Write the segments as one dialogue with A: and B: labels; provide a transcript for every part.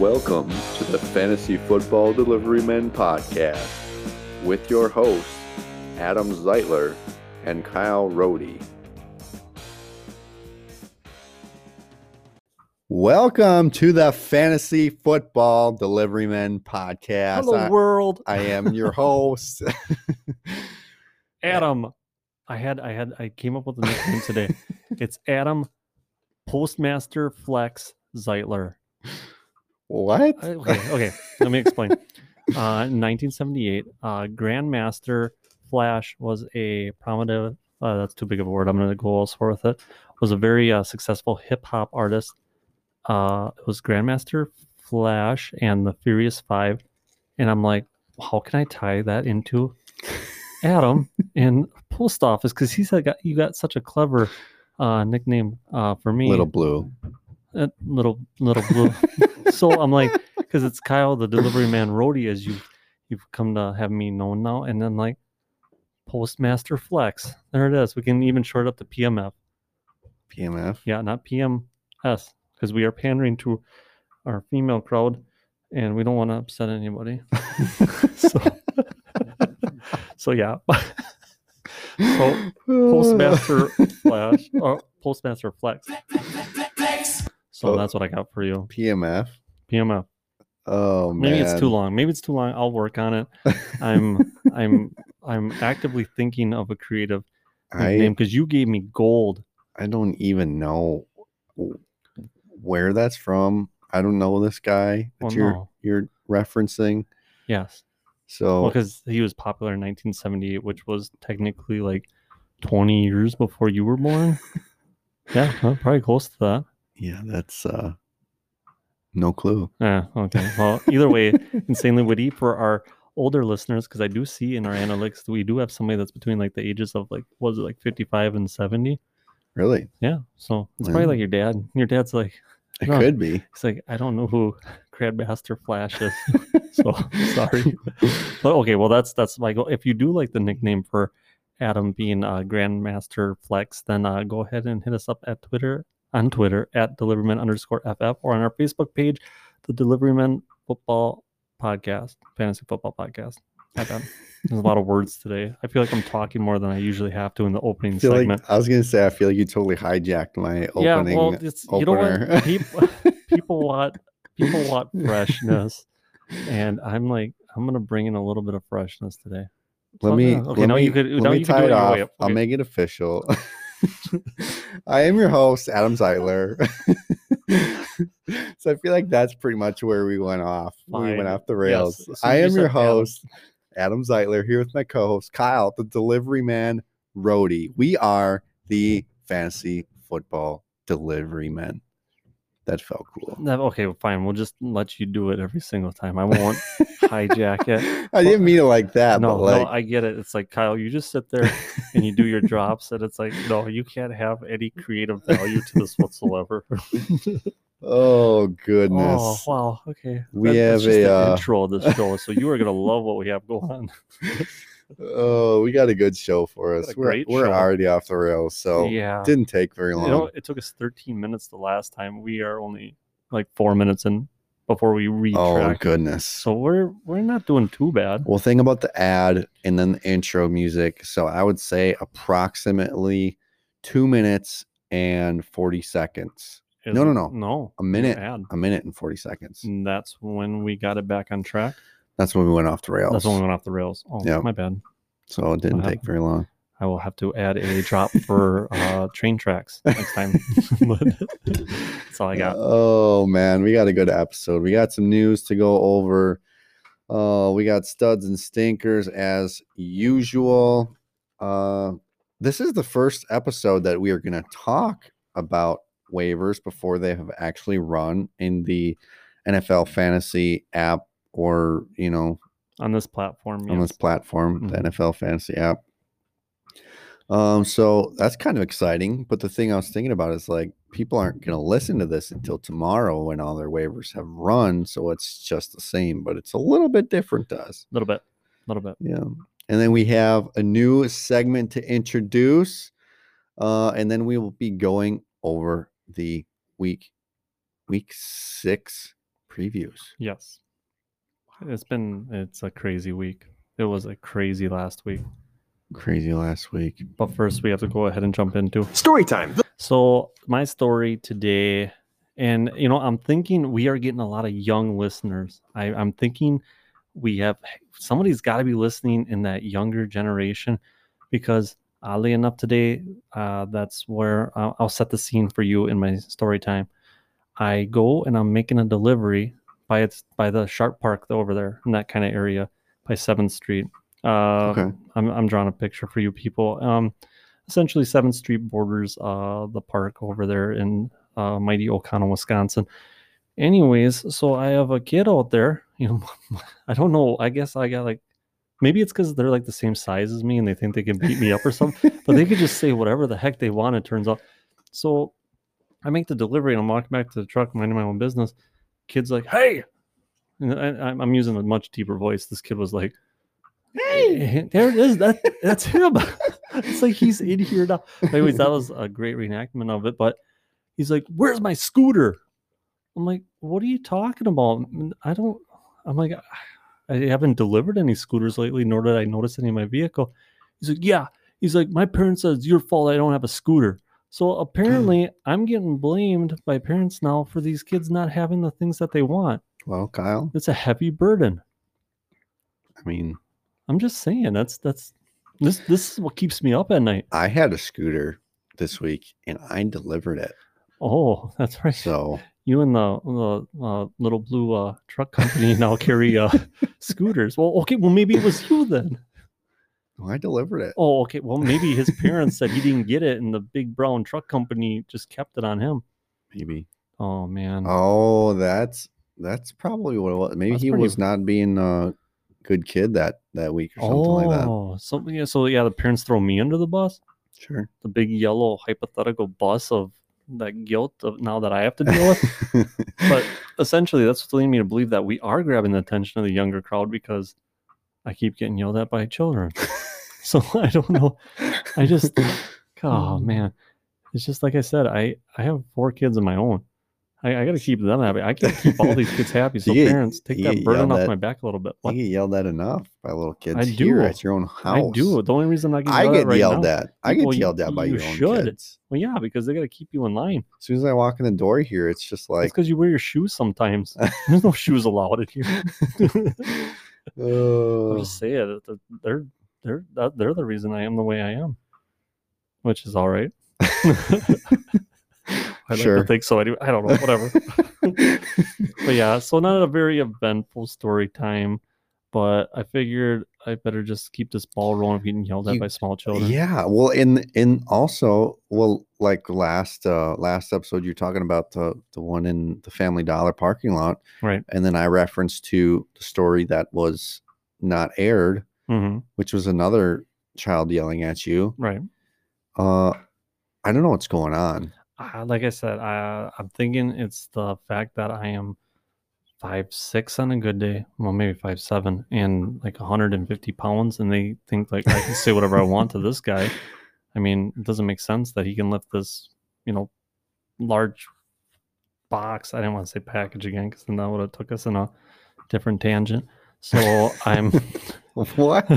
A: Welcome to the Fantasy Football Delivery Men podcast with your hosts, Adam Zeitler and Kyle Rohde.
B: Welcome to the Fantasy Football Delivery Men podcast.
C: Hello,
B: I-
C: world.
B: I, am your host.
C: Adam. I had I had I came up with a nickname today. it's Adam Postmaster Flex Zeitler.
B: what?
C: I- Uh, Okay, okay. let me explain. Uh, in 1978, uh, Grandmaster Flash was a prominent. Uh, that's too big of a word. I'm going to go elsewhere with it. Was a very uh, successful hip hop artist. Uh, it was Grandmaster Flash and the Furious Five, and I'm like, how can I tie that into Adam and post office? Because he's like, you got such a clever uh, nickname uh, for me
B: Little blue.
C: uh, little little blue. so I'm like, because it's Kyle the delivery man roadie, as you you've come to have me known now, and then like Postmaster Flex. There it is. We can even short up the PMF.
B: PMF.
C: Yeah, not PMS, because we are pandering to our female crowd, and we don't want to upset anybody. so, so yeah, So, Postmaster Flash or Postmaster Flex. So
B: Oh.
C: that's what I got for you.
B: PMF.
C: PMF.
B: Oh man.
C: Maybe it's too long. Maybe it's too long. I'll work on it. I'm I'm I'm actively thinking of a creative name
B: I
C: because you gave me gold.
B: I don't even know where that's from. I don't know this guy that
C: Well,
B: you're
C: Oh, no.
B: you're referencing.
C: Yes.
B: So
C: because he was popular in 1978, which was technically like 20 years before you were born. yeah, huh, probably close to that.
B: yeah, that's uh no clue.
C: Yeah, okay. Well, either way, insanely witty for our older listeners because I do see in our analytics that we do have somebody that's between like the ages of like was it like 55 and 70?
B: Really?
C: Yeah. So it's probably
B: Wow.
C: like your dad. Your dad's like
B: It
C: No.
B: could be.
C: It's like, I don't know who Grandmaster Flash is. so sorry. But okay, well that's that's my goal. If you do like the nickname for Adam being uh, Grandmaster Flex, then uh, go ahead and hit us up at Twitter on Twitter at Deliveryman underscore FF or on our Facebook page, the Deliveryman Football Podcast, Fantasy Football Podcast. FM. There's a lot of words today. I feel like I'm talking more than I usually have to in the opening
B: I feel
C: segment.
B: like I was gonna say I feel like you totally hijacked my opening.
C: Yeah, well, it's, you know
B: opener.
C: what? People, people want people want freshness, and I'm like, I'm gonna bring in a little bit of freshness today.
B: let
C: Oh,
B: me
C: yeah. Okay,
B: let
C: now
B: me,
C: you could-
B: let
C: now
B: me
C: you could do
B: tie
C: it
B: it
C: your
B: off.
C: way up.
B: I'll
C: Okay.
B: make it official. I am your host, Adam Zeitler. so I feel like that's pretty much where we went off. We
C: Fine.
B: went off the rails.
C: as soon
B: I
C: as you
B: am your
C: said Adam.
B: host, Adam. Zeitler, here with my co-host Kyle, the delivery man Rody. We are the fantasy football delivery men. That felt cool.
C: No, Okay, fine. We'll just let you do it every single time. I won't hijack it.
B: I didn't mean it like that,
C: no,
B: but like
C: no, I get it. It's like Kyle, you just sit there and you do your drops, and it's like, no, you can't have any creative value to this whatsoever.
B: Oh goodness!
C: Oh wow, okay.
B: We
C: that's
B: have
C: just
B: a,
C: the
B: uh,
C: intro of this show, so you are gonna love what we have going on.
B: Oh, we got a good show for
C: Got
B: us.
C: a
B: We're,
C: great
B: we're
C: show.
B: already off the rails, so
C: yeah.
B: didn't take very long.
C: You know, it took us 13 minutes the last time. We are only like four minutes in before we
B: oh
C: retract.
B: goodness!
C: So we're we're not doing too bad.
B: well, think about the ad and then the intro music. So I would say approximately two minutes and forty seconds.
C: Is
B: no,
C: it?
B: no, no.
C: no.
B: A minute,
C: Bad.
B: a minute and forty seconds.
C: And that's when we got it back on track.
B: That's when we went off the rails.
C: That's when we went off the rails. Oh,
B: Yeah.
C: my bad.
B: so it didn't
C: Wow.
B: take very long.
C: I will have to add a drop for uh, train tracks next time. But that's all I got.
B: Oh man, we got a good episode. We got some news to go over. Uh, we got studs and stinkers as usual. Uh, this is the first episode that we are going to talk about waivers before they have actually run in the NFL fantasy app or you know
C: On this platform.
B: on
C: yes. Mm-hmm.
B: this platform, the NFL Fantasy app. Um, so that's kind of exciting. But the thing I was thinking about is like people aren't going to listen to this until tomorrow when all their waivers have run. So it's just the same, but it's a little bit different to us.
C: little bit. little bit.
B: Yeah. And then we have a new segment to introduce. Uh, and then we will be going over the week, week six previews.
C: Yes. It's been it's a crazy week. It was a crazy last week.
B: Crazy last week.
C: But first we have to go ahead and jump into.
D: Story time.
C: So my story today and you know I'm thinking we are getting a lot of young listeners. I, I'm thinking we have somebody's got to be listening in that younger generation because oddly enough today uh, that's where I'll, I'll set the scene for you in my story time. I go and I'm making a delivery by its by the Sharp Park over there in that kind of area by Seventh Street. Uh,
B: Okay.
C: I'm I'm drawing a picture for you people. Um, essentially Seventh Street borders uh the park over there in uh, mighty O'Connell, Wisconsin. Anyways, so I have a kid out there. You know, I don't know. I guess I got like maybe it's because they're like the same size as me and they think they can beat me up or something but they could just say whatever the heck they want. It turns out. So I make the delivery and I'm walking back to the truck, minding my own business. Kid's like, "Hey," and I, I'm- I'm using a much deeper voice. This kid was like, "Hey, there it is. That that's him." it's like he's in here now. Anyways, that was a great reenactment of it. But he's like, "Where's my scooter?" I'm like, "What are you talking about? I don't." I'm like, "I haven't delivered any scooters lately, nor did I notice any in my vehicle." He's like, "Yeah, he's like, my parents said it's your fault I don't have a scooter. So apparently, I'm getting blamed by parents now for these kids not having the things that they want.
B: Well, Kyle,
C: It's a heavy burden.
B: I mean,
C: I'm just saying that's that's this this is what keeps me up at night.
B: I had a scooter this week and I delivered it.
C: Oh, that's right.
B: So
C: you and the, the uh, little blue uh, truck company now carry uh, scooters. Well, okay, well maybe it was you then.
B: I delivered it.
C: Oh, okay, well maybe his parents said he didn't get it, and the big brown truck company just kept it on him.
B: Maybe.
C: Oh man.
B: Oh, that's that's probably what it was. Maybe
C: That's
B: he
C: pretty-
B: was not being a good kid that that week or something like that.
C: Oh, so yeah, so yeah, the parents throw me under the bus,
B: Sure.
C: the big yellow hypothetical bus of that guilt of now that I have to deal with. But- Essentially, that's what's leading me to believe that we are grabbing the attention of the younger crowd because I keep getting yelled at by children. so I don't know. I just, oh man, it's just like I said. I I have four kids of my own. I, I got to keep them happy. I can't keep all these kids happy. So
B: You get-
C: parents, take
B: you
C: that
B: get
C: burden
B: yelled
C: off
B: at.
C: my back a little bit.
B: you
C: What?
B: get yelled at enough by little kids
C: I
B: here
C: do.
B: at your own
C: I
B: house.
C: do. The only reason I get
B: oh, I
C: yelled
B: get
C: at right
B: yelled
C: now-
B: at. I get
C: Well, you-
B: yelled at by
C: you
B: your own
C: should.
B: kids.
C: Well, yeah, because they got to keep you in line.
B: As soon as I walk in the door here, it's just
C: That's
B: like
C: because you wear your shoes sometimes. There's no shoes allowed in here. I'll
B: oh,
C: just say it. They're they're they're, that- they're the reason I am the way I am, which is all right. I like
B: sure.
C: to think so. Anyway, I don't know. Whatever. but yeah, so not a very eventful story time, but I figured I better just keep this ball rolling of getting yelled at
B: You-
C: by small children.
B: Yeah. Well, and and also, well, like last uh last episode, you're talking about the the one in the Family Dollar parking lot,
C: Right.
B: And then I referenced to the story that was not aired,
C: hmm
B: which was another child yelling at you.
C: Right.
B: Uh, I don't know what's going on.
C: uh, like I said, I, I'm thinking it's the fact that I am five six on a good day, well maybe five seven, and like 150 pounds, and they think like I can say whatever I want to this guy. I mean, it doesn't make sense that he can lift this, you know, large box. I didn't want to say package again because then that would have took us in a different tangent. So I'm
B: What?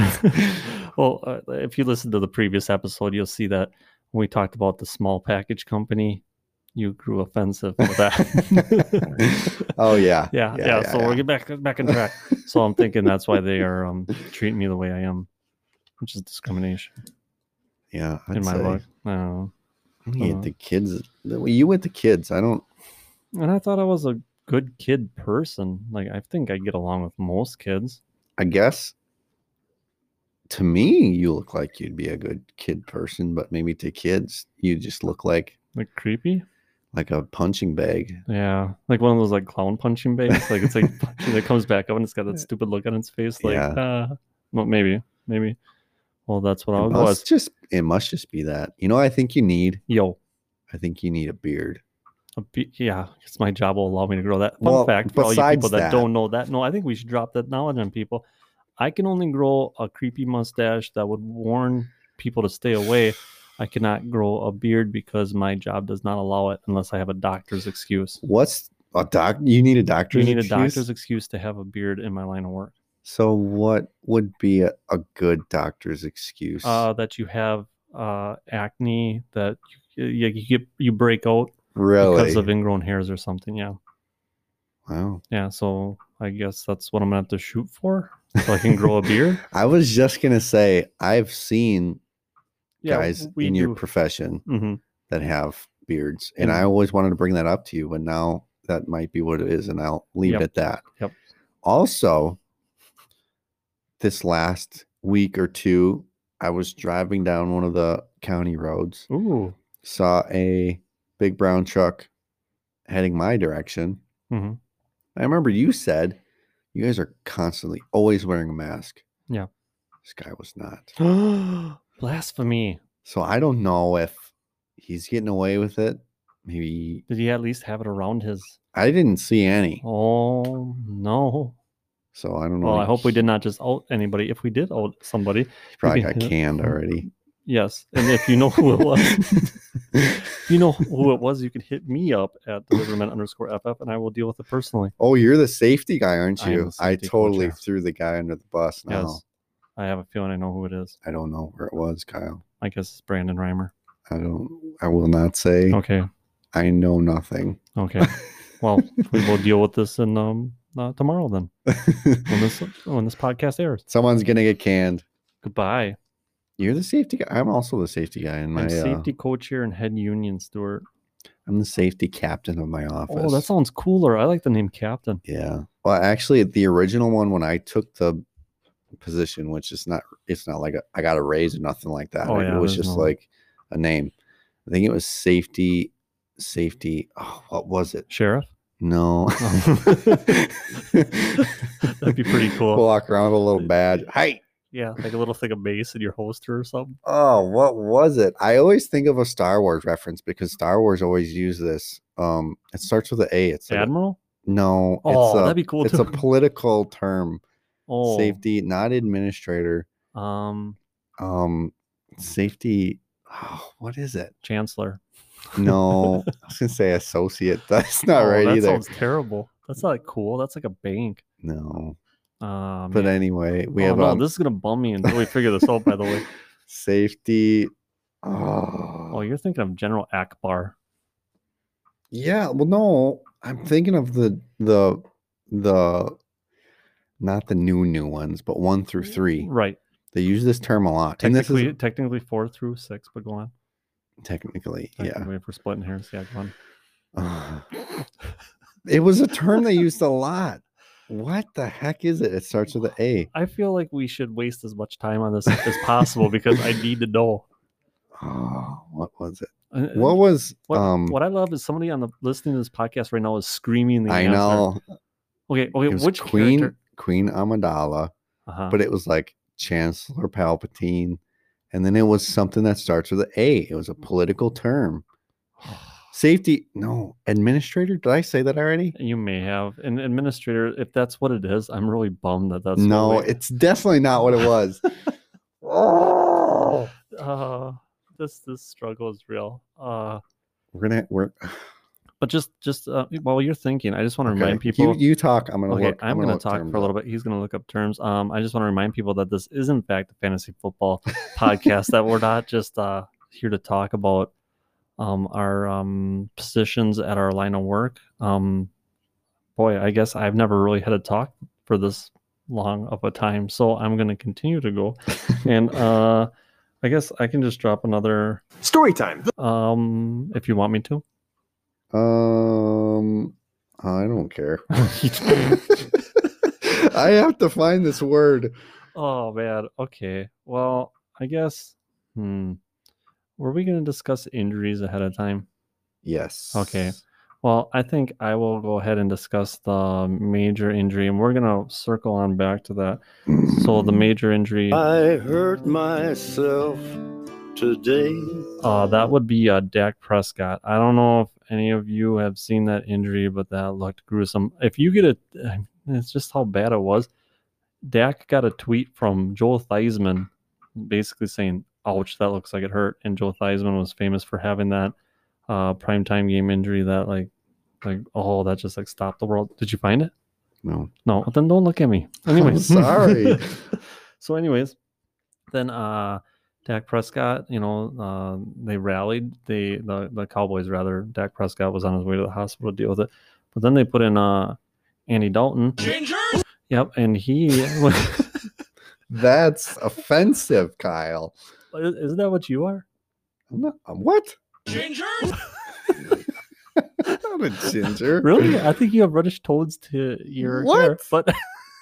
C: well, uh, if you listen to the previous episode, you'll see that when we talked about the small package company, you grew offensive with that.
B: oh yeah.
C: yeah, yeah, So we'll get back back on track. So I'm thinking that's why they are um, treating me the way I am, which is discrimination
B: yeah. I'd
C: in my
B: say.
C: book. Uh,
B: Yeah,
C: Uh-huh.
B: the kids. the- well, You with the kids. I don't.
C: and I thought I was a good kid person. Like I think I get along with most kids.
B: I guess. To me, you look like you'd be a good kid person, but maybe to kids, you just look like
C: Like creepy.
B: like a punching bag.
C: Yeah, like one of those like clown punching bags. Like it's like punching that comes back up and it's got that stupid look on its face. Like,
B: Yeah.
C: uh, well, maybe, maybe. Well, that's what I
B: it
C: was.
B: must just. It must just be that. You know, what I think you need.
C: Yo,
B: I think you need a beard.
C: a be- yeah, it's my job will allow me to grow that. Fun
B: Well,
C: fact for all you people
B: besides
C: that,
B: that-
C: don't know that. No, I think we should drop that knowledge on people. I can only grow a creepy mustache that would warn people to stay away. I cannot grow a beard because my job does not allow it unless I have a doctor's excuse.
B: What's a doc. You need a doctor's.
C: you need
B: excuse?
C: a doctor's excuse to have a beard in my line of work.
B: So what would be a, a good doctor's excuse?
C: Uh, that you have uh, acne, that you, you, you, get, you break out
B: really?
C: because of ingrown hairs or something. Yeah.
B: wow.
C: Yeah. So I guess that's what I'm going to have to shoot for so I can grow a beard.
B: I was just gonna say I've seen
C: Yeah.
B: guys
C: we
B: in your
C: do.
B: profession
C: Mhm.
B: that have beards, and
C: And-
B: I always wanted to bring that up to you, but now that might be what it is, and I'll leave
C: Yep.
B: it at that.
C: Yep.
B: Also, this last week or two, I was driving down one of the county roads
C: Ooh.
B: saw a big brown truck heading my direction.
C: Mhm.
B: I remember you said you guys are constantly always wearing a mask.
C: Yeah.
B: This guy was not.
C: Blasphemy.
B: So I don't know if he's getting away with it. Maybe
C: Did he at least have it around his?
B: I didn't see any.
C: Oh, no.
B: So I don't know.
C: Well, I hope we
B: He
C: did not just out anybody. If we did out somebody,
B: probably
C: didn't
B: got
C: hit it.
B: canned already.
C: yes. And if you know who it was, if you know who it was, you can hit me up at deliverman underscore FF and I will deal with it personally.
B: oh, you're the safety guy, aren't
C: I am
B: you?
C: the
B: I,
C: safety coach,
B: totally
C: yeah.
B: threw the guy under the bus now.
C: Yes. I have a feeling I know who it is.
B: I don't know where it was, Kyle.
C: I guess it's Brandon Reimer.
B: I don't I will not say
C: Okay.
B: I know nothing.
C: Okay. Well, we will deal with this in um uh, tomorrow then when this when this podcast airs.
B: Someone's gonna get canned.
C: Goodbye.
B: You're the safety guy. I'm also the safety guy in my.
C: I'm
B: uh,
C: safety coach here and head union steward.
B: I'm the safety captain of my office.
C: Oh, that sounds cooler. I like the name Captain.
B: Yeah. Well, actually, the original one when I took the position, which is not, it's not like a, I got a raise or nothing like that.
C: Oh,
B: it
C: yeah,
B: was
C: there's
B: just
C: no-
B: like a name. I think it was safety. Safety. Oh, what was it?
C: Sheriff.
B: No.
C: That'd be pretty cool.
B: Walk around with a little badge. Hey.
C: Yeah, like a little thing of base in your holster or something.
B: Oh, what was it? I always think of a Star Wars reference because Star Wars always use this. Um, it starts with an A. It's like a-
C: Admiral.
B: no.
C: Oh,
B: it's a,
C: that'd be cool
B: It's
C: too.
B: a political term.
C: oh,
B: Safety, not administrator.
C: Um,
B: Um, safety. Oh, what is it?
C: Chancellor.
B: No, I was gonna say associate. That's not
C: Oh,
B: right
C: that
B: either.
C: sounds terrible. That's not cool. That's like a bank.
B: No,
C: Um,
B: but anyway, we
C: oh,
B: have
C: no.
B: um,
C: this is gonna bum me until we figure this out. By the way.
B: safety. Oh,
C: Oh, you're thinking of General Akbar.
B: Yeah, well, no, I'm thinking of the the the not the new new ones, but one through three.
C: Right.
B: They use this term a lot, and this
C: Technically,
B: is
C: technically four through six, but go on.
B: technically, yeah.
C: Technically, if we're splitting hairs, yeah, go on.
B: Ugh. it was a term they used a lot. What the heck is it? It starts with a A.
C: I feel like we should waste as much time on this as possible because I need to know.
B: Oh, what was it?
C: Uh,
B: What was
C: What,
B: um?
C: what I love is somebody on the listening to this podcast right now is screaming the
B: I
C: answer.
B: know
C: Okay,
B: it
C: okay,
B: was
C: which
B: Queen
C: character?
B: Queen Amidala,
C: Uh-huh.
B: but it was like Chancellor Palpatine, and then it was something that starts with a A. It was a political term.
C: Uh-huh.
B: Safety? No, administrator. Did I say that already?
C: you may have an administrator. If that's what it is, I'm really bummed that that's what
B: no,
C: we-
B: it's definitely not what it was. oh,
C: uh, this this struggle is real. Uh,
B: we're gonna we're.
C: but just just uh, while you're thinking, I just want to
B: Okay,
C: remind people.
B: You, you talk. I'm gonna
C: okay,
B: look.
C: I'm, gonna,
B: look
C: talk
B: terms
C: for a little
B: up.
C: bit. He's gonna look up terms. Um, I just want to remind people that this is in fact a fantasy football podcast. That we're not just uh here to talk about um our um positions at our line of work. Um, boy, I guess I've never really had a talk for this long of a time, so I'm gonna continue to go, and uh, I guess I can just drop another
D: Story time.
C: um if you want me to.
B: Um, I don't care. I have to find this word.
C: Oh man. Okay. Well, I guess. Hmm. Were we going to discuss injuries ahead of time?
B: Yes.
C: Okay. Well, I think I will go ahead and discuss the major injury, and we're going to circle on back to that. So the major injury,
D: I hurt myself today.
C: uh, that would be uh, Dak Prescott. I don't know if any of you have seen that injury, but that looked gruesome. If you get a, it's just how bad it was. Dak got a tweet from Joel Theismann basically saying, ouch, that looks like it hurt. And Joel Theismann was famous for having that uh, primetime game injury that like like, oh, that just like stopped the world. Did you find it?
B: No.
C: No, well, then don't look at me.
B: I'm
C: Anyways,
B: sorry.
C: so, anyways, then uh Dak Prescott, you know, uh, they rallied the, the the Cowboys rather. Dak Prescott was on his way to the hospital to deal with it, but then they put in uh Andy Dalton. Yep, and he
B: That's offensive, Kyle.
C: isn't that what you are?
B: I'm not, I'm what? Ginger? not a ginger.
C: Really? I think you have reddish toads to your hair.
B: What?
C: But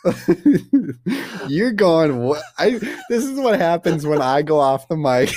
B: You're going. What? I. This is what happens when I go off the mic.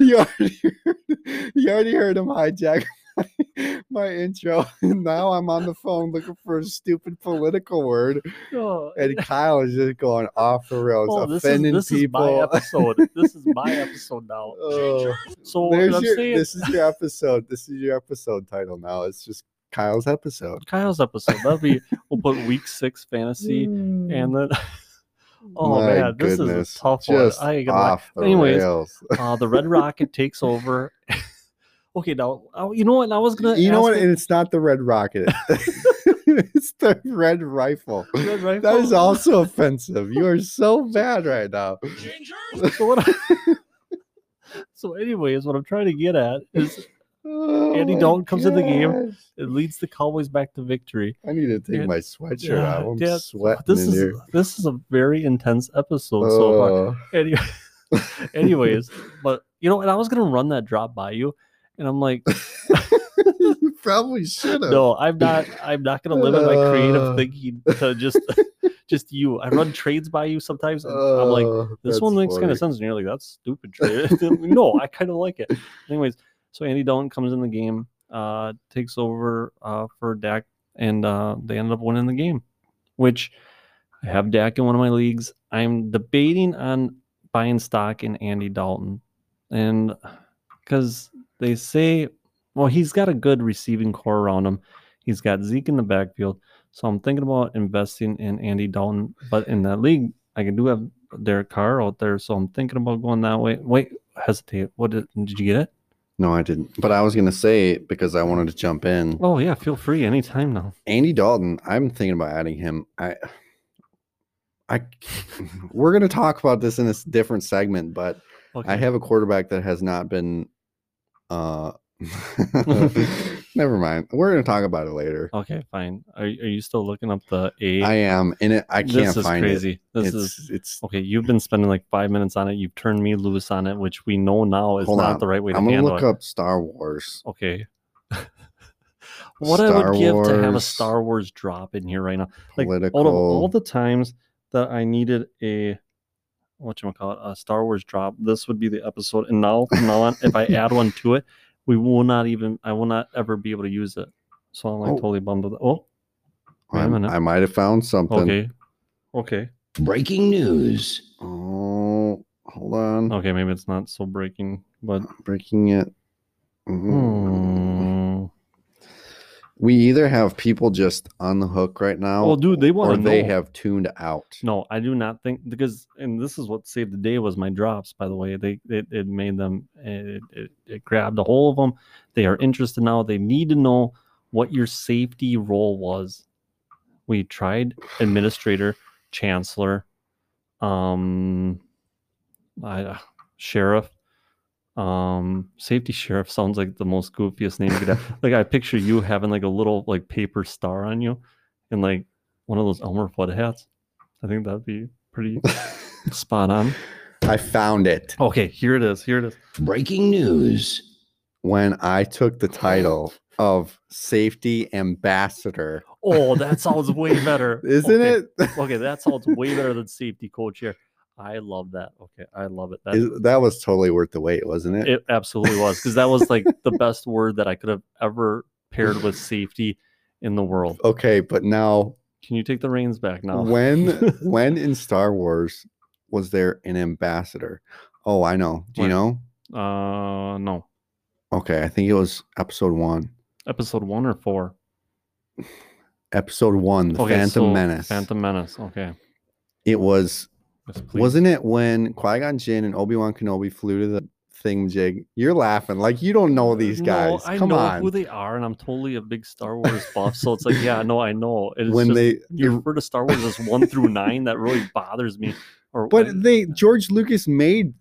B: you already, heard, you already heard him hijack my, my intro, and now I'm on the phone looking for a stupid political word,
C: oh,
B: and Kyle is just going off the rails,
C: oh, this is
B: offending
C: this is my
B: people.
C: episode. this is my episode now.
B: Oh,
C: So what
B: there's
C: I'm
B: your,
C: saying
B: this is your episode. This is your episode title now. It's just Kyle's episode.
C: Kyle's episode. That'll be we'll put week six fantasy and then Oh
B: My
C: man, this
B: goodness,
C: is a tough
B: just
C: one. I ain't gonna lie.
B: off the
C: Anyways,
B: rails.
C: Uh, the Red Rocket takes over. okay, now oh, you know what? I was gonna
B: you know
C: ask
B: what?
C: if-
B: And it's not the red rocket. it's the red rifle.
C: Red
B: That is
C: Rifle?
B: also offensive. You are so bad right now.
C: So, what I- so anyways, what I'm trying to get at is Andy
B: Oh my
C: Dalton comes in the game.
B: gosh.
C: it leads the Cowboys back to victory.
B: I need to take
C: Yeah,
B: my sweatshirt
C: yeah,
B: off. I'm
C: yeah,
B: sweating
C: This
B: in
C: is
B: here.
C: this is a very intense episode so far.
B: Oh,
C: Any- anyways, but you know, and I was gonna run that drop by you, and I'm like,
B: you probably should have.
C: no, I'm not. I'm not gonna limit my creative
B: Uh.
C: thinking to just just you. I run trades by you sometimes, and
B: Oh,
C: I'm like, this one makes kind of sense. And you're like, that's stupid trade. no, I kind of like it. Anyways, so Andy Dalton comes in the game, uh, takes over uh, for Dak, and uh, they ended up winning the game, which I have Dak in one of my leagues. I'm debating on buying stock in Andy Dalton. And because they say, well, he's got a good receiving core around him. He's got Zeke in the backfield. So I'm thinking about investing in Andy Dalton. But in that league, I can do have Derek Carr out there. So I'm thinking about going that way. Wait, hesitate. What did, did you get it?
B: No, I didn't. But I was gonna say it because I wanted to jump in.
C: Oh, yeah. Feel free anytime now.
B: Andy Dalton, I'm thinking about adding him. I, I, we're gonna talk about this in a s- different segment, but
C: Okay.
B: I have a quarterback that has not been. uh Never mind. We're gonna talk about it later.
C: Okay, fine. Are, are you still looking up the A?
B: I am, and it, I can't
C: this is
B: find
C: crazy.
B: it.
C: This
B: it's,
C: is
B: it's.
C: okay. You've been spending like five minutes on it. You've turned me loose on it, which we know now is
B: Hold
C: not
B: on.
C: the right way to
B: I'm gonna
C: handle
B: look
C: it.
B: up Star Wars.
C: Okay. what I
B: Star
C: would give to have a
B: Wars.
C: Star Wars drop in here right now. Like all, the,
B: Political.
C: all the times that I needed a what you call it a Star Wars drop, this would be the episode. And now from now on, if I add one to it, we will not even I will not ever be able to use it. So I'm like
B: Oh.
C: totally bummed with it. Oh, wait a
B: I'm-
C: minute.
B: I might have found something.
C: okay, okay,
E: Breaking news.
B: Oh, hold on.
C: okay. Maybe it's not so breaking, but
B: Breaking it. Mm.
C: hmm.
B: We either have people just on the hook right now,
C: well, dude, they
B: or
C: want to
B: they
C: know.
B: have tuned out.
C: No, I do not think because, and this is what saved the day was my drops. By the way, they it, it made them it, it, it grabbed a hold of them. They are interested now. They need to know what your safety role was. We tried administrator, chancellor, um, I, uh, sheriff. Um, safety sheriff sounds like the most goofiest name you could have. like I picture you having like a little like paper star on you, and like one of those Elmer Fudd hats. I think that'd be pretty spot on.
B: I found it
C: Okay, here it is. Here it is.
E: Breaking news.
B: when I took the title of safety ambassador.
C: Oh, that sounds way better.
B: Isn't
C: Okay,
B: it?
C: Okay, that sounds way better than safety coach here. I love that. Okay, I love it. That,
B: Is- that was totally worth the wait, wasn't it?
C: it absolutely was because that was like the best word that I could have ever paired with safety in the world.
B: okay, but now
C: Can you take the reins back now?
B: when when in Star Wars was there an ambassador? Oh, I know. Do you
C: When?
B: know?
C: Uh, no.
B: Okay, I think it was episode one.
C: Episode one or four?
B: Episode one, the
C: okay,
B: Phantom
C: so
B: Menace.
C: Phantom Menace. Okay.
B: It was
C: Yes, please.
B: Wasn't it when Qui Gon Jinn and Obi Wan Kenobi flew to the thing, Jig. You're laughing like you don't know these
C: No,
B: guys.
C: I
B: Come
C: know
B: on.
C: who they are, and I'm totally a big Star Wars buff. So it's like, yeah, no, I know. It's
B: when
C: just,
B: they,
C: you refer to Star Wars as one through nine, that really bothers me. Or
B: but
C: when-
B: they George Lucas made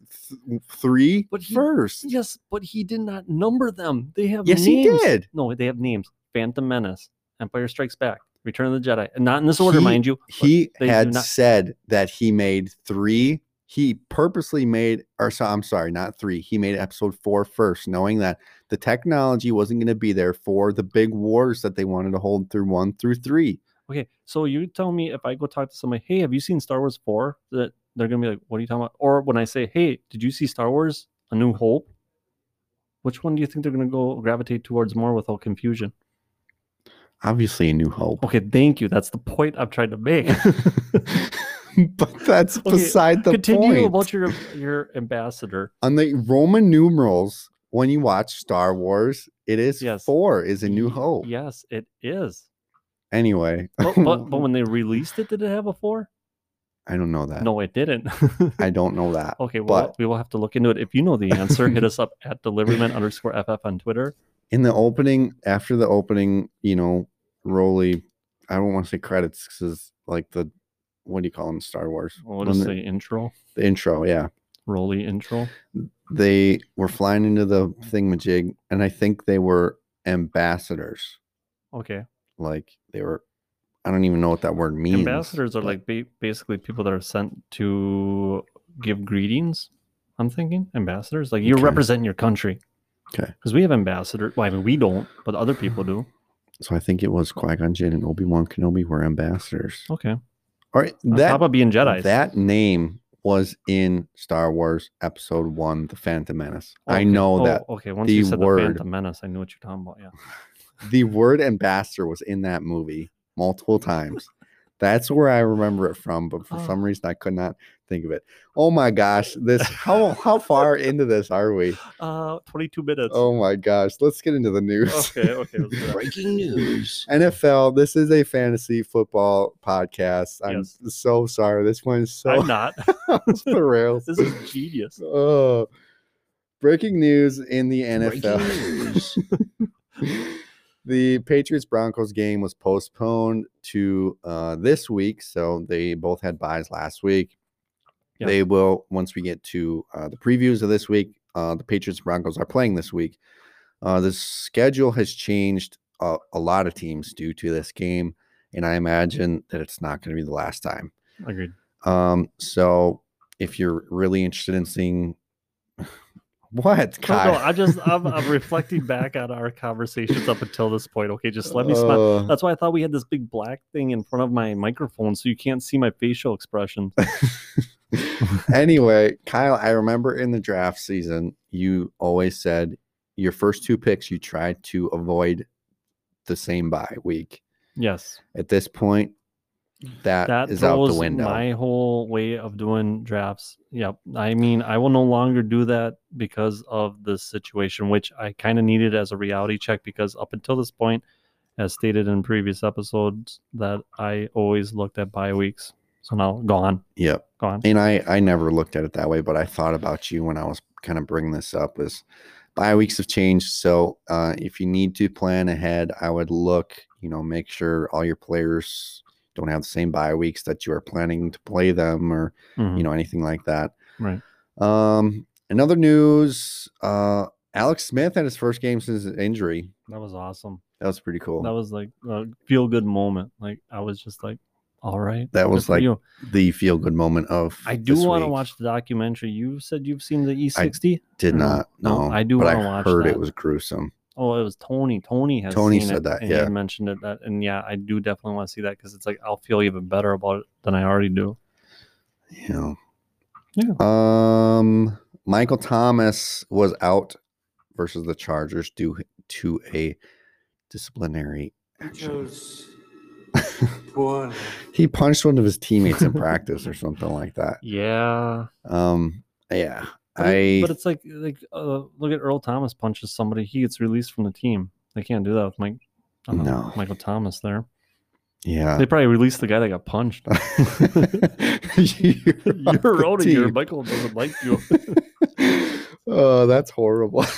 B: th- three
C: But
B: but
C: he-
B: first.
C: yes, but he did not number them. They have
B: Yes, he
C: names.
B: did.
C: No, they have names. Phantom Menace, Empire Strikes Back, Return of the Jedi, and not in this order,
B: He-
C: mind you. but
B: He
C: they do
B: had
C: not-
B: said that he made three. He purposely made, or so, I'm sorry, not three. He made episode four first, knowing that the technology wasn't going to be there for the big wars that they wanted to hold through one through three.
C: Okay, so you tell me if I go talk to somebody, hey, have you seen Star Wars 4? That they're gonna be like, what are you talking about? Or when I say, hey, did you see Star Wars A New Hope? Which one do you think they're gonna go gravitate towards more without confusion?
B: Obviously, a new hope.
C: Okay, thank you. That's the point I'm trying to make.
B: but that's
C: Okay,
B: beside the
C: Continue
B: point.
C: about your your ambassador.
B: On the Roman numerals, when you watch Star Wars, it is
C: Yes.
B: four is a new
C: Y-
B: hope.
C: Yes, it is.
B: Anyway,
C: But, but but when they released it, did it have a four?
B: I don't know that.
C: No, it didn't.
B: I don't know that.
C: okay, well,
B: but-
C: we will have to look into it. If you know the answer, hit us up at deliverment underscore ff on Twitter.
B: in the opening after the opening you know Rolly, i don't want to say credits because like the what do you call them star wars
C: We'll
B: When
C: just
B: the,
C: say intro.
B: the intro yeah
C: Rolly intro.
B: they were flying into the thingamajig and i think they were ambassadors
C: Okay.
B: like they were i don't even know what that word means
C: Ambassadors are
B: but
C: like ba- basically people that are sent to give greetings. I'm thinking ambassadors, like you're
B: Okay.
C: representing your country.
B: Okay.
C: Because we have ambassadors. Well, I mean, we don't, but other people do.
B: so i think it was qui-gon jinn and obi-wan kenobi were ambassadors
C: Okay.
B: all right
C: On
B: that
C: top of being Jedi.
B: That name was in Star Wars Episode One, The Phantom Menace. I
C: Okay.
B: know
C: Oh,
B: that
C: Okay. Once you
B: the
C: said
B: word-
C: the Phantom Menace, I knew what you're talking about. Yeah.
B: the word ambassador was in that movie multiple times. That's where I remember it from, but for
C: Oh.
B: some reason I could not think of it. Oh my gosh, this how how far into this are we?
C: Uh, 22 minutes.
B: Oh my gosh, let's get into the news.
C: Okay. Okay. let's do that.
E: Breaking news.
B: NFL, this is a fantasy football podcast. I'm
C: Yes.
B: so sorry. This one's so
C: I'm not.
B: off the rails.
C: this is genius.
B: Oh. Breaking news in the NFL.
E: Breaking news.
B: the Patriots Broncos game was postponed to uh, this week, so they both had buys last week.
C: Yeah.
B: They will once we get to uh, the previews of this week. Uh, the Patriots Broncos are playing this week. Uh, the schedule has changed uh, a lot of teams due to this game, and I imagine that it's not going to be the last time.
C: Agreed.
B: Um, so if you're really interested in seeing what,
C: No,
B: Kyle?
C: no, I just I'm, I'm reflecting back on our conversations up until this point. Okay, just let me smile.
B: Uh,
C: That's why I thought we had this big black thing in front of my microphone, so you can't see my facial expression.
B: anyway, Kyle, I remember in the draft season, you always said your first two picks, you tried to avoid the same bye week.
C: Yes,
B: At this point,
C: that
B: that Uh, is out
C: throws
B: the window.
C: my whole way of doing drafts. Yep. I mean, I will no longer do that because of this situation, which I kind of needed as a reality check because up until this point, as stated in previous episodes, that I always looked at bye weeks. So now gone,
B: Yep.
C: gone.
B: And I, I never looked at it that way, but I thought about you when I was kind of bringing this up is bye weeks have changed. So uh, if you need to plan ahead, I would look, you know, make sure all your players don't have the same bye weeks that you are planning to play them or
C: Mhm.
B: you know anything like that
C: Right.
B: um another news uh alex smith had his first game since his injury
C: That was awesome.
B: that was pretty cool
C: That was like a feel good moment. Like I was just like, all right.
B: That
C: good
B: was
C: for
B: like
C: you.
B: the feel good moment of
C: I do
B: this
C: want to
B: week.
C: watch the documentary. You said you've seen the E E60.
B: did
C: no,
B: not
C: no,
B: no
C: I do
B: but i
C: wanna watch
B: heard
C: that.
B: it was gruesome
C: Oh, it was Tony. Tony has
B: Tony
C: seen
B: said
C: it,
B: that,
C: and he had
B: yeah.
C: mentioned it. That and yeah, I do definitely want to see that because it's like I'll feel even better about it than I already do.
B: you know
C: Yeah.
B: um michael thomas was out versus the chargers due to a disciplinary action he punched one of his teammates in practice or something like that
C: Yeah,
B: um yeah
C: but,
B: i
C: it- but it's like like uh, look at Earl Thomas punches somebody. He gets released from the team. They can't do that with Mike. I don't know,
B: No. Uh,
C: Michael Thomas there.
B: yeah
C: They probably released the guy that got punched.
B: you're
C: You're
B: on
C: out of here.
B: the
C: Michael doesn't like you.
B: team. Oh, that's horrible.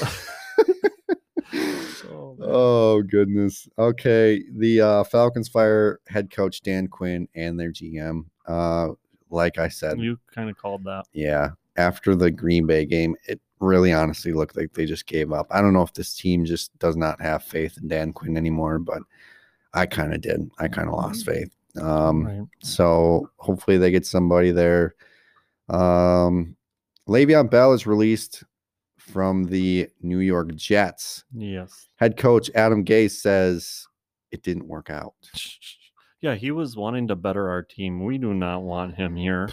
C: So bad.
B: oh goodness. Okay, the uh, Falcons fire head coach Dan Quinn and their GM. Uh, like I said,
C: you kind of called that.
B: yeah, after the Green Bay game, it really honestly looked like they just gave up. I don't know if this team just does not have faith in Dan Quinn anymore, but I kind of did. I kind of
C: Mm-hmm.
B: lost faith. Um,
C: Right.
B: so hopefully they get somebody there. Um, Le'Veon Bell is released from the New York Jets.
C: Yes.
B: Head coach Adam Gase says it didn't work out.
C: Yeah, he was wanting to better our team. We do not want him here.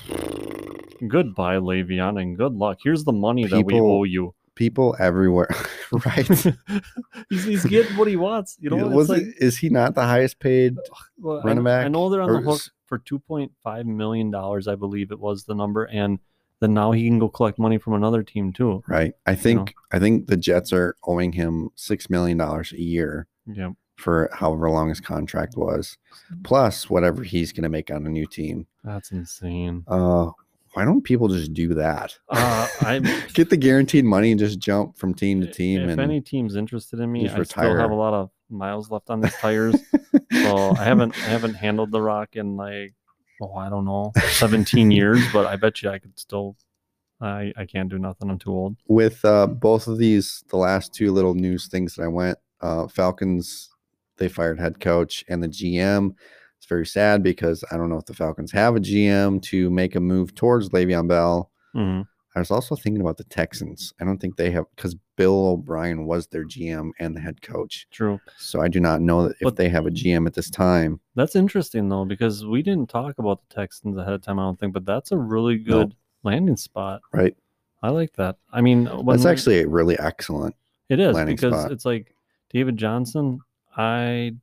C: Goodbye, Le'Veon, and good luck. Here's the money that we
B: People-
C: owe you.
B: People everywhere, right?
C: he's, he's getting what he wants. You know, it's
B: Was
C: like-
B: it, is he not the highest paid?
C: well, I-
B: running
C: I
B: back,
C: know they're on the
B: or
C: hook
B: s-
C: for two point five million dollars, I believe it was the number, and then now he can go collect money from another team too.
B: Right. I think I think the Jets are owing him six million dollars a year
C: Yeah,
B: for however long his contract was, plus whatever he's going to make on a new team.
C: that's insane.
B: Uh, why don't people just do that?
C: Uh, I
B: Get the guaranteed money and just jump from team to team.
C: If
B: and
C: any team's interested in me,
B: just
C: I still have
B: retire.
C: a lot of miles left on these tires. so I haven't I haven't handled the rock in like oh I don't know seventeen years, but I bet you I could still I I can't do nothing. I'm too old.
B: with uh, both of these, the last two little news things that I went, uh, Falcons, they fired head coach and the GM. It's very sad because I don't know if the Falcons have a GM to make a move towards Le'Veon Bell.
C: Mhm.
B: I was also thinking about the Texans. I don't think they have because Bill O'Brien was their GM and the head coach.
C: True.
B: So I do not know that if
C: But-
B: they have a GM at this time.
C: That's interesting though because we didn't talk about the Texans ahead of time. I don't think, but that's a really good landing spot.
B: Right.
C: I like that. I mean, when
B: That's
C: we-
B: actually a really excellent.
C: It is
B: landing
C: because
B: spot.
C: it's like David Johnson. I,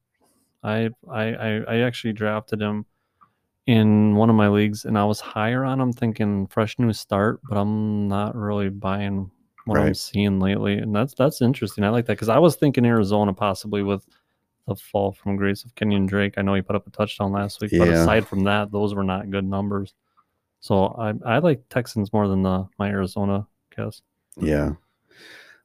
C: I, I, I, I actually drafted him in one of my leagues, and I was higher on him, thinking fresh new start. But I'm not really buying what I'm
B: Right.
C: seeing lately, and that's that's interesting. I like that because I was thinking Arizona possibly with the fall from grace of Kenyon Drake. I know he put up a touchdown last week, but
B: Yeah.
C: aside from that, those were not good numbers. So I I like Texans more than the my Arizona guess.
B: Yeah.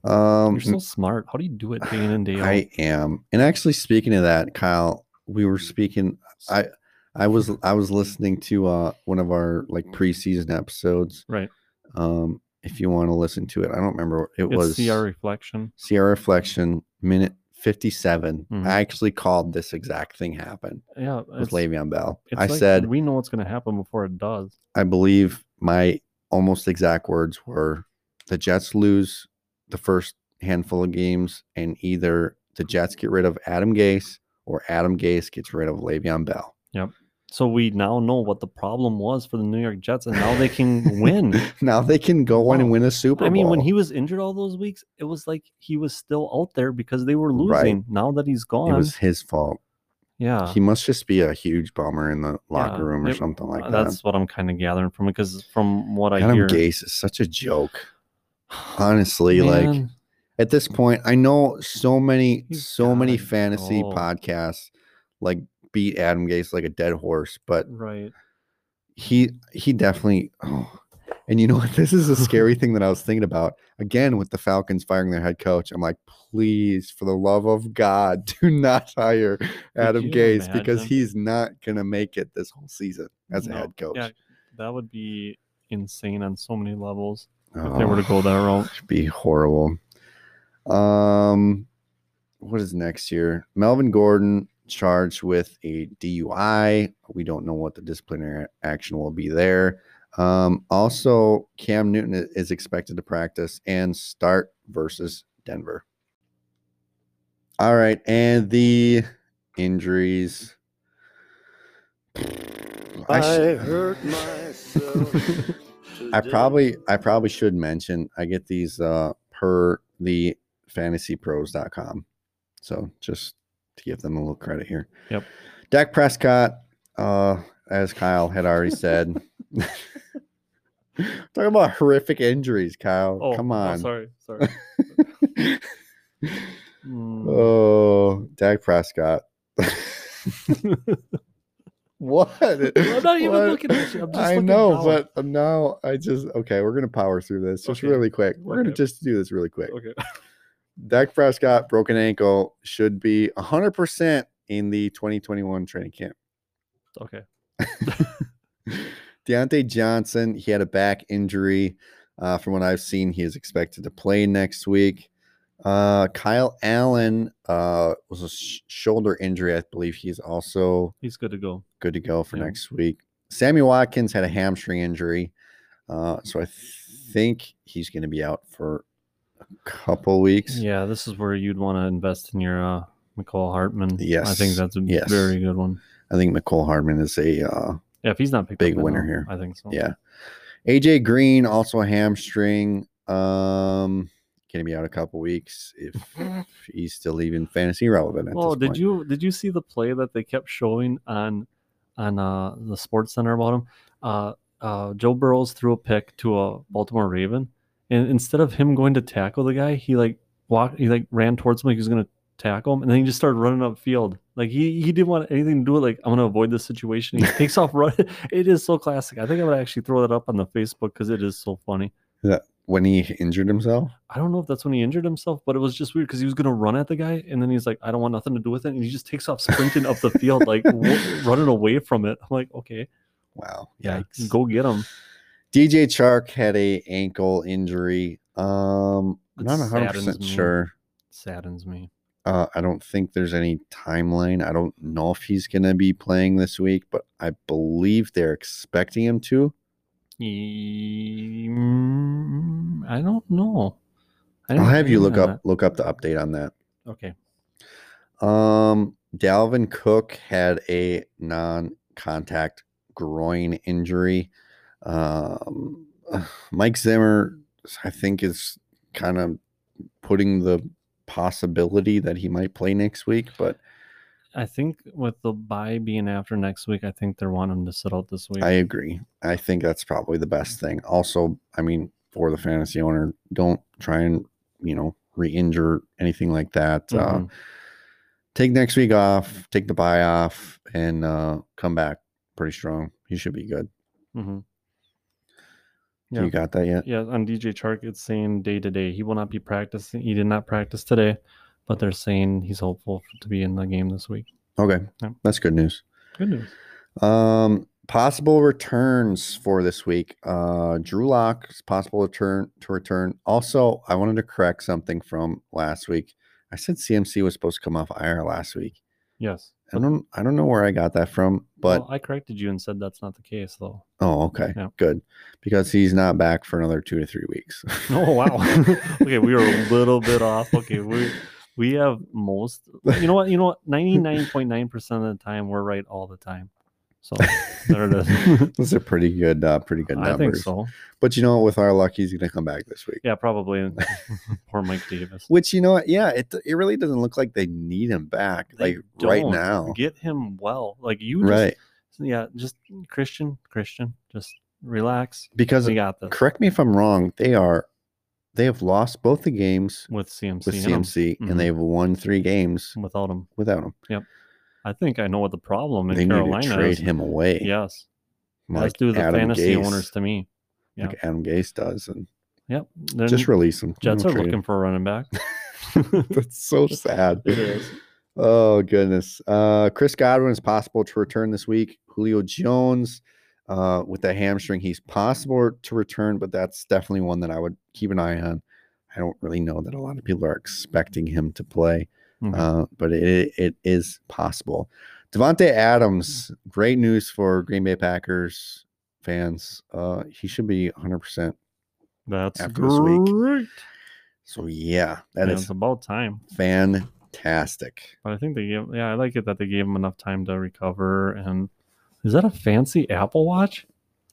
B: Um, mm.
C: You're so smart. How do you do it day in and day out?
B: I am. And actually, speaking of that, Kyle, we were speaking. I I was I was listening to uh one of our like preseason episodes.
C: Right.
B: Um, if you want to listen to it, I don't remember. It
C: it's
B: was
C: CR reflection.
B: Sierra Reflection minute. 57.
C: Mhm.
B: I actually called this exact thing happened
C: Yeah,
B: with
C: it's-
B: Le'Veon Bell.
C: it's
B: I
C: like
B: said,
C: we know what's going to happen before it does.
B: I believe my almost exact words were the Jets lose the first handful of games, and either the Jets get rid of Adam Gase or Adam Gase gets rid of Le'Veon Bell.
C: So we now know what the problem was for the New York Jets, and now they can win.
B: now they can go on and
C: Wow.
B: win a Super Bowl.
C: I mean, when he was injured all those weeks, it was like he was still out there because they were
B: Right.
C: losing. Now that he's
B: it
C: gone,
B: was his fault.
C: yeah,
B: He must just be a huge bummer in the locker room or
C: uh, it- uh,
B: something like
C: that's what I'm kind of gathering from it. Because from what I
B: that. Adam
C: hear,
B: Gase is such a joke. Honestly, like
C: Man,
B: at this point i know so many
C: He's Oh.
B: so many
C: gotta
B: fantasy
C: go.
B: podcasts like beat adam gase like a dead horse but
C: right?
B: he he definitely oh. and you know what this is a scary thing that i was thinking about again with the falcons firing their head coach i'm like please for the love of god do not hire adam
C: you
B: gase because
C: imagine?
B: he's not going to make it this whole season as a
C: No,
B: head coach
C: Yeah, that would be insane on so many levels if they
B: Oh.
C: were to go that route.
B: It'd be horrible. Um, what is next year? Melvin Gordon charged with a DUI. We don't know what the disciplinary action will be there. Um, also, Cam Newton i- is expected to practice and start versus Denver. All right, and the injuries.
D: I
B: sh-
D: hurt myself.
B: I
D: today.
B: probably I probably should mention I get these uh per the fantasypros.com. So just to give them a little credit here.
C: Yep.
B: Dak Prescott, uh, as Kyle had already said. Talking about horrific injuries, Kyle.
C: Oh,
B: Come
C: oh,
B: on.
C: sorry, sorry. Hmm, Mm. Oh,
B: oh, Dak Prescott. What?
C: I'm not even
B: What?
C: looking at you. I'm just
B: I
C: looking
B: know,
C: down.
B: but now I just okay. We're gonna power through this just
C: Okay.
B: really quick. We're gonna
C: Okay.
B: just do this really quick.
C: okay.
B: Dak Prescott broken ankle should be 100 percent in the 2021 training camp.
C: Okay.
B: Deontay Johnson, he had a back injury. Uh, from what I've seen, he is expected to play next week. Uh, Kyle Allen uh, was a sh- shoulder injury, I believe. He's also
C: He's good to go.
B: good to go for
C: Yeah.
B: next week. Sammy Watkins had a hamstring injury, uh, so I think he's going to be out for a couple weeks.
C: Yeah, this is where you'd want to invest in your uh McCall Hartman. I think
B: Yes,
C: that's a
B: yes.
C: very good one.
B: I think McCole Hardman is a uh,
C: Yeah, if he's not picked
B: Big
C: up, then
B: winner
C: I'll-
B: here.
C: I think so.
B: yeah. AJ Green also a hamstring. Um, going to be out a couple weeks if, if he's still even fantasy relevant. At
C: Well,
B: this
C: did
B: point.
C: you did you see the play that they kept showing on on uh, the Sports Center about him? Uh, uh, Joe Burrows threw a pick to a Baltimore Raven, and instead of him going to tackle the guy, he like walked, he like ran towards him like he was gonna tackle him, and then he just started running upfield. Like he he didn't want anything to do with like I'm gonna avoid this situation. He takes off running. It is so classic. I think I'm gonna actually throw that up on the Facebook because it is so funny.
B: when he injured himself?
C: I don't know if that's when he injured himself, but it was just weird because he was gonna run at the guy, and then he's like, "I don't want nothing to do with it," and he just takes off sprinting up the field, like w- running away from it. I'm like, "Okay,
B: Wow.
C: yeah,
B: Yikes.
C: go get him."
B: DJ Chark had a ankle injury. Um, I'm not 100
C: That saddens
B: percent
C: me.
B: sure.
C: Saddens me.
B: Uh, I don't think there's any timeline. I don't know if he's going to be playing this week, but I believe they're expecting him to.
C: Mm, I don't know. I
B: I'll
C: didn't
B: have you
C: think
B: look
C: on
B: up look up the update on that.
C: that. Okay.
B: Um, Dalvin Cook had a non-contact groin injury. Um, Mike Zimmer, I think, is kind of putting the possibility that he might play next week, but
C: I think with the bye being after next week, I think they're wanting him to sit out this week.
B: I uh, agree. I think that's probably the best thing. Also, I mean, for the fantasy owner, don't try and, you know, re injure anything like that. Uh,
C: Mhm.
B: take next week off, take the buy off, and uh, come back pretty strong. You should be good.
C: Mhm.
B: You got that yet?
C: Yeah, on DJ Chark, it's saying day to day. He will not be practicing. He did not practice today, but they're saying he's hopeful to be in the game this week.
B: Okay.
C: Yeah.
B: That's good news.
C: Good news.
B: Um, possible returns for this week. Uh, Drew Locke's possible return to return. Also, I wanted to correct something from last week. I said CMC was supposed to come off IR last week.
C: Yes.
B: I don't I don't know where I got that from, but
C: Well, I corrected you and said that's not the case, though.
B: oh okay.
C: Yeah.
B: Good. Because he's not back for another 2 to 3 weeks.
C: Oh wow. okay, we were a little bit off. Okay, we we have most. You know what? You know what? Ninety nine point nine percent of the time, we're right all the time. So there it is.
B: Those are pretty good uh pretty good numbers.
C: I think so.
B: But you know what with our luck he's going to come back this week.
C: Yeah, probably. Poor Mike Davis.
B: Which you know what? Yeah, it it really doesn't look like they need him back
C: They
B: like right
C: don't.
B: now.
C: Get him well. Like you just
B: Right.
C: yeah, just Christian, Christian, just relax.
B: Because
C: We got this
B: correct me if I'm wrong, they are they have lost both the games
C: with CMC.
B: with
C: in 'em,
B: CMC
C: Mhm.
B: and they've won 3 games
C: without him,
B: without him.
C: I think I know what the problem in
B: They
C: Carolina
B: need to trade
C: is.
B: him away.
C: Yes,
B: Like
C: let's do the
B: Adam
C: fantasy
B: Gase.
C: owners to me. Yeah.
B: like Adam Gase does, and
C: Yep, Then
B: just release him.
C: Jets
B: Don't
C: are
B: trade
C: looking for a running back.
B: him. That's so sad.
C: It is.
B: Oh goodness. Uh, Chris Godwin is possible to return this week. Julio Jones, uh, with the hamstring, he's possible to return, but that's definitely one that I would keep an eye on. I don't really know that a lot of people are expecting him to play,
C: Mhm.
B: uh, but it, it is possible. Devonte Adams, great news for Green Bay Packers fans. Uh, he should be 100 percent
C: That's
B: after this week.
C: great.
B: So yeah, that
C: And
B: is
C: it's about time.
B: fantastic.
C: But I think they gave. Yeah, I like it that they gave him enough time to recover. And is that a fancy Apple Watch?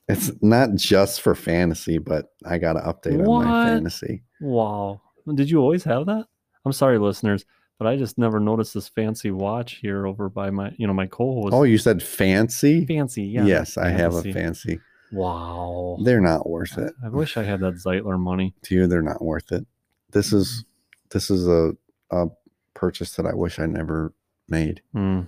B: It's not just for fantasy, but I got an update on my
C: What?
B: fantasy.
C: Wow. Did you always have that? I'm sorry, listeners, but I just never noticed this fancy watch here over by my, you know, my co-host.
B: Oh, you said fancy?
C: fancy. Yeah.
B: yes, I have a
C: fantasy.
B: fancy.
C: Wow.
B: They're not worth it,
C: I wish I had that Zeitler money.
B: dude. They're not worth it. This is
C: Mm-hmm.
B: this is a a purchase that I wish I never made.
C: Mm,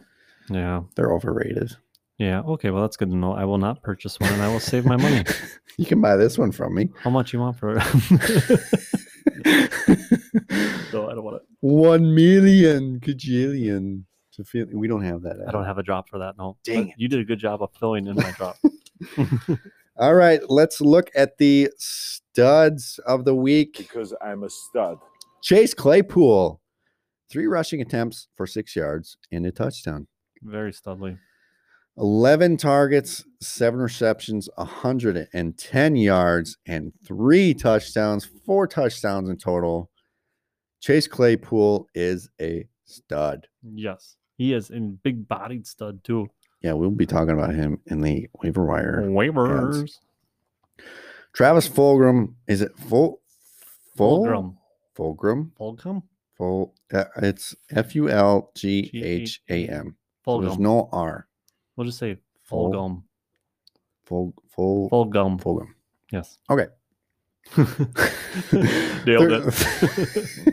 C: Yeah.
B: They're overrated.
C: Yeah. Okay. Well, that's good to know. I will not purchase one, and I will save my money.
B: You can buy this one from me.
C: How much you want for it? no, I don't want it.
B: one million gajillion. To feel, we don't have that.
C: I don't have a drop for that. No.
B: Dang
C: But You did a good job of filling in my drop.
B: All right, let's look at the studs of the week.
F: because I'm a stud.
B: Chase Claypool, three rushing attempts for six yards and a touchdown.
C: Very studly.
B: 11 targets, seven receptions, 110 yards, and three touchdowns, four touchdowns in total. Chase Claypool is a stud.
C: Yes. He is a big bodied stud too.
B: Yeah, we'll be talking about him in the waiver wire.
C: Waivers.
B: Travis Fulgham, is it Ful, Ful,
C: Fulgrim.
B: Fulgham?
C: Fulgrim.
B: Ful, uh, it's F U L G H A M. So There's
C: Fulgrim.
B: no R.
C: We'll just say
B: Ful-
C: Fulgum.
B: Ful, Ful,
C: Fulgum.
B: Fulgham.
C: Yes.
B: Okay.
C: Nailed
B: Thir-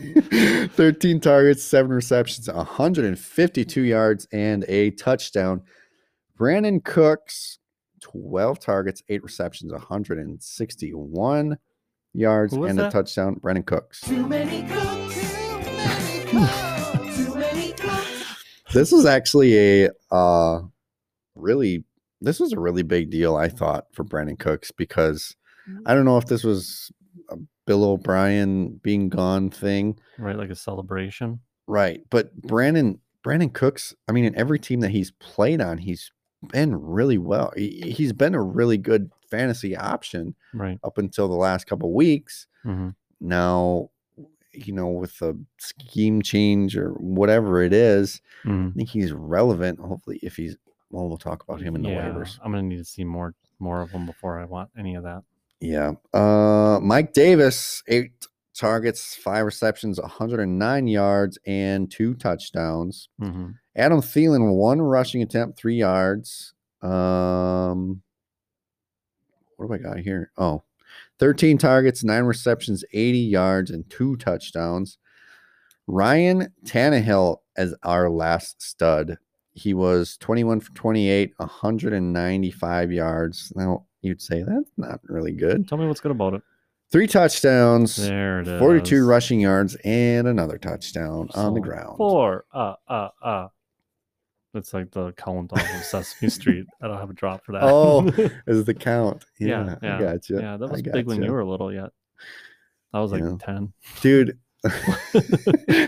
C: it.
B: 13 targets, seven receptions, 152 yards, and a touchdown. Brandon Cooks, 12 targets, eight receptions, 161 yards,
C: Who was
B: and a
C: that?
B: touchdown. Brandon Cooks.
D: Too many cooks. Too many cooks. Too many cooks.
B: This is actually a uh, really, this was a really big deal, I thought, for Brandon Cooks because I don't know if this was a Bill O'Brien being gone thing.
C: Right, like a celebration.
B: Right. But Brandon Brandon Cooks, I mean, in every team that he's played on, he's been really well. He, he's been a really good fantasy option
C: Right.
B: up until the last couple weeks.
C: hmm
B: Now, you know, with the scheme change or whatever it is,
C: hmm
B: I think he's relevant. Hopefully, if he's well, we'll talk about him in the
C: Yeah,
B: waivers.
C: I'm gonna need to see more more of them before I want any of that.
B: Yeah. Uh, Mike Davis, eight targets, five receptions, 109 yards, and two touchdowns.
C: hmm
B: Adam Thielen, one rushing attempt, three yards. Um, what do I got here? Oh, 13 targets, nine receptions, 80 yards, and two touchdowns. Ryan Tannehill as our last stud. He was 21 for 28, 195 yards. Now, you'd say that's not really good.
C: Tell me what's good about it.
B: Three touchdowns,
C: There it is.
B: 42 rushing yards, and another touchdown on the
C: Solid.
B: ground.
C: Four. Uh. Uh. Uh. It's like the count off of Sesame Street. I don't have a drop for that.
B: Oh, is the count.
C: Yeah,
B: Yeah,
C: yeah,
B: I gotcha.
C: yeah, that
B: I
C: was big when you
B: gotcha.
C: were little. Yet I was like
B: Yeah.
C: ten.
B: dude.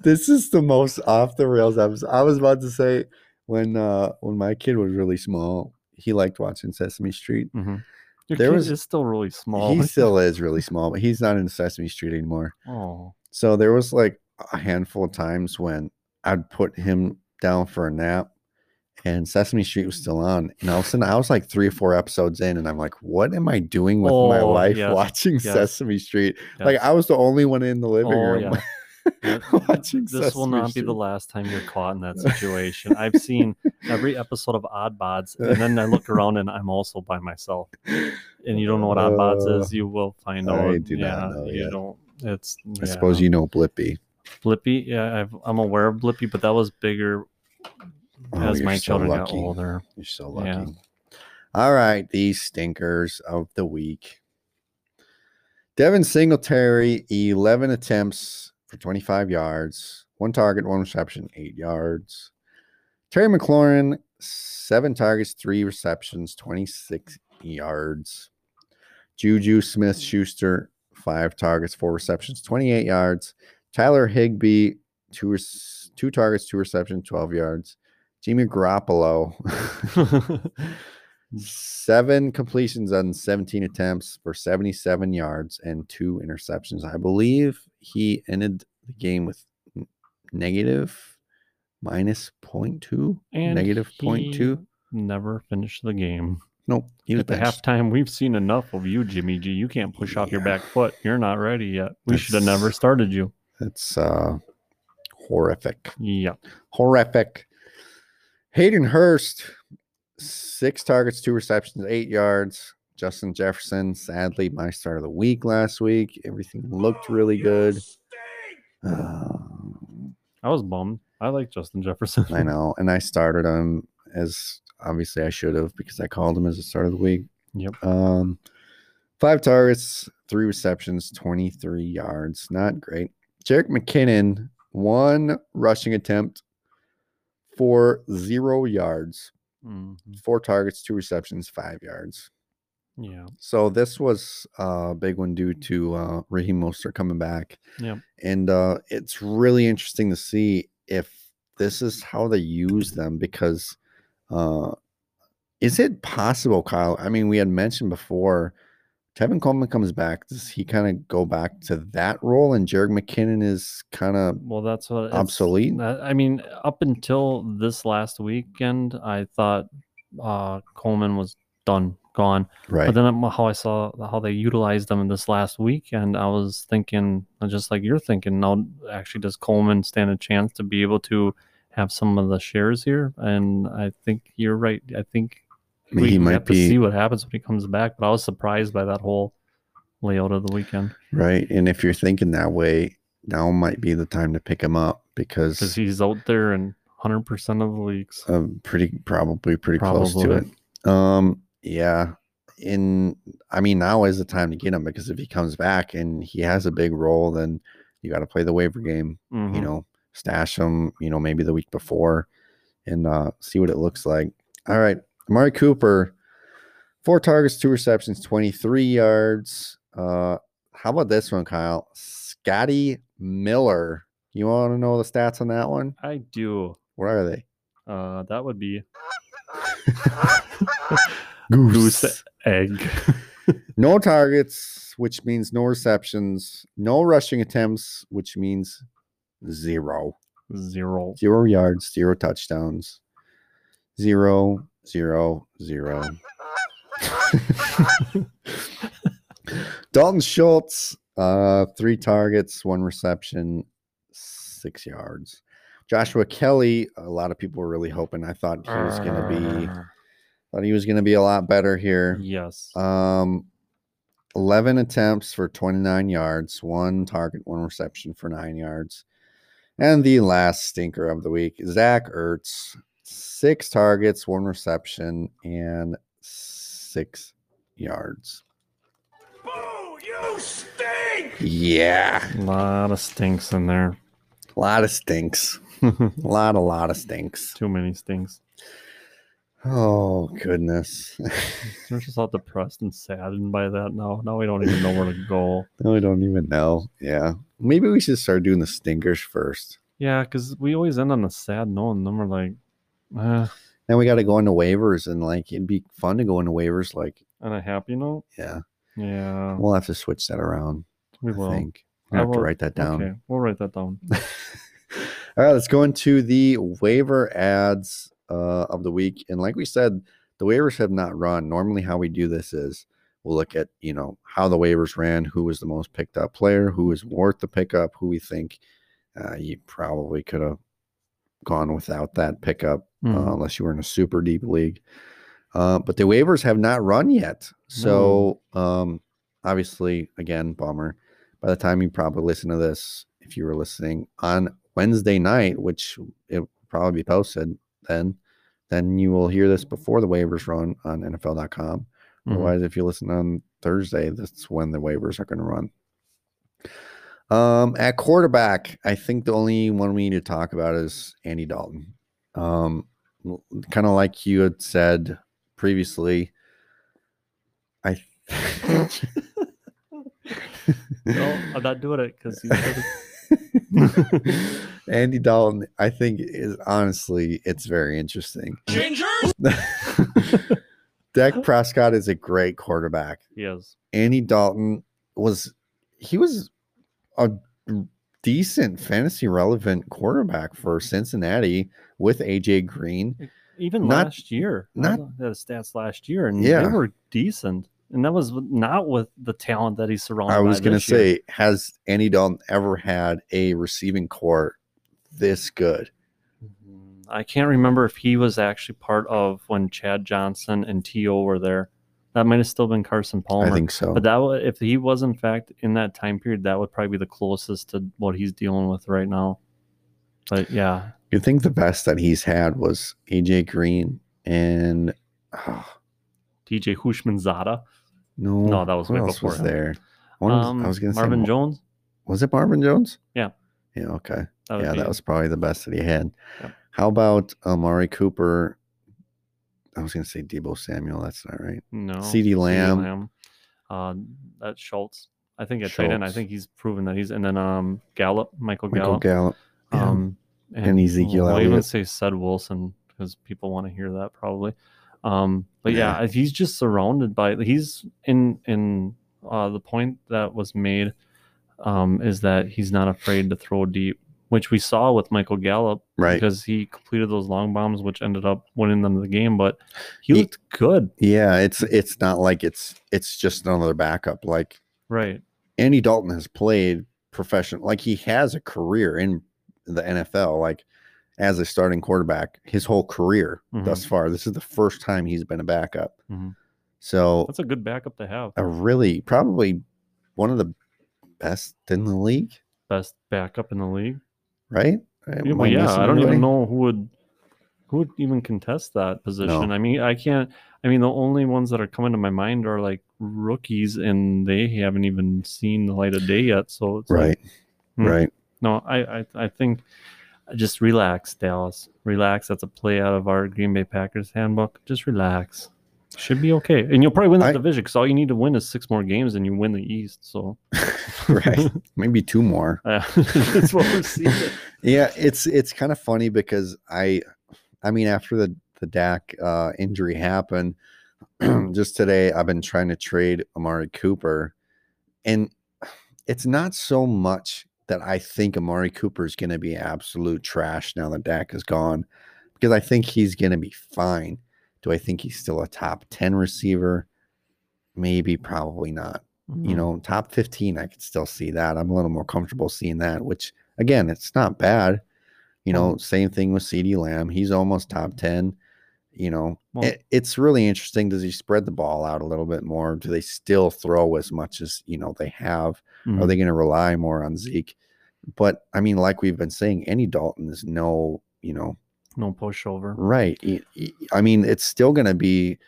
B: this is the most off the rails. I was I was about to say when uh when my kid was really small, he liked watching Sesame Street.
C: Mm-hmm. Your
B: There
C: kid
B: was-
C: is still really small.
B: He still is really small, but he's not in Sesame Street anymore.
C: oh,
B: So there was like a handful of times when I'd put him down for a nap and Sesame Street was still on. And all of a sudden I was like three or four episodes in and I'm like, what am I doing with my
C: Oh,
B: life
C: yes,
B: watching
C: yes,
B: Sesame Street? Like
C: yes.
B: I was the only one in the living
C: Oh,
B: room.
C: Yeah,
B: watching
C: this will
B: Sesame
C: not be
B: Street.
C: the last time you're caught in that situation. I've seen every episode of Odd Bods, and then I look around and I'm also by myself. And you don't know what Odd
B: Uh,
C: Bods is, you will find out.
B: I do not
C: yeah,
B: know
C: You
B: yet.
C: don't. It's.
B: I suppose you know Blippy.
C: Blippy. Yeah, I've, I'm aware of Blippy, but that was bigger
B: Oh,
C: as
B: you're
C: my
B: so
C: children got
B: lucky.
C: older.
B: You're so lucky.
C: Yeah.
B: All right, these stinkers of the week. Devin Singletary, 11 attempts for 25 yards, one target, one reception, eight yards. Terry McLaurin, seven targets, three receptions, 26 yards. Juju Smith Schuster, five targets, four receptions, 28 yards. Tyler Higbee, two, rec- two targets, two receptions, 12 yards. Jimmy Garoppolo,
C: Hmm.
B: seven completions on 17 attempts for 77 yards and two interceptions. I believe he ended the game with n- negative minus 0.2.
C: And
B: Negative point two.
C: he Never finished the game.
B: Nope. He was
C: At the
B: benched.
C: halftime, we've seen enough of you, Jimmy G. You can't push off your
B: Yeah.
C: back foot. You're not ready yet. We should have
B: That's-
C: never started you.
B: That's uh, horrific.
C: Yeah.
B: horrific. Hayden Hurst, six targets, two receptions, eight yards. Justin Jefferson, sadly, my start of the week last week. Everything looked really good. Um, Uh,
C: I was bummed. I like Justin Jefferson.
B: I know. And I started him as obviously I should have because I called him as the start of the week.
C: Yep.
B: Um, five targets, three receptions, 23 yards. Not great. Jarek McKinnon, one rushing attempt for zero yards,
C: Mhm.
B: four targets, two receptions, five yards.
C: Yeah.
B: So this was a big one due to uh, Raheem Mostert coming back.
C: Yep.
B: And uh, it's really interesting to see if this is how they use them because uh, is it possible, Kyle? I mean, we had mentioned before Tevin Coleman comes back. Does he kind of go back to that role and Jarek McKinnon is kind of
C: Well, that's what it's-
B: obsolete?
C: that- I mean, up until this last weekend, I thought uh, Coleman was done, gone.
B: Right.
C: But then um, how I saw how they utilized them in this last week, and I was thinking, uh, just like you're thinking, now actually does Coleman stand a chance to be able to have some of the shares here? And I think you're right. I think
B: I mean, he
C: we
B: might
C: have to
B: be
C: see what happens when he comes back. But I was surprised by that whole layout of the weekend
B: right. And if you're thinking that way, now might be the time to pick him up because
C: because he's out there in 100 percent of the leagues.
B: Um, pretty probably pretty close to
C: Probably.
B: it. Um, yeah. In I mean, now is the time to get him because if he comes back and he has a big role, then you got to play the waiver game.
C: Mhm.
B: You know, stash him. You know, maybe the week before, and uh, see what it looks like. All right, Amari Cooper, four targets, two receptions, twenty-three yards. Uh, how about this one, Kyle? Scotty Miller. You want to know the stats on that one?
C: I do.
B: What are they?
C: Uh, that would be
B: Goose.
C: goose egg.
B: No targets, which means no receptions, no rushing attempts, which means zero.
C: Zero.
B: Zero yards, zero touchdowns. Zero, zero, zero. Dalton Schultz, uh, three targets, one reception, six yards. Joshua Kelly, a lot of people were really hoping. I thought he was gonna be thought he was gonna be a lot better here.
C: Yes.
B: Um, 11 attempts for 29 yards, one target, one reception for nine yards. And the last stinker of the week, Zach Ertz, six targets, one reception, and six yards. Boo, you stink! Yeah,
C: A lot of stinks in there.
B: a lot of stinks.
C: Too
B: A lot, a lot of stinks.
C: many stinks.
B: Oh, goodness.
C: We're just all depressed and saddened by that now. Now we don't even know where to go.
B: I don't even know. Yeah. Maybe we should start doing the stinkers first.
C: Yeah, because we always end on a sad note, and then we're like, eh,
B: Then we got to go into waivers, and like it'd be fun to go into waivers. Like,
C: on a happy note.
B: yeah,
C: Yeah,
B: we'll have to switch that around.
C: we
B: I
C: will.
B: think I
C: I
B: have to
C: will-
B: write that down. Uh,
C: Okay, we'll write that down.
B: All right, let's go into the waiver ads uh, of the week. And like we said, the waivers have not run. Normally, how we do this is we'll look at you know how the waivers ran, who was the most picked up player, who was worth the pickup, who we think uh, you probably could have gone without that pickup uh,
C: Mhm.
B: unless you were in a super deep league. Uh, but the waivers have not run yet. So, um, obviously, again, bummer. By the time you probably listen to this, if you were listening on Wednesday night, which it will probably be posted then, then you will hear this before the waivers run on NFL.com.
C: Mhm.
B: Otherwise, if you listen on Thursday, that's when the waivers are going to run. Um, at quarterback, I think the only one we need to talk about is Andy Dalton. Um, kind of like you had said previously, I.
C: No, I'm not doing it because
B: Andy Dalton, I think is honestly, it's very interesting.
E: Gingers?
B: Dak Prescott is a great quarterback.
C: he is.
B: Andy Dalton was he was a decent fantasy relevant quarterback for Cincinnati with AJ Green.
C: even
B: Not-
C: last year.
B: not-
C: Not the stats last year, and
B: Yeah.
C: they were decent. And that was with- not with the talent that he's surrounded.
B: I was
C: by
B: going to
C: this year.
B: say, has Andy Dalton ever had a receiving core this good?
C: Mm, I can't remember if he was actually part of when Chad Johnson and To were there. That might have still been Carson Palmer.
B: I think so.
C: but that wa- if he was in fact in that time period, that would probably be the closest to what he's dealing with right now. But yeah,
B: You'd think the best that he's had was AJ Green and ah,
C: DJ Hushman Zada.
B: no,
C: No, that was
B: who
C: way
B: else was
C: before him.
B: there. One was-
C: Um,
B: I was gonna
C: Marvin
B: say, Mo-
C: Jones.
B: Was it Marvin Jones?
C: Yeah.
B: Yeah. Okay.
C: That would
B: yeah,
C: be
B: that
C: it.
B: was probably the best that he had.
C: Yeah.
B: How about Amari Cooper? I was gonna say Debo Samuel. That's not right.
C: no
B: CeeDee Lamb.
C: Uh, that Schultz. I think at tight end. I
B: Schultz.
C: think he's proven that he's and then um Gallup, Michael
B: Michael
C: Gallup.
B: Gallup. yeah.
C: Um,
B: And Ezekiel
C: I'll even
B: Elliott.
C: say said Wilson because people want to hear that probably. Um, but yeah.
B: Yeah.
C: if he's just surrounded by he's in in uh, the point that was made um, is that he's not afraid to throw deep, which we saw with Michael Gallup
B: Right.
C: because he completed those long bombs, which ended up winning them the game. But he
B: He-
C: looked good,
B: yeah, it's it's not like it's it's just another backup. Like
C: right?
B: Andy Dalton has played professional, like he has a career in the NFL, like as a starting quarterback, his whole career
C: Mhm.
B: thus far. This is the first time he's been a backup.
C: Mhm.
B: So
C: That's a good backup to have.
B: a really probably one of the best in the league,
C: Best backup in the league.
B: right? Am
C: Yeah,
B: I
C: well, yeah,
B: missing
C: I don't
B: anybody?
C: even know who would who would even contest that position. I mean, I can't. I mean, the only ones that are coming to my mind are like rookies, and they haven't even seen the light of day yet. So it's like,
B: Right.
C: Hmm.
B: Right.
C: no, I, I I think just relax, Dallas. Relax. That's a play out of our Green Bay Packers handbook. Just relax. Should be okay, and you'll probably win that
B: I-
C: division because all you need to win is six more games, and you win the East. So
B: right. Maybe two more.
C: uh, that's what we're seeing.
B: yeah, it's it's kind of funny because I, I mean, after the the Dak uh, injury happened, just today I've been trying to trade Amari Cooper, and it's not so much that I think Amari Cooper is going to be absolute trash now that Dak is gone, because I think he's going to be fine. Do I think he's still a top ten receiver? Maybe, probably not
C: Mm-hmm.
B: you know, top 15, I could still see that. I'm a little more comfortable seeing that, which again, it's not bad. You know, same thing with CD Lamb. He's almost top 10. You know,
C: Well-
B: it, it's really interesting. Does he spread the ball out a little bit more? Do they still throw as much as, you know, they have? Are
C: Mhm.
B: they going to rely more on Zeke? But I mean, like we've been saying, any Dalton is no, you know,
C: no pushover.
B: Right. Y- y- I mean, it's still going to be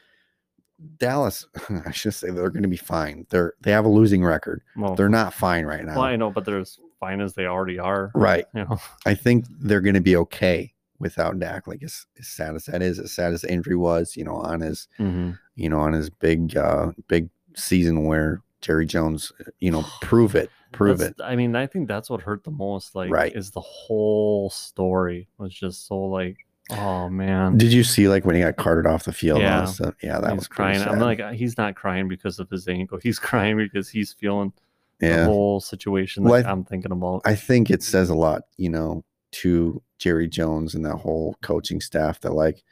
B: Dallas. I should say they're going to be fine. They're they have a losing record.
C: Well,
B: They're not fine right now.
C: Well, I know, but they're as fine as they already are.
B: Right.
C: You know,
B: I think they're going to be okay without Dak. Like as, as sad as that is, as sad as the injury was, you know, on his you know on his big uh big season where Jerry Jones, uh, you know, prove it, prove
C: That's-
B: it.
C: I mean, I think that's what hurt the most. Like,
B: Right.
C: is the whole story was just so like, oh man,
B: Did you see like when he got carted off the field? and all
C: Yeah.
B: this stuff? yeah, that
C: he's
B: was pretty
C: crying. I'm
B: sad.
C: like, uh, he's not crying because of his ankle. He's crying because he's feeling the
B: yeah.
C: whole situation
B: Well,
C: that
B: I-
C: I'm thinking about.
B: I think it says a lot, you know, to Jerry Jones and that whole coaching staff that like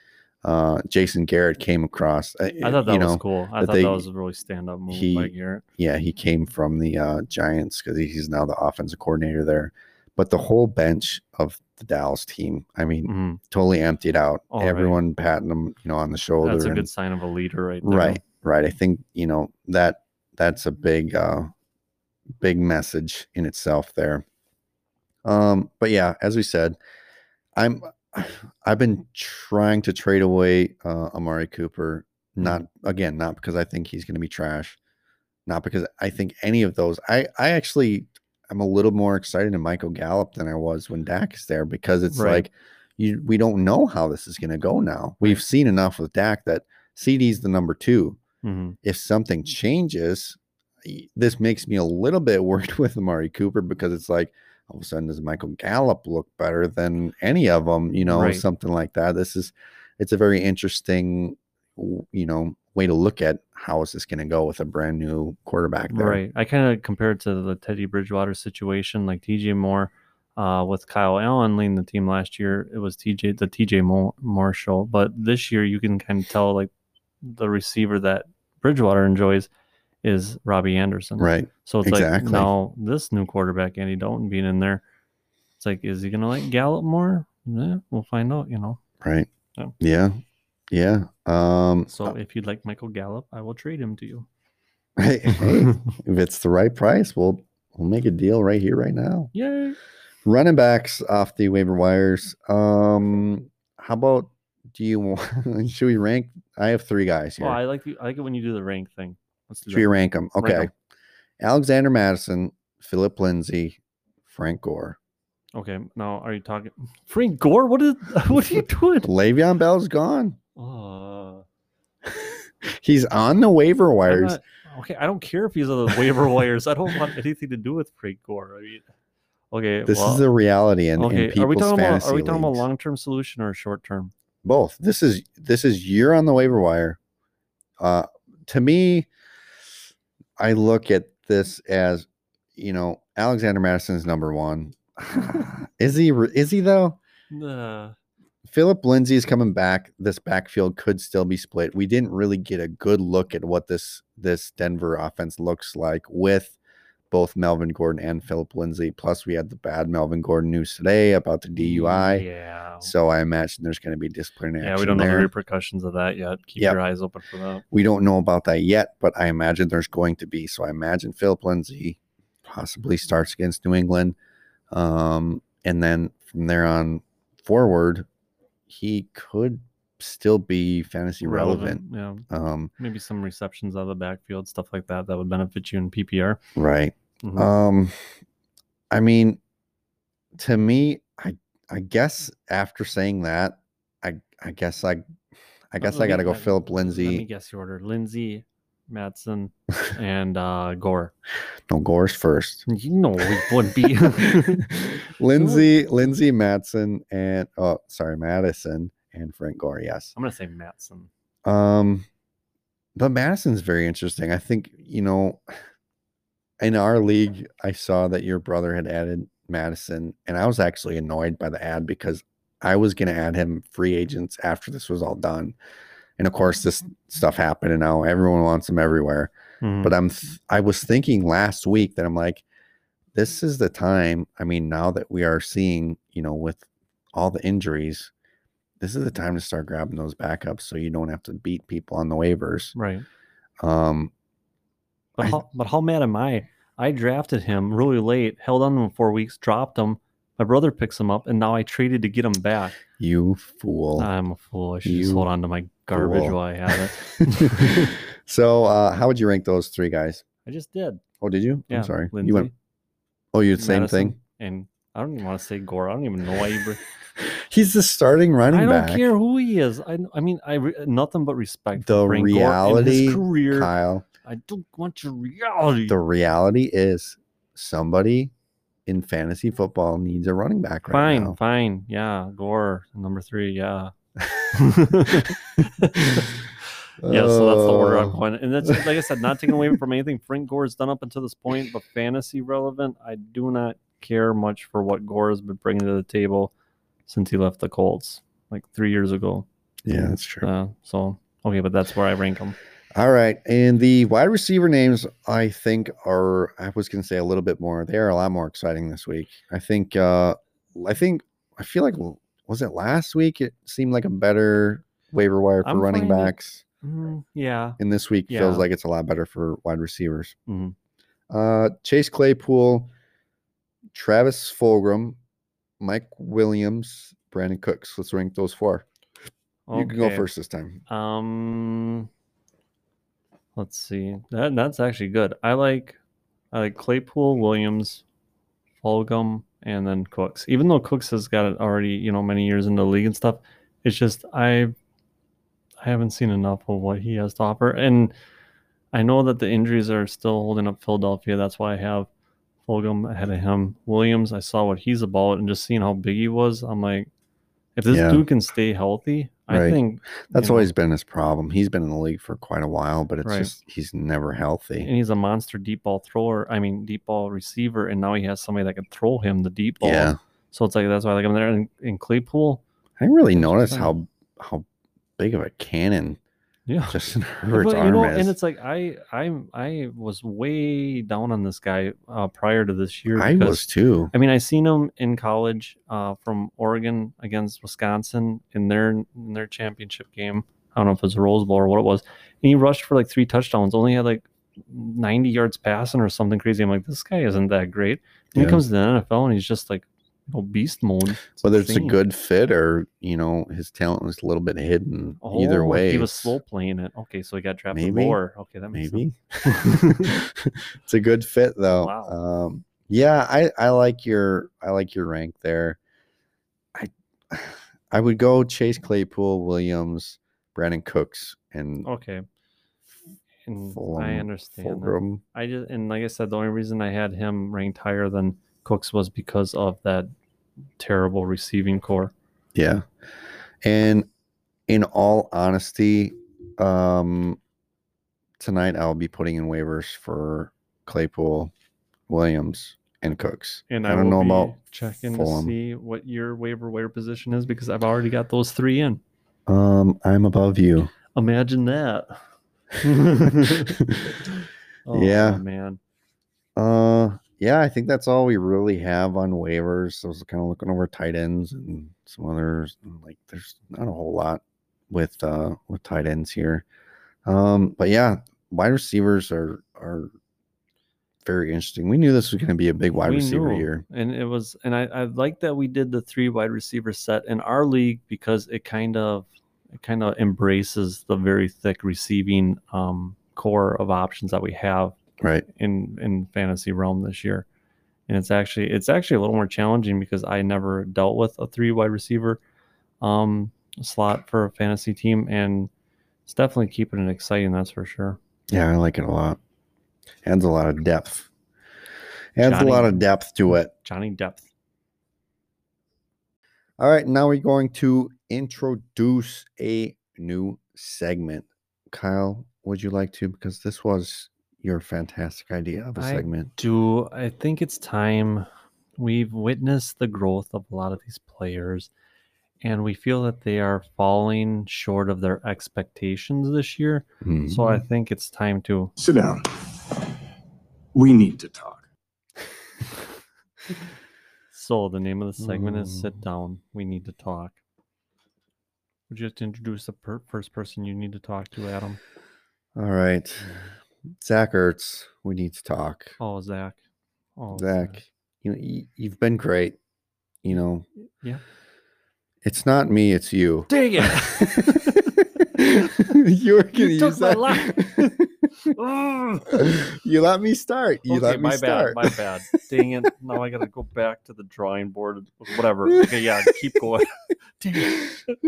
B: uh Jason Garrett came across. I,
C: I thought that
B: you
C: was
B: know,
C: cool. I
B: that
C: thought
B: they-
C: that was a really stand up move
B: he-
C: by Garrett.
B: Yeah, he came from the uh Giants because he's now the offensive coordinator there. But the whole bench of the Dallas team, I mean,
C: Mhm.
B: totally emptied out.
C: Oh, right.
B: Everyone patting him, you know, on the shoulder.
C: That's a
B: and-
C: good sign of a leader, right there.
B: right, right. I think you know that that's a big, uh big message in itself there. Um, but yeah, as we said, I'm I've been trying to trade away uh, Amari Cooper. Not again, not because I think he's going to be trash, not because I think any of those. I I actually I'm a little more excited in Michael Gallup than I was when Dak is there because it's
C: Right.
B: like you we don't know how this is going to go now. We've seen enough with Dak that CD's the number two.
C: Mhm.
B: If something changes, y- this makes me a little bit worried with Amari Cooper because it's like all of a sudden does Michael Gallup look better than any of them? You know,
C: Right.
B: something like that. This is it's a very interesting, w- you know, way to look at how is this going to go with a brand new quarterback there.
C: Right. I kind of compared to the Teddy Bridgewater situation, like TJ Moore uh, with Kyle Allen leading the team last year. It was TJ, the TJ Moore, Moore show. But this year, you can kind of tell like the receiver that Bridgewater enjoys is Robbie Anderson.
B: Right.
C: So it's
B: exactly.
C: like now this new quarterback, Andy Dalton, being in there, it's like, is he going to like Gallup more? Yeah, we'll find out, you know.
B: Right.
C: Yeah.
B: Yeah. Yeah. Um
C: So if you'd like Michael Gallup, I will trade him to you.
B: hey, hey, if it's the right price, we'll we'll make a deal right here, right now.
C: Yay.
B: Running backs off the waiver wires. Um, how about do you want? Should we rank? I have three guys here.
C: Well, I like the, I like it when you do the rank thing. Let's do
B: Should we
C: that.
B: rank them?
C: Rank
B: Okay.
C: 'em.
B: Alexander Madison, Philip Lindsay, Frank Gore.
C: Okay. Now, are you talking Frank Gore? What is what are you doing?
B: Le'Veon Bell's gone.
C: Uh,
B: He's on the waiver
C: I'm
B: wires.
C: not- okay, I don't care if he's on the waiver wires. I don't want anything to do with Frank Gore. I mean, okay.
B: This
C: well,
B: is the reality in, in
C: okay.
B: people's
C: Are we talking about
B: fantasy
C: are we talking about
B: leagues.
C: long term solution or short term?
B: both. This is this is you're on the waiver wire. Uh, to me, I look at this as you know Alexander Madison's number one. is he? re- Is he though?
C: Nah.
B: Philip Lindsay is coming back. This backfield could still be split. We didn't really get a good look at what this this Denver offense looks like with both Melvin Gordon and Philip Lindsay. Plus, we had the bad Melvin Gordon news today about the DUI.
C: Yeah.
B: So I imagine there's going to be disciplinary.
C: yeah, we
B: action
C: don't know
B: there.
C: the repercussions of that yet. Keep
B: Yep.
C: your eyes open for that.
B: We don't know about that yet, but I imagine there's going to be. So I imagine Philip Lindsay possibly starts against New England. Um, and then from there on forward, he could still be fantasy relevant.
C: relevant.
B: Um,
C: Yeah. Maybe some receptions out of the backfield, stuff like that, that would benefit you in PPR.
B: right.
C: Mhm.
B: Um, I mean, to me, I I guess after saying that, I I guess I I guess
C: let
B: I
C: me-
B: got to go
C: let-
B: Philip
C: Let me
B: Lindsay.
C: guess your order: Lindsay, Matson, and uh, Gore.
B: No, Gore's first.
C: You know it wouldn't be.
B: Lindsay, Lindsay Matson, and oh, sorry, Madison and Frank Gore. Yes.
C: I'm gonna say Matson.
B: Um, but Madison's very interesting. I think you know, in our league, I saw that your brother had added Madison, and I was actually annoyed by the ad because I was going to add him free agents after this was all done, and of course, this stuff happened, and now everyone wants him everywhere
C: Hmm,
B: but I'm
C: Mm-hmm.
B: th- I was thinking last week that I'm like, this is the time. I mean, now that we are seeing, you know, with all the injuries, this is the time to start grabbing those backups so you don't have to beat people on the waivers.
C: right.
B: Um,
C: But
B: I-
C: how, but how mad am I? I drafted him really late, held on to him four weeks, dropped him. My brother picks him up, and now I traded to get him back.
B: you fool.
C: I'm a fool. I should just hold
B: You
C: on to my garbage
B: fool.
C: while I have it.
B: so, uh, how would you rank those three guys?
C: I just did.
B: Oh, did you?
C: Yeah,
B: I'm sorry.
C: Lindsay,
B: You went. Oh, you did same
C: Madison,
B: thing.
C: And I don't even want to say Gore. I don't even know why you. Bring...
B: He's the starting running
C: I don't
B: back.
C: care who he is. I, I mean, I re- nothing but respect.
B: The
C: for Frank Gore and
B: reality,
C: his career.
B: Kyle.
C: I don't want your reality.
B: the reality is somebody in fantasy football needs a running back right
C: fine,
B: now.
C: fine, yeah. Gore number three, yeah. Yeah, so that's the order I'm
B: Oh,
C: going. And that's like I said, not taking away from anything Frank Gore's done up until this point, but fantasy relevant, I do not care much for what Gore has been bringing to the table since he left the Colts like three years ago.
B: Yeah, that's true.
C: Uh, so okay, but that's where I rank him.
B: All right. And the wide receiver names, I think, are, I was going to say a little bit more. They are a lot more exciting this week. I think, uh, I think, I feel like, was it last week? It seemed like a better waiver wire for
C: I'm
B: running
C: finding-
B: backs.
C: Mm, yeah,
B: and this week
C: Yeah.
B: feels like it's a lot better for wide receivers.
C: Mhm.
B: Uh, Chase Claypool, Travis Fulgham, Mike Williams, Brandon Cooks. Let's rank those four. You can go
C: okay.
B: first this time.
C: Um, let's see. That that's actually good. I like I like Claypool, Williams, Fulgham, and then Cooks. Even though Cooks has got it already, you know, many years in the league and stuff, it's just I I haven't seen enough of what he has to offer. And I know that the injuries are still holding up Philadelphia. That's why I have Fulgham ahead of him. Williams, I saw what he's about and just seeing how big he was, I'm like, if this
B: Yeah.
C: dude can stay healthy, I
B: Right.
C: think
B: That's
C: you know.
B: always been his problem. He's been in the league for quite a while, but it's
C: Right.
B: just he's never healthy.
C: and he's a monster deep ball thrower. I mean, deep ball receiver, and now he has somebody that can throw him the deep ball.
B: Yeah,
C: So it's like that's why I like him there. And in Claypool,
B: I didn't really notice
C: fine.
B: how how big of a cannon
C: yeah.
B: Justin
C: But,
B: Herbert's
C: you know,
B: arm
C: and
B: is.
C: it's like I, I, I was way down on this guy uh, prior to this year.
B: I
C: because-
B: was too.
C: I mean, I seen him in college uh, from Oregon against Wisconsin in their in their championship game. I don't know if it was a Rose Bowl or what it was. And he rushed for like three touchdowns, only had like 90 yards passing or something crazy. I'm like, this guy isn't that great. And
B: Yeah.
C: he comes to the NFL and he's just like know, beast mode. It's
B: Whether it's a
C: insane.
B: good fit or you know his talent was a little bit hidden. Either
C: Oh,
B: way,
C: he was
B: it's-
C: slow playing it. Okay, so he got drafted
B: Maybe.
C: lower. Okay, that makes
B: maybe
C: sense.
B: it's a good fit though
C: Wow.
B: um yeah i i like your i like your rank there i i would go chase claypool williams brandon cooks and
C: Okay, and I
B: Fulham-
C: understand. Oh, That.
B: fulgram
C: I just and like I said, the only reason I had him ranked higher than Cooks was because of that terrible receiving core.
B: yeah and in all honesty um tonight i'll be putting in waivers for claypool williams and cooks
C: And
B: I
C: I,
B: don't know
C: will be
B: about
C: checking
B: Fulham.
C: to see what your waiver wire position is because I've already got those three in.
B: um i'm above you
C: Imagine that. Oh,
B: Yeah.
C: man.
B: Uh, yeah, I think that's all we really have on waivers. I was kind of looking over tight ends and some others. and, like, there's not a whole lot with uh with tight ends here. Um, but yeah, wide receivers are are very interesting. We knew this was going to be a big wide
C: We
B: receiver
C: knew.
B: year.
C: And it was, and I, I like that we did the three wide receiver set in our league because it kind of, it kind of embraces the very thick receiving um, core of options that we have
B: Right.
C: in in fantasy realm this year. And it's actually it's actually a little more challenging because I never dealt with a three wide receiver um, slot for a fantasy team, and it's definitely keeping it exciting. That's for sure.
B: Yeah, I like it a lot. Adds a lot of depth. Adds a lot
C: Johnny.
B: of depth to it.
C: Johnny Depth.
B: All right, now we're going to introduce a new segment. Kyle, would you like to? Because this was your fantastic idea of a
C: I-
B: segment.
C: do I think it's time we've witnessed the growth of a lot of these players and we feel that they are falling short of their expectations this year. So I think it's time to
E: Sit down. We need to talk.
C: so the name of the segment is
B: Mm.
C: sit down. We need to talk. Would you like to introduce the per- first person you need to talk to, Adam?
B: All right, Zach Ertz, we need to talk.
C: Oh, Zach. Oh,
B: Zach, you know you, you've been great. You know,
C: Yeah.
B: It's not me, it's you.
C: Dang
B: you were gonna
C: You
B: use
C: took my
B: that. you let me start. You
C: okay,
B: let me
C: my
B: start.
C: bad, my bad. Dang it! Now I gotta go back to the drawing board. Whatever. Okay, yeah, keep going. Dang it!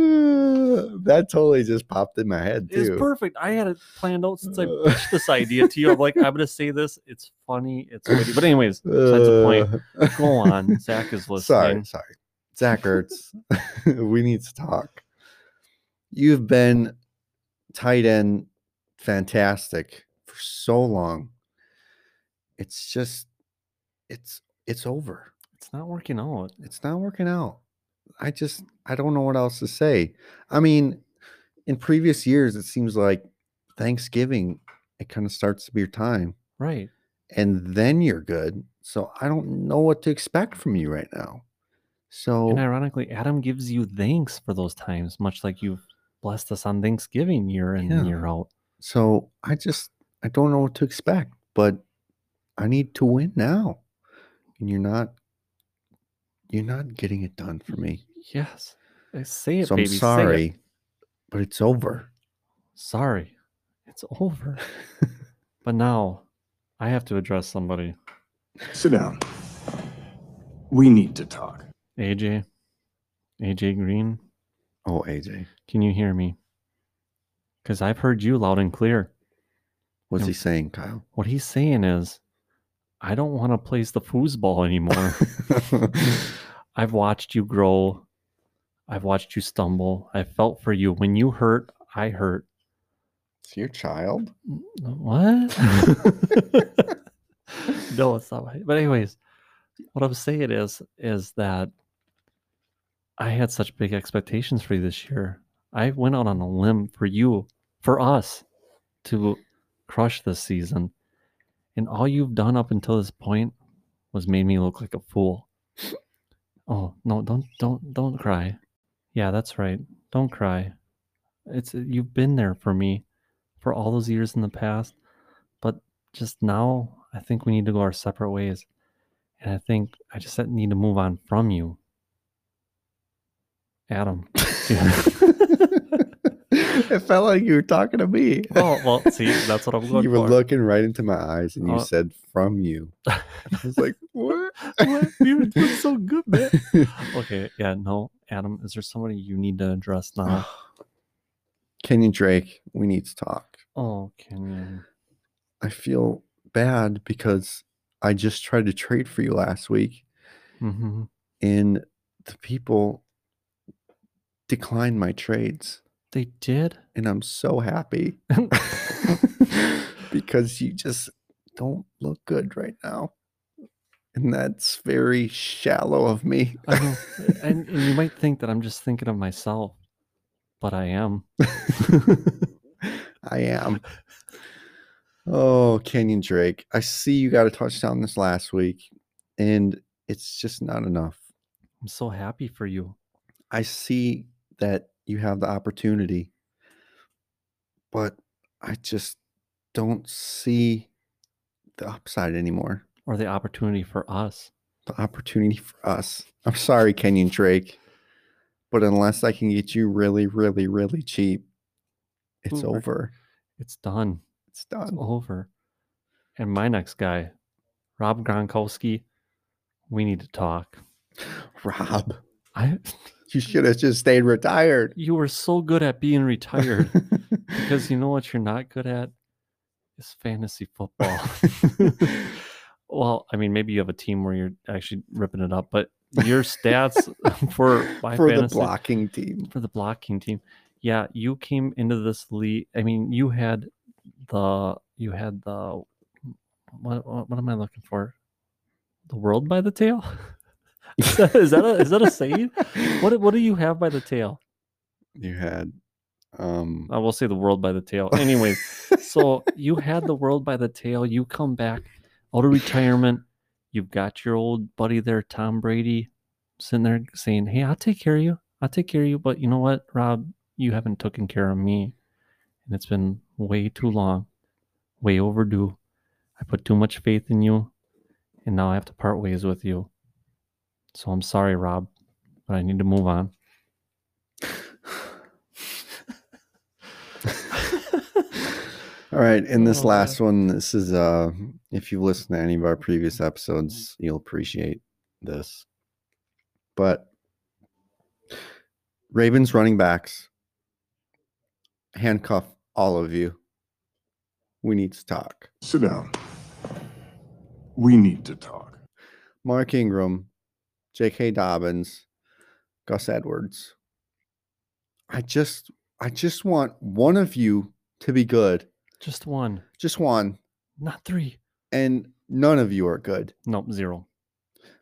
B: that totally just popped in my head
C: It's
B: too.
C: perfect. I had it planned out since I
B: Uh.
C: pitched this idea to you. I'm like, I'm gonna say this. It's funny. It's witty. But anyways, besides the point.
B: Uh,
C: Go on. Zach is
B: sorry,
C: listening.
B: sorry. Zach Ertz, we need to talk. You've been tight end fantastic for so long. It's just it's it's over.
C: It's not working out.
B: It's not working out. I just I don't know what else to say. I mean, in previous years it seems like Thanksgiving it kind of starts to be your time
C: Right.
B: and then you're good. So I don't know what to expect from you right now. So
C: And ironically, Adam gives you thanks for those times, much like you've blessed us on Thanksgiving year in
B: Yeah.
C: and year out.
B: so I just I don't know what to expect, but I need to win now. And you're not you're not getting it done for me.
C: Yes. I Say it,
B: so
C: baby.
B: I'm
C: say it.
B: sorry, but it's over.
C: Sorry. It's over. but now I have to address somebody.
E: Sit down. We need to talk.
C: AJ. AJ Green,
B: Oh, AJ.
C: can you hear me? Because I've heard you loud and clear.
B: What's
C: Yeah.
B: he saying, Kyle?
C: What he's saying is, I don't want to place the foosball anymore. I've watched you grow. I've watched you stumble. I felt for you. When you hurt, I hurt.
B: it's your child.
C: What? no, it's not. right. But anyways, what I'm saying is is that I had such big expectations for you this year. I went out on a limb for you, for us, to crush this season, and all you've done up until this point was made me look like a fool. Oh no! Don't don't don't cry. Yeah, that's right. Don't cry. It's you've been there for me for all those years in the past. But just now, I think we need to go our separate ways. And I think I just said, need to move on from you, Adam.
B: it felt like you were talking to me.
C: Oh well, see, that's what I'm going
B: you were
C: for.
B: looking right into my eyes and you
C: Oh.
B: said, from you. I was like, what?
C: What? You were doing so good, man. Okay, yeah, no, Adam, is there somebody you need to address now?
B: Kenyon Drake, we need to talk.
C: Oh, Kenyon.
B: I feel bad because I just tried to trade for you last week
C: Mm-hmm.
B: and the people declined my trades.
C: They did.
B: And I'm so happy because you just don't look good right now. And that's very shallow of me.
C: I know. and, and you might think that I'm just thinking of myself, but I am.
B: I am. Oh, Kenyon Drake. I see you got a touchdown this last week, and it's just not enough.
C: I'm so happy for you.
B: I see that you have the opportunity, but I just don't see the upside anymore.
C: Or the opportunity for us.
B: The opportunity for us. I'm sorry, Kenyon Drake, but unless I can get you really, really, really cheap, it's
C: Over.
B: over.
C: It's done.
B: It's
C: It's
B: done.
C: over. And my next guy, Rob Gronkowski, we need to talk.
B: Rob,
C: I
B: you should have just stayed retired.
C: you were so good at being retired because you know what you're not good at is fantasy football. well, I mean, maybe you have a team where you're actually ripping it up, but your stats for my
B: for the
C: fantasy-
B: blocking team.
C: for the blocking team. Yeah, you came into this league. I mean, you had the you had the what what, what am I looking for? The world by the tail. is that is that a, is that a saying? What what do you have by the tail?
B: you had? Um,
C: I will say the world by the tail. Anyways, so you had the world by the tail. You come back out of retirement. You've got your old buddy there, Tom Brady, sitting there saying, "Hey, I'll take care of you. I'll take care of you." But you know what, Rob? You haven't taken care of me, and it's been way too long, way overdue. I put too much faith in you, and now I have to part ways with you. So I'm sorry, Rob, but I need to move on.
B: All right, in this
C: Oh, man.
B: last one, this is uh if you've listened to any of our previous episodes, you'll appreciate this. But Ravens running backs handcuff all of you. We need to talk.
E: Sit down. We need to talk.
B: Mark Ingram, J.K. Dobbins, Gus Edwards. I just I just want one of you to be good.
C: Just one,
B: Just one.
C: not three.
B: And none of you are good.
C: Nope, zero.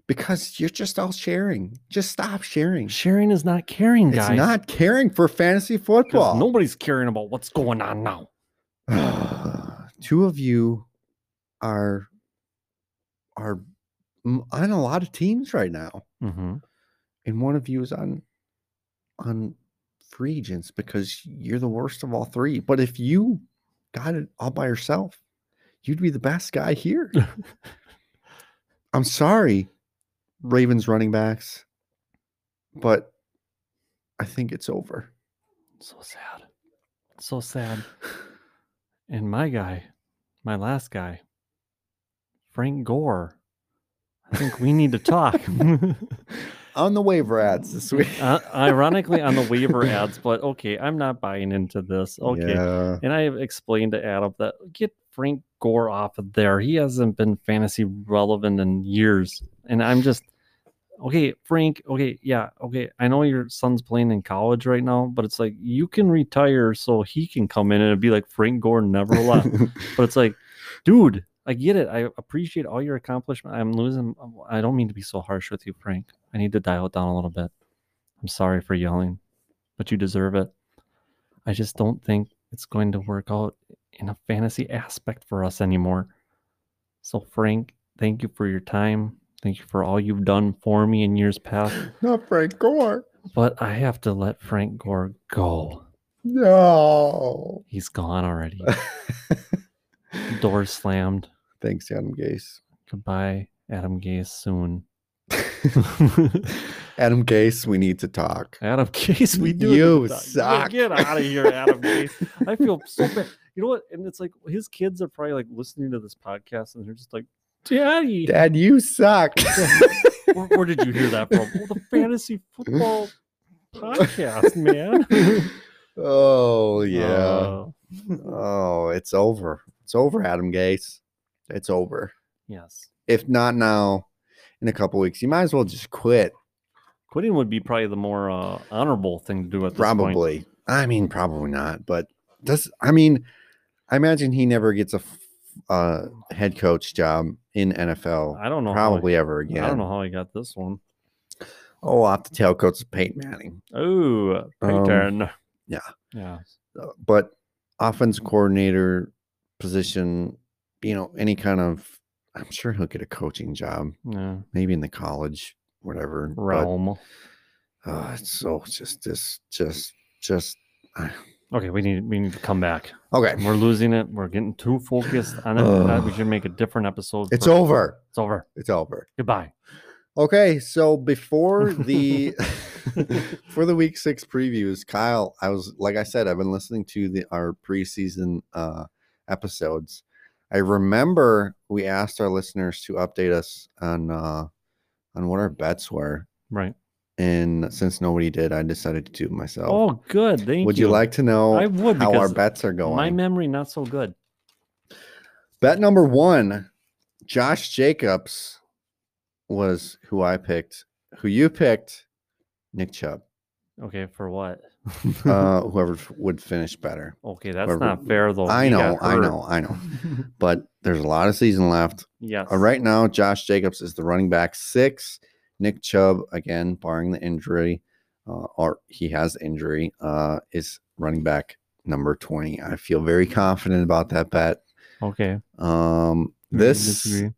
B: because you're just all sharing. Just stop sharing.
C: Sharing is not caring,
B: It's
C: guys.
B: not caring for fantasy
C: 'Cause
B: football.
C: nobody's caring about what's going on now.
B: Two of you are are m- on a lot of teams right now,
C: Mm-hmm.
B: and one of you is on on free agents because you're the worst of all three. But if you got it all by yourself, you'd be the best guy here. I'm sorry, Ravens running backs, but I think it's over.
C: So sad. So sad. And my guy, my last guy, Frank Gore. I think we need to talk.
B: On the waiver ads this week.
C: uh, ironically, on the waiver ads, but okay, I'm not buying into this. Okay.
B: Yeah.
C: And I have explained to Adam that get Frank Gore off of there. He hasn't been fantasy relevant in years. And I'm just, okay, Frank, okay, yeah, okay. I know your son's playing in college right now, but it's like you can retire so he can come in and be like, Frank Gore never left. but it's like, dude, I get it. I appreciate all your accomplishment. I'm losing. I don't mean to be so harsh with you, Frank. I need to dial it down a little bit. I'm sorry for yelling, but you deserve it. I just don't think it's going to work out in a fantasy aspect for us anymore. So, Frank, thank you for your time. Thank you for all you've done for me in years past.
B: Not Frank Gore.
C: But I have to let Frank Gore go.
B: No.
C: He's gone already. Door slammed.
B: Thanks, Adam Gase.
C: Goodbye, Adam Gase soon.
B: Adam Gase, we need to talk.
C: Adam Gase, we do.
B: You
C: need to talk.
B: suck.
C: Get out of here, Adam Gase. I feel so bad. You know what? And it's like his kids are probably like listening to this podcast and they're just like, Daddy,
B: Dad, you suck.
C: where, where did you hear that from? Well, the fantasy football podcast, man.
B: oh yeah.
C: Uh,
B: oh, it's over. It's over, Adam Gase. It's over.
C: yes.
B: If not now, in a couple weeks, you might as well just quit.
C: Quitting would be probably the more uh, honorable thing to do at this point.
B: Probably. I mean, probably not. But does I mean, I imagine he never gets a f- uh, head coach job in NFL.
C: I don't know. how I-
B: Probably ever again.
C: I don't know how I got this one.
B: Oh, off the tail coach is Peyton Manning.
C: Oh, Peyton.
B: Um, yeah.
C: Yeah.
B: Uh, but offense coordinator position, you know, any kind of, I'm sure he'll get a coaching job,
C: Yeah.
B: maybe in the college, whatever. but,
C: Realm.
B: uh, it's so it's just this, just, just
C: Okay, we need we need to come back.
B: okay.
C: We're losing it. We're getting too focused on it. Uh, we should make a different episode.
B: It's
C: for-
B: over.
C: It's over.
B: It's over.
C: Goodbye.
B: Okay, so before the for the week six previews, Kyle, I was like I said, I've been listening to the our preseason uh episodes. I remember we asked our listeners to update us on uh on what our bets were.
C: Right.
B: And since nobody did, I decided to do it myself.
C: Oh, good. Thank
B: would
C: you.
B: you like to know
C: I would
B: how our
C: because
B: bets are going?
C: my memory not so good.
B: Bet number one, Josh Jacobs was who I picked. Who you picked, Nick Chubb.
C: Okay, for what?
B: Uh,
C: Mm-hmm.
B: whoever f- would finish better.
C: okay, that's
B: whoever-
C: not fair though.
B: I
C: He
B: know,
C: got
B: I
C: hurt.
B: know, I know. But there's a lot of season left.
C: Yes.
B: Uh, right now, Josh Jacobs is the running back six. Nick Chubb, again, barring the injury, uh, or he has injury, uh, is running back number 20. I feel very confident about that bet.
C: Okay.
B: Um,
C: agree to
B: this
C: disagree.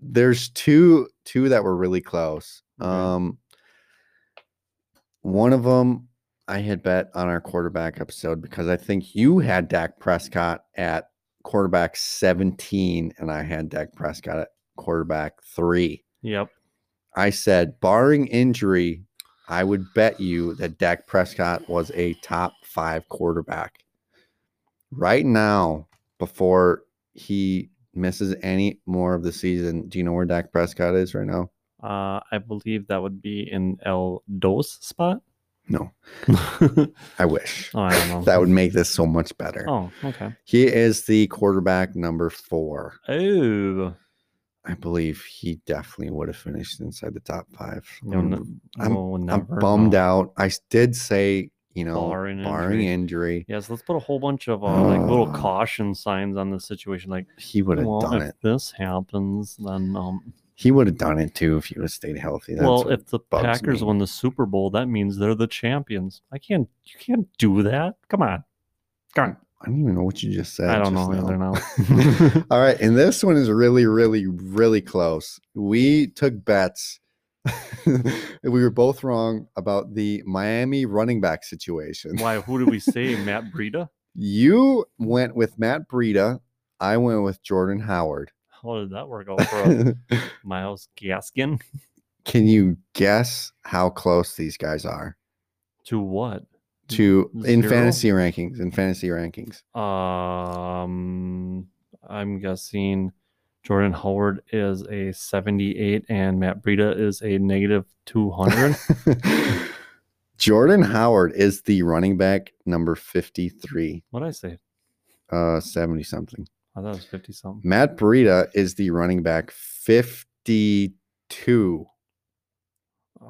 B: there's two two that were really close.
C: Okay.
B: Um, one of them I had bet on our quarterback episode because I think you had Dak Prescott at quarterback 17 and I had Dak Prescott at quarterback 3.
C: Yep.
B: I said barring injury, I would bet you that Dak Prescott was a top 5 quarterback. Right now before he misses any more of the season, do you know where Dak Prescott is right now?
C: Uh, I believe that would be in El Dos spot.
B: No,
C: oh,
B: I wish.
C: I don't know.
B: That would make this so much better.
C: Oh, okay.
B: He is the quarterback number four.
C: Oh,
B: I believe he definitely would have finished inside the top five. I'm,
C: You'll ne-
B: I'm-
C: we'll
B: I'm
C: never
B: bummed
C: know.
B: out. I s- did say, you know,
C: Barring
B: barring,
C: injury.
B: injury,
C: Yes, let's put a whole bunch of uh, like little
B: Oh.
C: caution signs on the situation. Like,
B: he would have
C: well,
B: done
C: if
B: it.
C: this happens, then um,
B: He would have done it too if he would have stayed healthy. That's
C: well,
B: what-
C: if the
B: bugs
C: Packers
B: me.
C: win the Super Bowl, that means they're the champions. I can't, you can't do that. Come on, come on.
B: I don't even know what you just said.
C: I don't
B: just
C: know either now.
B: All right, and this one is really, really, really close. We took bets. we were both wrong about the Miami running back situation.
C: Why? Who did we say? Matt Breida?
B: You went with Matt Breida. I went with Jordan Howard.
C: How did that work out for us? Miles Gaskin?
B: Can you guess how close these guys are
C: To what?
B: to in
C: Zero?
B: fantasy rankings? In fantasy rankings,
C: Um, I'm guessing Jordan Howard is a 78 and Matt Breida is a negative 200.
B: Jordan Howard is the running back number 53,
C: what did I say?
B: uh, 70 something.
C: I thought it was 50 something.
B: Matt Burita is the running back 52.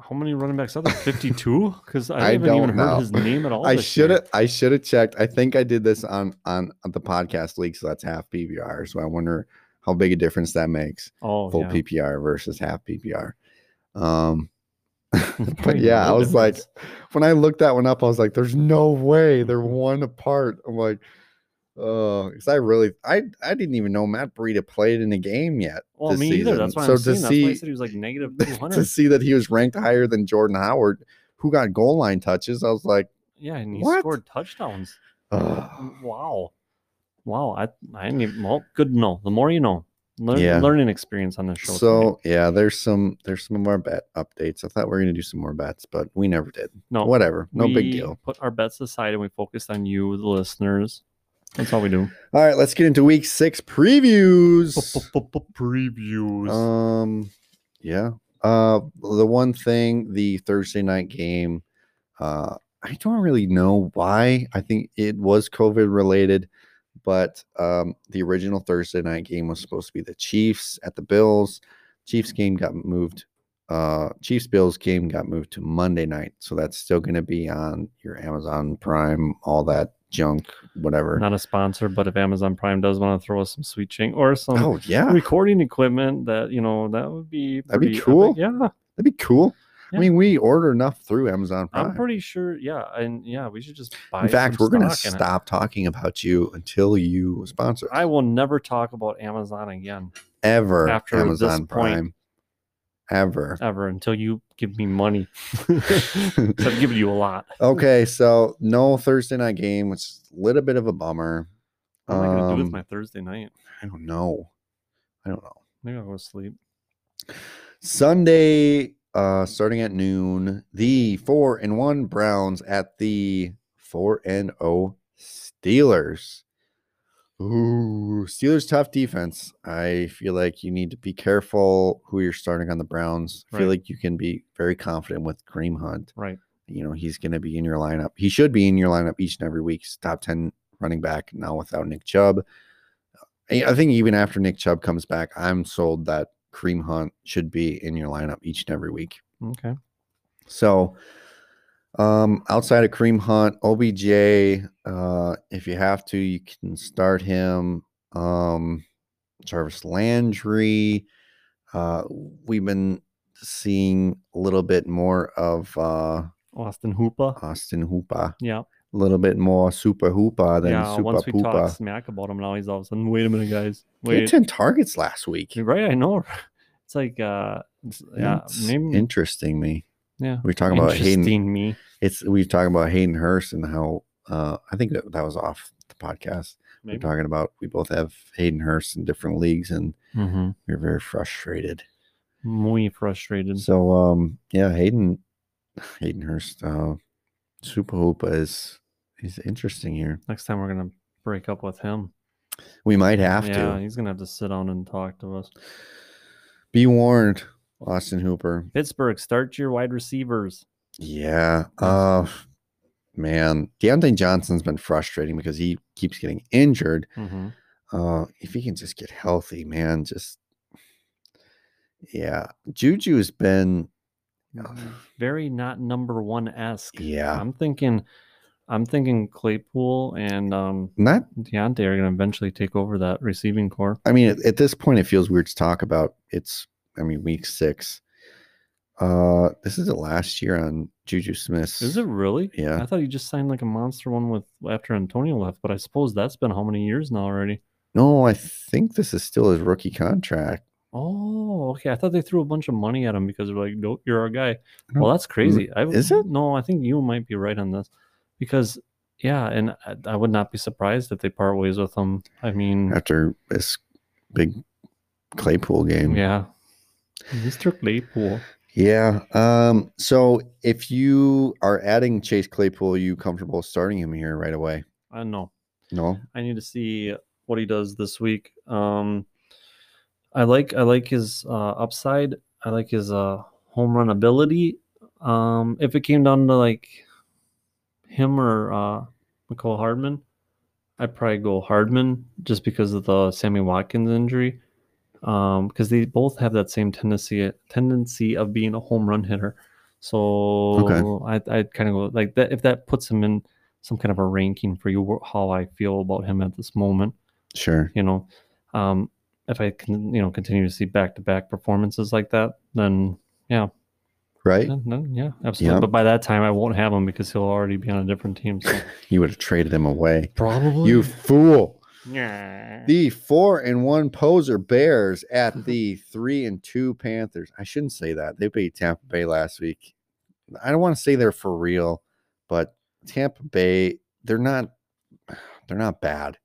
C: How many running backs are there? 52? Because I
B: I
C: haven't even
B: don't
C: heard
B: know.
C: his name at all.
B: I
C: this
B: should
C: year.
B: have I should have checked. I think I did this on on the podcast league, so that's half PPR. So I wonder how big a difference that makes.
C: Oh,
B: Full
C: yeah.
B: PPR versus half PPR. Um
C: Probably
B: but yeah, I
C: no
B: was like
C: difference.
B: when I looked that one up, I was like, there's no way they're
C: Mm-hmm.
B: one apart. I'm like, oh, because I really I I didn't even know Matt Burita played in a game yet.
C: well,
B: this
C: me either. That's
B: season.
C: why
B: So
C: I'm
B: to
C: saying. That's why I
B: see-
C: said he was like negative
B: to
C: 200.
B: see that he was ranked higher than Jordan Howard, who got goal line touches. I was like,
C: yeah, and he
B: What?
C: scored touchdowns.
B: "Ugh."
C: Wow. Wow. I, I didn't even, well, good to know. The more you know. Learn,
B: Yeah.
C: Learning experience on the show. tonight.
B: So yeah, there's some there's some of our bet updates. I thought we were gonna do some more bets, but we never did.
C: no,
B: Whatever, no
C: we
B: big deal.
C: Put our bets aside and we focused on you, the listeners. That's all we do.
B: All right, let's get into week six previews.
C: Previews.
B: Um, yeah. Uh, the one thing, the Thursday night game. Uh, I don't really know why. I think it was COVID related, but um, the original Thursday night game was supposed to be the Chiefs at the Bills. Chiefs game got moved. Uh, Chiefs Bills game got moved to Monday night, so that's still going to be on your Amazon Prime, all that junk, whatever.
C: Not a sponsor, but if Amazon Prime does want to throw us some sweet ching or some
B: oh yeah,
C: recording equipment, that you know, that would be
B: That'd be
C: pretty epic.
B: cool.
C: Yeah,
B: that'd be cool. I
C: Yeah.
B: mean, we order enough through Amazon Prime.
C: I'm pretty sure. Yeah, and yeah, we should just buy.
B: In fact,
C: some
B: we're going to
C: stock in it.
B: stop talking about you until you sponsor us.
C: I will never talk about Amazon again
B: ever
C: after this
B: Amazon
C: point.
B: Prime. Ever.
C: ever until you give me money. I've given you a lot.
B: okay, so no Thursday night game, which is a little bit of a bummer.
C: What am I gonna do with
B: Um,
C: my Thursday night?
B: I don't know. I don't know.
C: Maybe I'll go to sleep.
B: Sunday, uh, starting at noon, the four and one Browns at the four and O Steelers. Ooh, Steelers tough defense. I feel like you need to be careful who you're starting on the Browns. I feel
C: Right.
B: like you can be very confident with Kareem Hunt.
C: Right.
B: You know, he's going to be in your lineup. He should be in your lineup each and every week. He's top 10 running back now without Nick Chubb. I I think even after Nick Chubb comes back, I'm sold that Kareem Hunt should be in your lineup each and every week.
C: Okay.
B: So, um, outside of Kareem Hunt, OBJ, uh, if you have to, you can start him. Um, Jarvis Landry, uh, we've been seeing a little bit more of uh,
C: Austin Hoopa.
B: Austin Hoopa,
C: Yeah.
B: a little bit more Super Hoopa than
C: yeah.
B: Super
C: Once we talk
B: Poopa.
C: smack about him, now he's all of a sudden, wait a minute, guys.
B: He had
C: Wait.
B: 10 targets last week.
C: You're right. I know. It's like, uh, it's- yeah.
B: It's
C: Maybe,
B: interesting me.
C: yeah.
B: We're talking about Hayden
C: Interesting me.
B: it's we were talking about Hayden Hurst and how uh, I think that, that was off the podcast.
C: Maybe.
B: We're talking about we both have Hayden Hurst in different leagues and
C: Mm-hmm.
B: we are very frustrated.
C: Muy frustrated.
B: So um yeah, Hayden Hayden Hurst uh Super Hoopa is is interesting here.
C: Next time we're gonna break up with him.
B: We might have
C: yeah,
B: to.
C: he's gonna have to sit down and talk to us.
B: Be warned, Austin Hooper.
C: Pittsburgh, start your wide receivers.
B: Yeah. Uh man, Deontay Johnson's been frustrating because he keeps getting injured.
C: Mm-hmm.
B: uh if he can just get healthy man just yeah juju has been
C: Very not number one esque.
B: Mm-hmm. yeah
C: I'm thinking, I'm thinking Claypool and um,
B: not
C: Deontay are gonna eventually take over that receiving core.
B: i mean at, at this point it feels weird to talk about it's i mean week six uh this is the last year on juju smith
C: Is it really?
B: yeah
C: I thought he just signed like a monster one with after Antonio left, but I suppose that's been how many years now already?
B: no i think this is still his rookie contract
C: Oh, okay. I thought they threw a bunch of money at him because they're like, "Nope, you're our guy."
B: No.
C: Well, that's crazy. I,
B: Is it?
C: No, I think you might be right on this because, yeah, and I, I would not be surprised if they part ways with him. I mean,
B: after this big claypool game
C: yeah, Mr. Claypool.
B: Yeah. Um, so if you are adding Chase Claypool, are you comfortable starting him here right away?
C: I don't know.
B: No.
C: I need to see what he does this week. Um, I like I like his uh, upside. I like his uh, home run ability. Um, if it came down to like him or uh, McCall Hardman, I'd probably go Hardman just because of the Sammy Watkins injury. Um, because they both have that same tendency tendency of being a home run hitter. So I I'd kind of go like that if that puts him in some kind of a ranking for you wh- how I feel about him at this moment.
B: Sure.
C: You know, um, if I can, you know, continue to see back to back performances like that, then
B: Right?
C: then- then, yeah, absolutely.
B: Yeah.
C: But by that time, I won't have him because he'll already be on a different team. So
B: You would have traded him away.
C: probably,
B: You fool.
C: yeah.
B: The four and one poser Bears at the three and two Panthers. I shouldn't say that. They beat Tampa Bay last week. I don't want to say they're for real, but Tampa Bay, they're not they're not bad.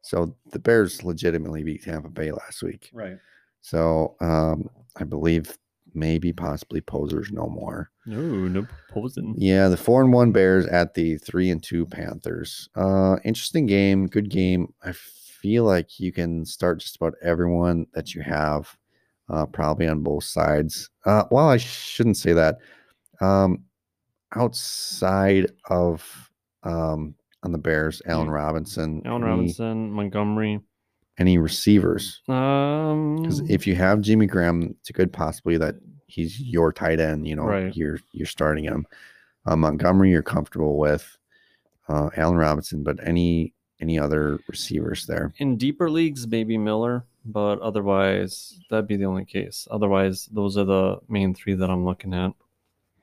B: So the Bears legitimately beat Tampa Bay last week.
C: Right.
B: So um, I believe maybe possibly posers no more.
C: No, no posing.
B: Yeah, the four and one Bears at the three and two Panthers. Uh, interesting game, good game. I feel like you can start just about everyone that you have, uh, probably on both sides. Uh, well, I shouldn't say that. Um, outside of um, on the Bears, Allen
C: Mm.
B: Robinson,
C: Allen
B: any-
C: Robinson, Montgomery.
B: any receivers?
C: Um,
B: Because if you have Jimmy Graham, it's a good possibility that he's your tight end. You know,
C: Right.
B: you're you're starting him. Uh, Montgomery, you're comfortable with. Uh, Allen Robinson, but any any other receivers there?
C: in deeper leagues, maybe Miller, but otherwise that'd be the only case. Otherwise, those are the main three that I'm looking at.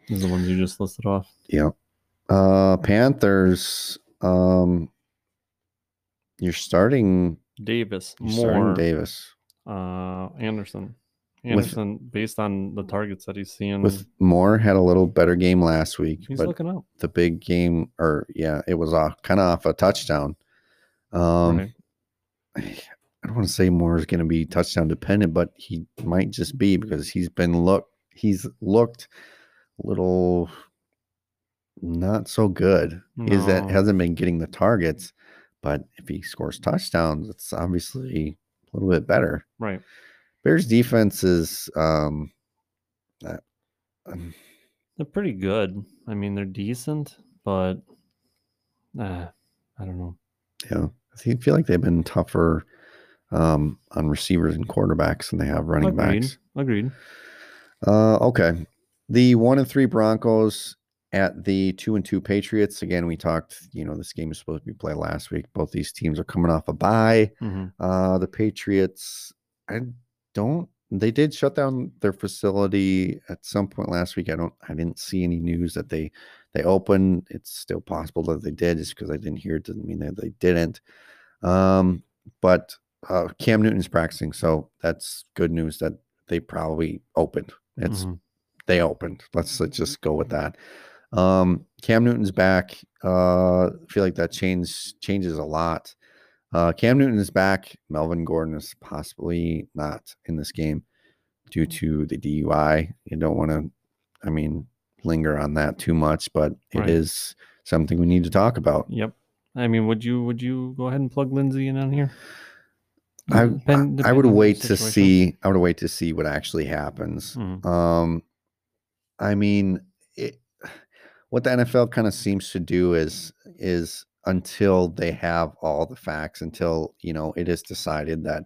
C: Is the ones you just listed off.
B: Yeah. Uh, Panthers. Um, you're starting.
C: Davis,
B: You're
C: Moore,
B: starting Davis
C: uh, Anderson. Anderson, based on the targets that he's seeing,
B: with Moore had a little better game last week,
C: Mm. he's
B: but
C: looking up.
B: the big game, or yeah, it was off kind of off a touchdown. Um,
C: Right.
B: I don't want to say Moore is going to be touchdown dependent, but he might just be because he's been look he's looked a little not so good. Is that
C: No.
B: hasn't been getting the targets, but if he scores touchdowns, it's obviously a little bit better.
C: right.
B: Bears defense is um, uh, um,
C: They're pretty good. I mean, they're decent, but uh, I don't know.
B: yeah, I think- feel like they've been tougher um, on receivers and quarterbacks than they have running
C: Agreed.
B: backs.
C: Agreed.
B: Uh, okay. The one and three Broncos at the two and two Patriots. Again, we talked, you know, this game is supposed to be played last week. Both these teams are coming off a bye.
C: hmm
B: Uh, the Patriots, I don't, they did shut down their facility at some point last week. I don't, I didn't see any news that they, they opened. It's still possible that they did just because I didn't hear it doesn't mean that they didn't. Um, but uh, Cam Newton's practicing, so that's good news that they probably opened. It's
C: mm-hmm.
B: they opened. Let's, let's just go with that. Um, Cam Newton's back. Uh, I feel like that change changes a lot. Uh, Cam Newton is back. Melvin Gordon is possibly not in this game due
C: Mm-hmm.
B: to the DUI. You don't want to, I mean, linger on that too much, but it is
C: Right.
B: something we need to talk about.
C: Yep. I mean, would you would you go ahead and plug Lindsay in on here?
B: I,
C: Depend-
B: I, I would
C: depending on the
B: wait to
C: situation.
B: see. I would wait to see what actually happens.
C: Mhm.
B: Um, I mean, it, what the NFL kind of seems to do is is until they have all the facts, until you know it is decided that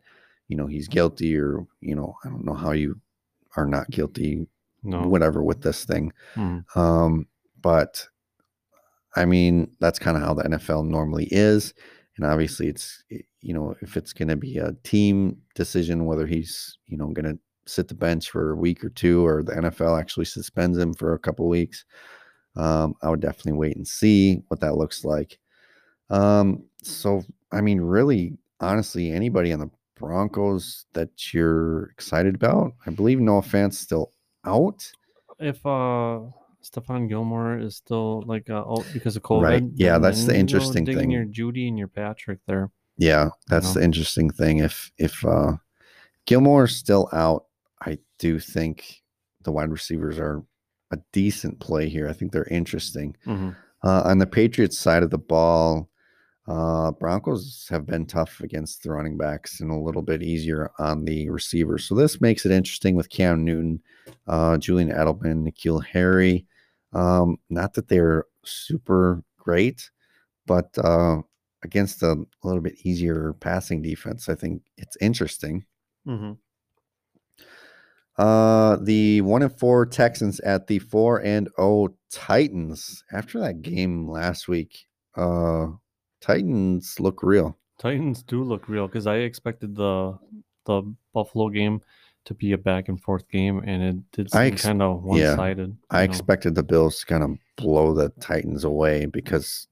B: you know he's guilty, or you know I don't know how you are not guilty,
C: No.
B: whatever with this thing.
C: Mhm.
B: Um, but I mean, that's kind of how the NFL normally is. And obviously, it's, it- you know, if it's going to be a team decision, whether he's, you know, going to sit the bench for a week or two or the NFL actually suspends him for a couple weeks, um, I would definitely wait and see what that looks like. Um, so, I mean, really, honestly, anybody on the Broncos that you're excited about, I believe no offense still out.
C: If uh Stefan Gilmore is still like uh, out because of COVID.
B: Right. Yeah,
C: then-
B: that's the
C: then you go
B: interesting
C: dig in
B: thing.
C: Your Judy and your Patrick there.
B: Yeah, that's
C: know?
B: the interesting thing. If if uh Gilmore's still out, I do think the wide receivers are a decent play here. I think they're interesting.
C: Mhm.
B: Uh, on the Patriots side of the ball, uh, Broncos have been tough against the running backs and a little bit easier on the receivers. So this makes it interesting with Cam Newton, uh, Julian Edelman, Nikhil Harry. Um, not that they're super great, but uh, against a little bit easier passing defense, I think it's interesting.
C: Mhm.
B: Uh, the one and four Texans at the four and oh Titans. After that game last week, uh, Titans look real.
C: Titans do look real because I expected the the Buffalo game to be a back and forth game, and it did seem
B: I ex-
C: kind of one sided.
B: I expected the Bills to kind of blow the Titans away because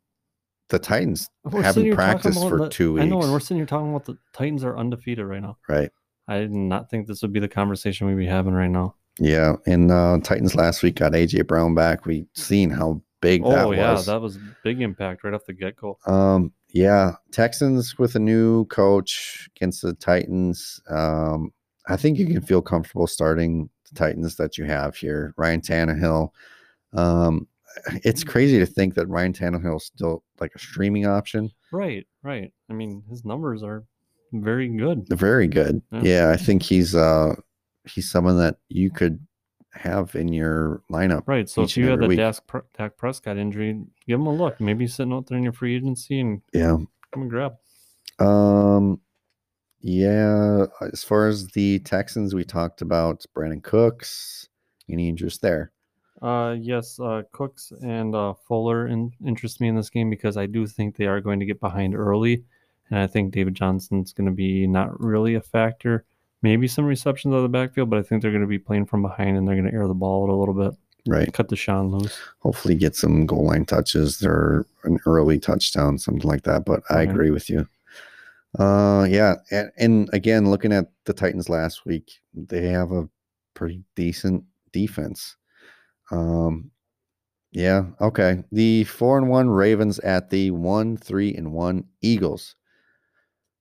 B: the Titans haven't practiced for two
C: I know, and
B: weeks.
C: we're sitting here talking about the Titans are undefeated right now.
B: right.
C: I did not think this would be the conversation we'd be having right now.
B: Yeah, and uh, Titans last week got AJ Brown back. We seen how big that
C: Oh yeah,
B: was.
C: that was big impact right off the get go.
B: Um, yeah, Texans with a new coach against the Titans. Um, I think you can feel comfortable starting the Titans that you have here. Ryan Tannehill. Um, it's crazy to think that Ryan Tannehill is still like a streaming option.
C: Right, right. I mean, his numbers are very good.
B: Very good.
C: Yeah.
B: Yeah, I think he's uh he's someone that you could have in your lineup.
C: Right. So
B: each
C: if
B: and
C: you had
B: every
C: the
B: week.
C: Dak, Pr- Dak Prescott injury, give him a look. Maybe he's sitting out there in your free agency and
B: Yeah.
C: come and grab.
B: Um, yeah. As far as the Texans, we talked about Brandon Cooks. Any interest there?
C: Uh, yes, uh, Cooks and uh, Fuller in- interest me in this game because I do think they are going to get behind early, and I think David Johnson's going to be not really a factor. Maybe some receptions out of the backfield, but I think they're going to be playing from behind and they're going to air the ball out a little bit,
B: Right.
C: cut Deshaun loose.
B: Hopefully, get some goal line touches or an early touchdown, something like that. But I
C: Mhm.
B: agree with you. Uh, yeah. And, and again, looking at the Titans last week, they have a pretty decent defense. Um, yeah. Okay. The four and one Ravens at the one, three and one Eagles.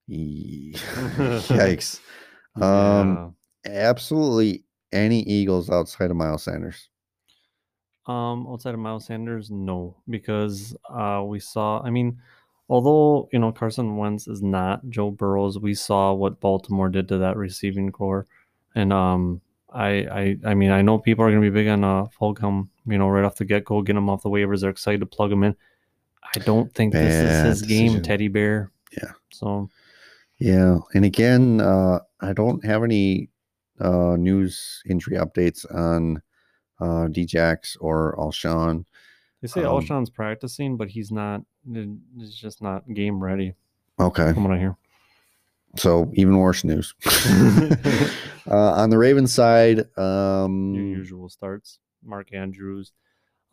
B: Ye- Yikes. Um, absolutely any Eagles outside of Miles Sanders.
C: Um, outside of Miles Sanders, no, because uh, we saw. I mean, although you know Carson Wentz is not Joe Burrows, we saw what Baltimore did to that receiving core, and um, I, I, I mean, I know people are going to be big on uh, Fulgham, you know, right off the get go, get him off the waivers. They're excited to plug him in. I don't think
B: Bad
C: this is his game,
B: decision.
C: Teddy Bear.
B: Yeah.
C: So
B: Yeah. And again, uh, I don't have any uh, news injury updates on uh, Djax or Alshon.
C: they say
B: Um,
C: Alshon's practicing, but he's not. He's just not game ready.
B: Okay.
C: From what I hear.
B: So even worse news. uh, on the Ravens side, um,
C: your usual starts. Mark Andrews,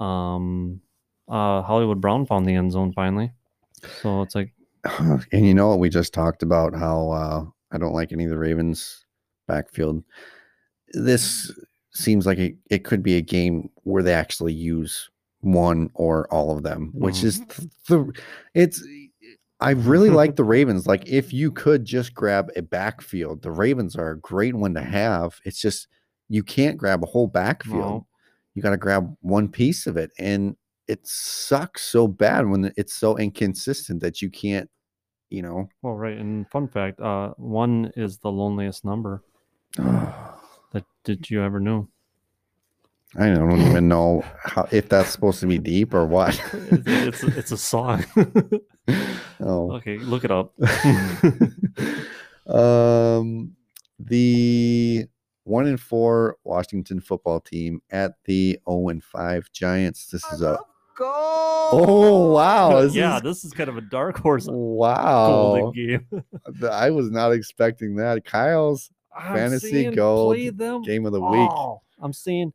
C: um, uh, Hollywood Brown found the end zone finally. So it's like,
B: and you know what we just talked about how uh, I don't like any of the Ravens backfield. This seems like it, it could be a game where they actually use one or all of them, which
C: Mhm.
B: is th- the it's I really like the Ravens. Like if you could just grab a backfield, the Ravens are a great one to have. It's just you can't grab a whole backfield.
C: No.
B: You got to grab one piece of it and it sucks so bad when it's so inconsistent that you can't, you know,
C: well, right. And fun fact, uh, one is the loneliest number that did you ever know?
B: I don't even know how, if that's supposed to be deep or what.
C: It's, it's, it's a song.
B: oh.
C: okay, look it up.
B: um, the one and four Washington football team at the 0 and 5 Giants. This is a oh wow, this Oh.
C: yeah,
B: is,
C: this is kind of a dark horse.
B: wow.
C: golden game.
B: Th- I was not expecting that. Kyle's
C: I'm
B: Fantasy
C: saying
B: gold
C: play them
B: game of the week.
C: all. I'm saying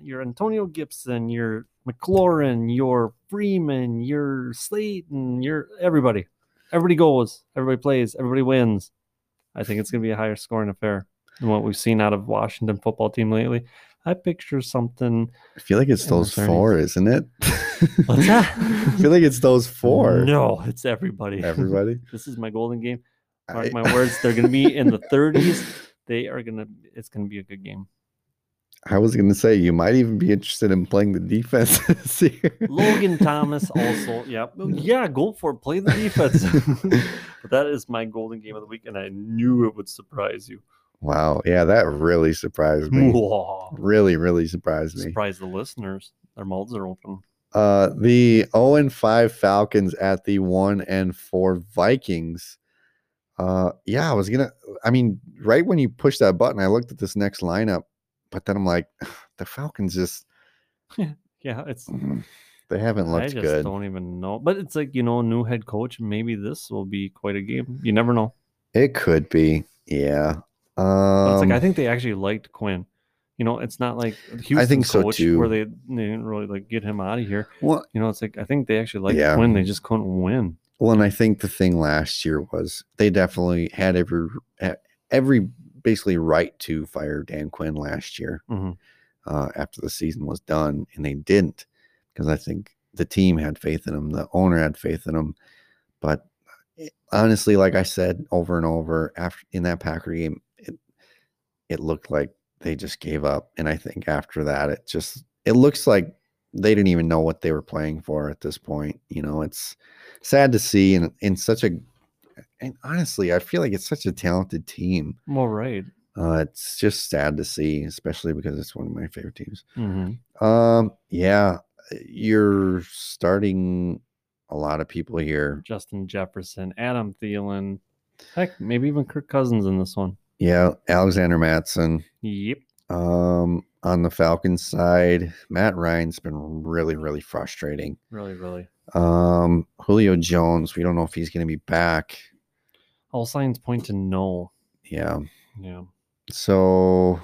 C: your Antonio Gibson, your McLaurin, your Freeman, your Slayton, your everybody. Everybody goes, everybody plays, everybody wins. I think it's going to be a higher scoring affair than what we've seen out of Washington football team lately. I picture something.
B: I feel like it's
C: In the
B: those
C: 30s.
B: four, isn't it?
C: What's that?
B: I feel like it's those four.
C: No, it's everybody.
B: Everybody.
C: this is my golden game. Mark
B: I-
C: my words, they're going to be in the 30s. They are going to. It's going to be a good game.
B: I was gonna say you might even be interested in playing the defense this year.
C: Logan Thomas also. Yeah. well, Yeah, go for it. Play the defense. but that is my golden game of the week, and I knew it would surprise you.
B: wow, yeah, that really surprised me.
C: Mwah.
B: really, really surprised me.
C: surprise the listeners. Their mouths are open.
B: Uh the 0 and 5 Falcons at the 1 and 4 Vikings. Uh yeah, I was gonna I mean, right when you push that button, I looked at this next lineup, but then I'm like, the Falcons just
C: Yeah, it's.
B: they haven't
C: I
B: looked
C: just
B: good.
C: don't even know. But it's like you know, new head coach. Maybe this will be quite a game. You never know.
B: It could be. Yeah.
C: But
B: Um,
C: it's like I think they actually liked Quinn. You know, it's not like Houston's
B: so,
C: coach
B: too.
C: where they, they didn't really like get him out of here.
B: well,
C: You know, it's like I think they actually liked
B: Yeah.
C: Quinn. They just couldn't win.
B: Well, and I think the thing last year was they definitely had every ha- every basically right to fire Dan Quinn last year
C: Mhm.
B: uh, after the season was done, and they didn't because I think the team had faith in him, the owner had faith in him. But it- honestly, like I said over and over after in that Packer game, it, it looked like they just gave up. And I think after that, it just it looks like they didn't even know what they were playing for at this point. You know, it's sad to see, and in such a and honestly, I feel like it's such a talented team.
C: Well, right.
B: Uh, it's just sad to see, especially because it's one of my favorite teams.
C: hmm
B: Um, yeah, you're starting a lot of people here.
C: Justin Jefferson, Adam Thielen, heck, maybe even Kirk Cousins in this one.
B: Yeah, Alexander Matson.
C: Yep.
B: Um, on the Falcons side, Matt Ryan's been really, really frustrating.
C: Really, really.
B: Um, Julio Jones, we don't know if he's going to be back.
C: All signs point to no.
B: Yeah,
C: Yeah.
B: so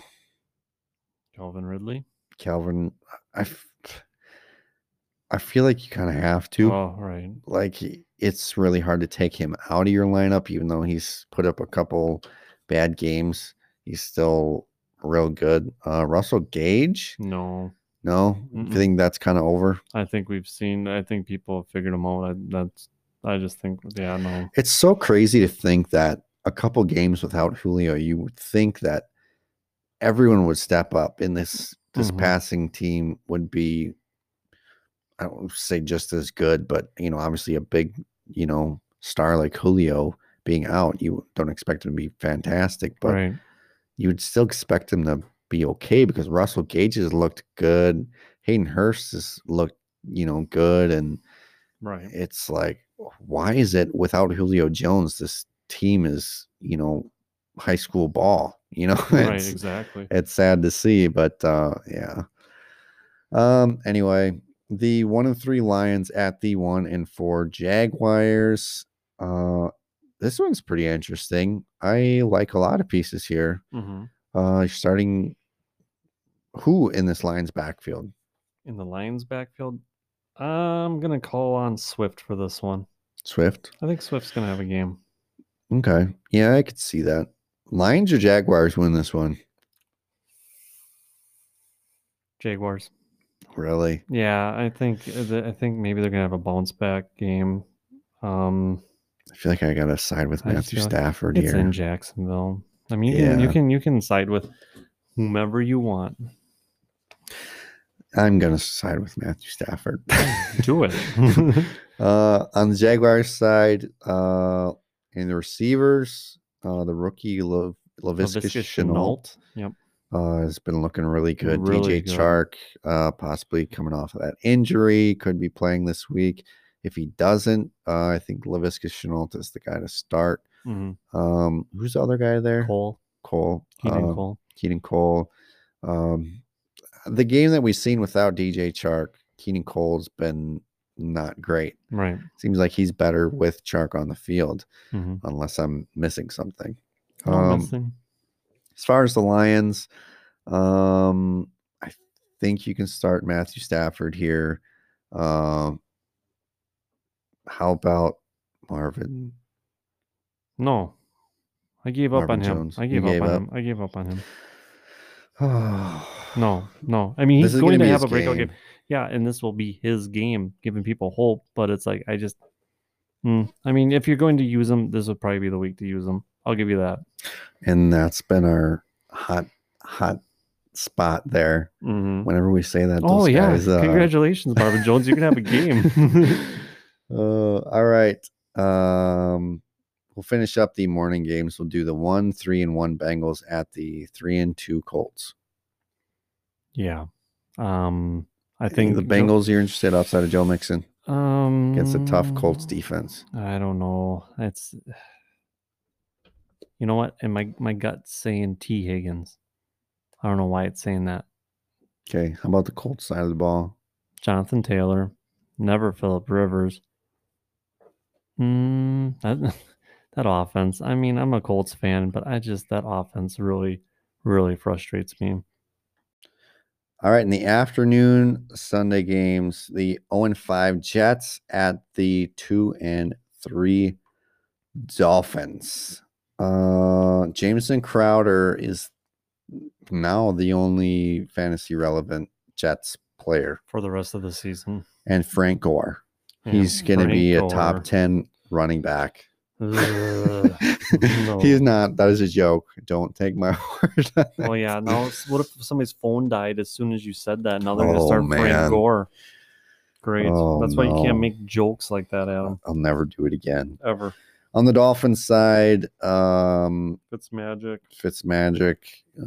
C: Calvin Ridley.
B: Calvin, I, f- I feel like you kind of have to.
C: Oh, right.
B: like he- it's really hard to take him out of your lineup, even though he's put up a couple bad games. He's still real good. Uh, Russell Gage,
C: No.
B: no,
C: Mm-mm.
B: I think that's kind of over.
C: I think we've seen. I think people have figured him out. I, that's. I just think. Yeah. No.
B: It's so crazy to think that a couple games without Julio, you would think that everyone would step up in this. This
C: Mhm.
B: passing team would be, I don't wanna say just as good, but you know, obviously a big, you know, star like Julio being out, you don't expect him to be fantastic, but
C: right.
B: you would still expect him to be okay because Russell Gage has looked good. Hayden Hurst has looked, you know, good. And
C: Right.
B: it's like, why is it without Julio Jones, this team is, you know, high school ball? You know,
C: Right.
B: It's-
C: Exactly.
B: it's sad to see, but uh, yeah. Um. Anyway, the one and three Lions at the one and four Jaguars. Uh, this one's pretty interesting. I like a lot of pieces here.
C: hmm
B: Uh, you're starting who in this Lions backfield?
C: In the Lions' backfield, I'm gonna call on Swift for this one.
B: Swift.
C: I think Swift's gonna have a game.
B: Okay. Yeah, I could see that. Lions or Jaguars win this one?
C: Jaguars.
B: Really?
C: Yeah, I think. the- I think maybe they're gonna have a bounce back game. Um,
B: I feel like I gotta side with
C: I
B: Matthew
C: feel like
B: Stafford
C: it's
B: here.
C: in Jacksonville. I mean, you, can, you
B: Yeah.
C: can you can side with whomever you want.
B: I'm gonna side with Matthew Stafford.
C: Do it. Mm-hmm.
B: Uh, on the Jaguars side, uh, and the receivers, uh, the rookie Lav- LaVisca
C: LaVisca
B: Chenault
C: Yep.
B: uh, has been looking really good.
C: Really
B: DJ
C: good.
B: Chark, uh, possibly coming off of that injury, could be playing this week. If he doesn't, uh, I think LaVisca Chenault is the guy to start.
C: hmm
B: Um, who's the other guy there?
C: Cole,
B: Cole.
C: Keaton
B: uh,
C: Cole.
B: Keenan Cole. Um, the game that we've seen without DJ Chark, Keenan Cole's been not great
C: Right.
B: seems like he's better with Chark on the field,
C: Mm-hmm.
B: unless I'm missing something. Um,
C: Um,
B: As far as the Lions, um, I think you can start Matthew Stafford here. Um, how about Marvin?
C: no, I gave up
B: Marvin
C: on him.
B: Jones.
C: I
B: You
C: gave up
B: gave
C: on
B: up?
C: him. I gave up on him. No, no. I mean,
B: This
C: he's
B: is gonna
C: going to
B: be
C: have
B: his
C: a breakout game. Yeah, and this will be his game, giving people hope. But it's like I just, Mm, I mean, if you're going to use him, this would probably be the week to use him. I'll give you that.
B: and that's been our hot, hot spot there.
C: hmm
B: Whenever we say that,
C: Oh
B: those
C: yeah!
B: guys, uh,
C: Congratulations, Marvin Jones. You can have a game.
B: Uh, all right. Um, we'll finish up the morning games. We'll do the one, three, and one Bengals at the three and two Colts.
C: yeah. Um, I
B: I think
C: think
B: the
C: Joe-
B: Bengals you're interested outside of Joe Mixon
C: um
B: against a tough Colts
C: defense.
B: defense.
C: I don't know. It's you know what? And my my gut's saying T. Higgins. I don't know why it's saying that.
B: Okay. How about the Colts side of the ball?
C: Jonathan Taylor, never Philip Rivers. Mm, that that offense. I mean, I'm a Colts fan, but I just that offense really, really frustrates me.
B: All right. In the afternoon Sunday games, the 0 and 5 Jets at the 2 and 3 Dolphins. Uh, Jameson Crowder is now the only fantasy relevant Jets player.
C: For the rest of the season,
B: and Frank Gore.
C: Yeah,
B: He's going to be a
C: Frank
B: top 10 running back.
C: Gore. Ugh.
B: He's not. That is a joke. Don't take my word. on that.
C: well, yeah. Now, it's- what if somebody's phone died as soon as you said that? Now they're going to
B: Oh,
C: start
B: man.
C: Frank Gore. Great.
B: Oh,
C: That's why you
B: no.
C: can't make jokes like that, Adam.
B: I'll never do it again.
C: Ever.
B: On the Dolphins side, um,
C: It's magic.
B: Fitzmagic,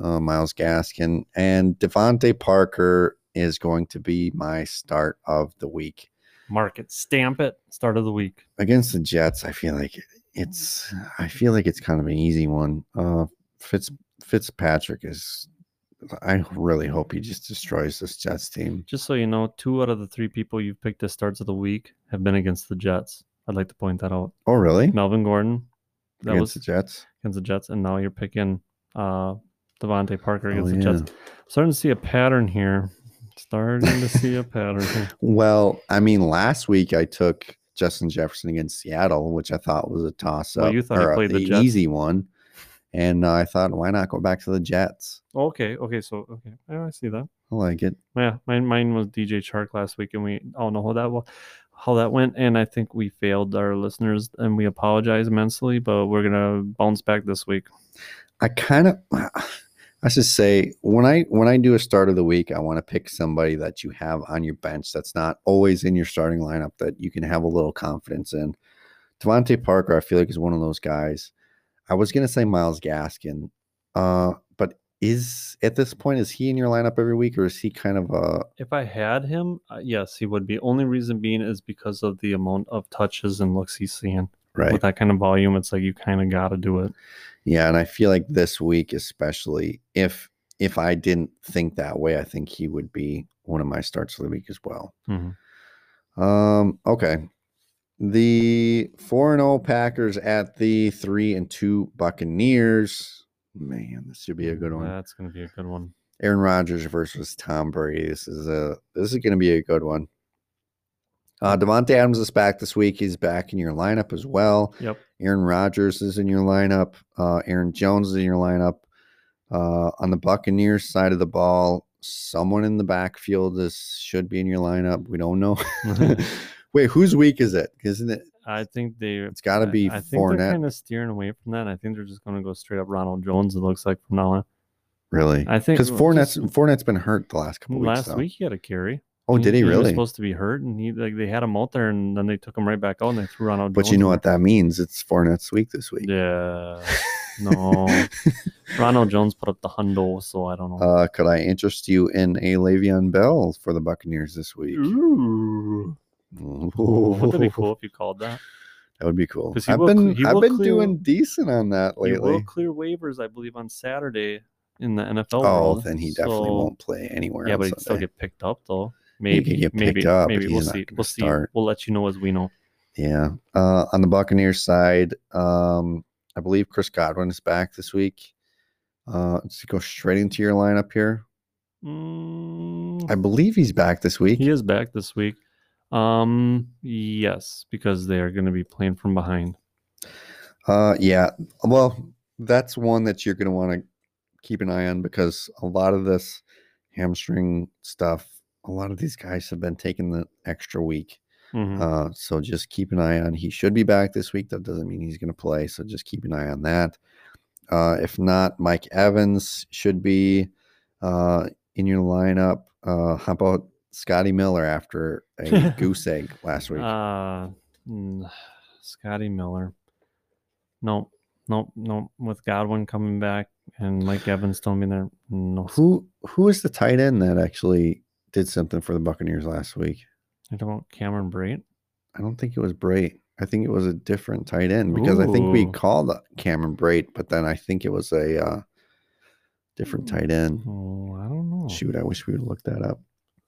B: uh, Miles Gaskin, and Devontae Parker is going to be my start of the week.
C: Mark it. Stamp it. Start of the week.
B: against the Jets, I feel like it's I feel like it's kind of an easy one. Uh Fitz Fitzpatrick is I really hope he just destroys this Jets team.
C: Just so you know, two out of the three people you've picked as starts of the week have been against the Jets. I'd like to point that out.
B: Oh really?
C: Melvin Gordon, that
B: against
C: was
B: the Jets.
C: against the Jets, and now you're picking uh Devontae Parker
B: Oh,
C: against
B: yeah.
C: the Jets. Starting to see a pattern here. Starting to see a pattern here.
B: Well, I mean last week I took Justin Jefferson against Seattle, which I thought was a toss up
C: Well, you thought he
B: or a-
C: played the
B: a
C: Jets.
B: easy one. And uh, I thought why not go back to the Jets?
C: Okay, okay, so okay. Yeah, I see that.
B: I like it.
C: Yeah, mine mine was DJ Chark last week and we all know how that wa- how that went and I think we failed our listeners and we apologize immensely, but we're gonna bounce back this week.
B: I kind of I should say when I when I do a start of the week, I want to pick somebody that you have on your bench that's not always in your starting lineup that you can have a little confidence in. Devontae Parker, I feel like is one of those guys. I was gonna say Miles Gaskin, uh, but is at this point is he in your lineup every week or is he kind of a
C: If I had him, uh, yes, he would be. Only reason being is because of the amount of touches and looks he's seeing.
B: right?
C: With that kind of volume, it's like you kind of got to do it.
B: Yeah, and I feel like this week especially if if I didn't think that way, I think he would be one of my starts of the week as well.
C: Mhm.
B: Um, okay. The four and zero Packers at the three and two Buccaneers. Man, this should be a good one.
C: That's gonna be a good one.
B: Aaron Rodgers versus Tom Brady. This is a this is going to be a good one. Uh, Devontae Adams is back this week. He's back in your lineup as well.
C: Yep.
B: Aaron Rodgers is in your lineup. Uh, Aaron Jones is in your lineup. Uh, on the Buccaneers side of the ball, someone in the backfield is should be in your lineup. We don't know Wait, whose week is it? Isn't it?
C: I think they.
B: It's got to be
C: I, I think they're
B: Fournette,
C: kind of steering away from that. I think they're just gonna go straight up Ronald Jones. It looks like from now on.
B: really.
C: I think
B: Because Fournette's
C: just
B: Fournette's been hurt the last couple weeks.
C: last
B: though.
C: week he had a carry.
B: Oh, did he
C: was
B: really?
C: supposed to be hurt, and he like they had him out there, and then they took him right back out, and they threw Ronald.
B: But
C: Jones
B: you know
C: in
B: what that means? It's Fournette's week this week.
C: there. Yeah. No. Ronald Jones put up the hundo, so I don't know.
B: Uh, could I interest you in a Le'Veon Bell for the Buccaneers this week?
C: Ooh.
B: Oh.
C: Wouldn't that be cool if you called that?
B: That would be cool.
C: 'Cause he
B: I've
C: will-
B: been
C: he
B: I've
C: will
B: been
C: clear-
B: doing decent on that
C: You will
B: lately.
C: clear waivers, I believe, on Saturday in the NFL.
B: Oh,
C: world,
B: then he definitely
C: so-
B: won't play anywhere.
C: Yeah,
B: on
C: but he'd still
B: Sunday.
C: get picked up though.
B: He could
C: Maybe,
B: get
C: maybe,
B: picked up, but
C: maybe we'll
B: he's not
C: see.
B: gonna
C: We'll see.
B: start.
C: We'll let you know as we know.
B: Yeah. Uh, on the Buccaneers side, um, I believe Chris Godwin is back this week. Uh, just go straight into your lineup here.
C: Mm,
B: I believe he's back this week.
C: he is back this week. Um, yes, because they are going to be playing from behind.
B: Uh, yeah. Well, that's one that you're going to want to keep an eye on because a lot of this hamstring stuff, a lot of these guys have been taking the extra week.
C: Mhm.
B: Uh, so just keep an eye on. He should be back this week. That doesn't mean he's going to play. So just keep an eye on that. Uh, if not, Mike Evans should be uh, in your lineup. Uh, how about Scotty Miller after a goose egg last week?
C: Uh, mm, Scotty Miller. No, no, no. With Godwin coming back and Mike Evans still being there, no.
B: who who is the tight end that actually did something for the Buccaneers last week?
C: I don't want Cameron Brate.
B: I don't think it was Brait. I think it was a different tight end because I think we
C: Ooh.
B: called uh, Cameron Brait, but then I think it was a uh, different
C: Hmm.
B: tight end.
C: Oh, I don't know.
B: Shoot, I wish we would look that up.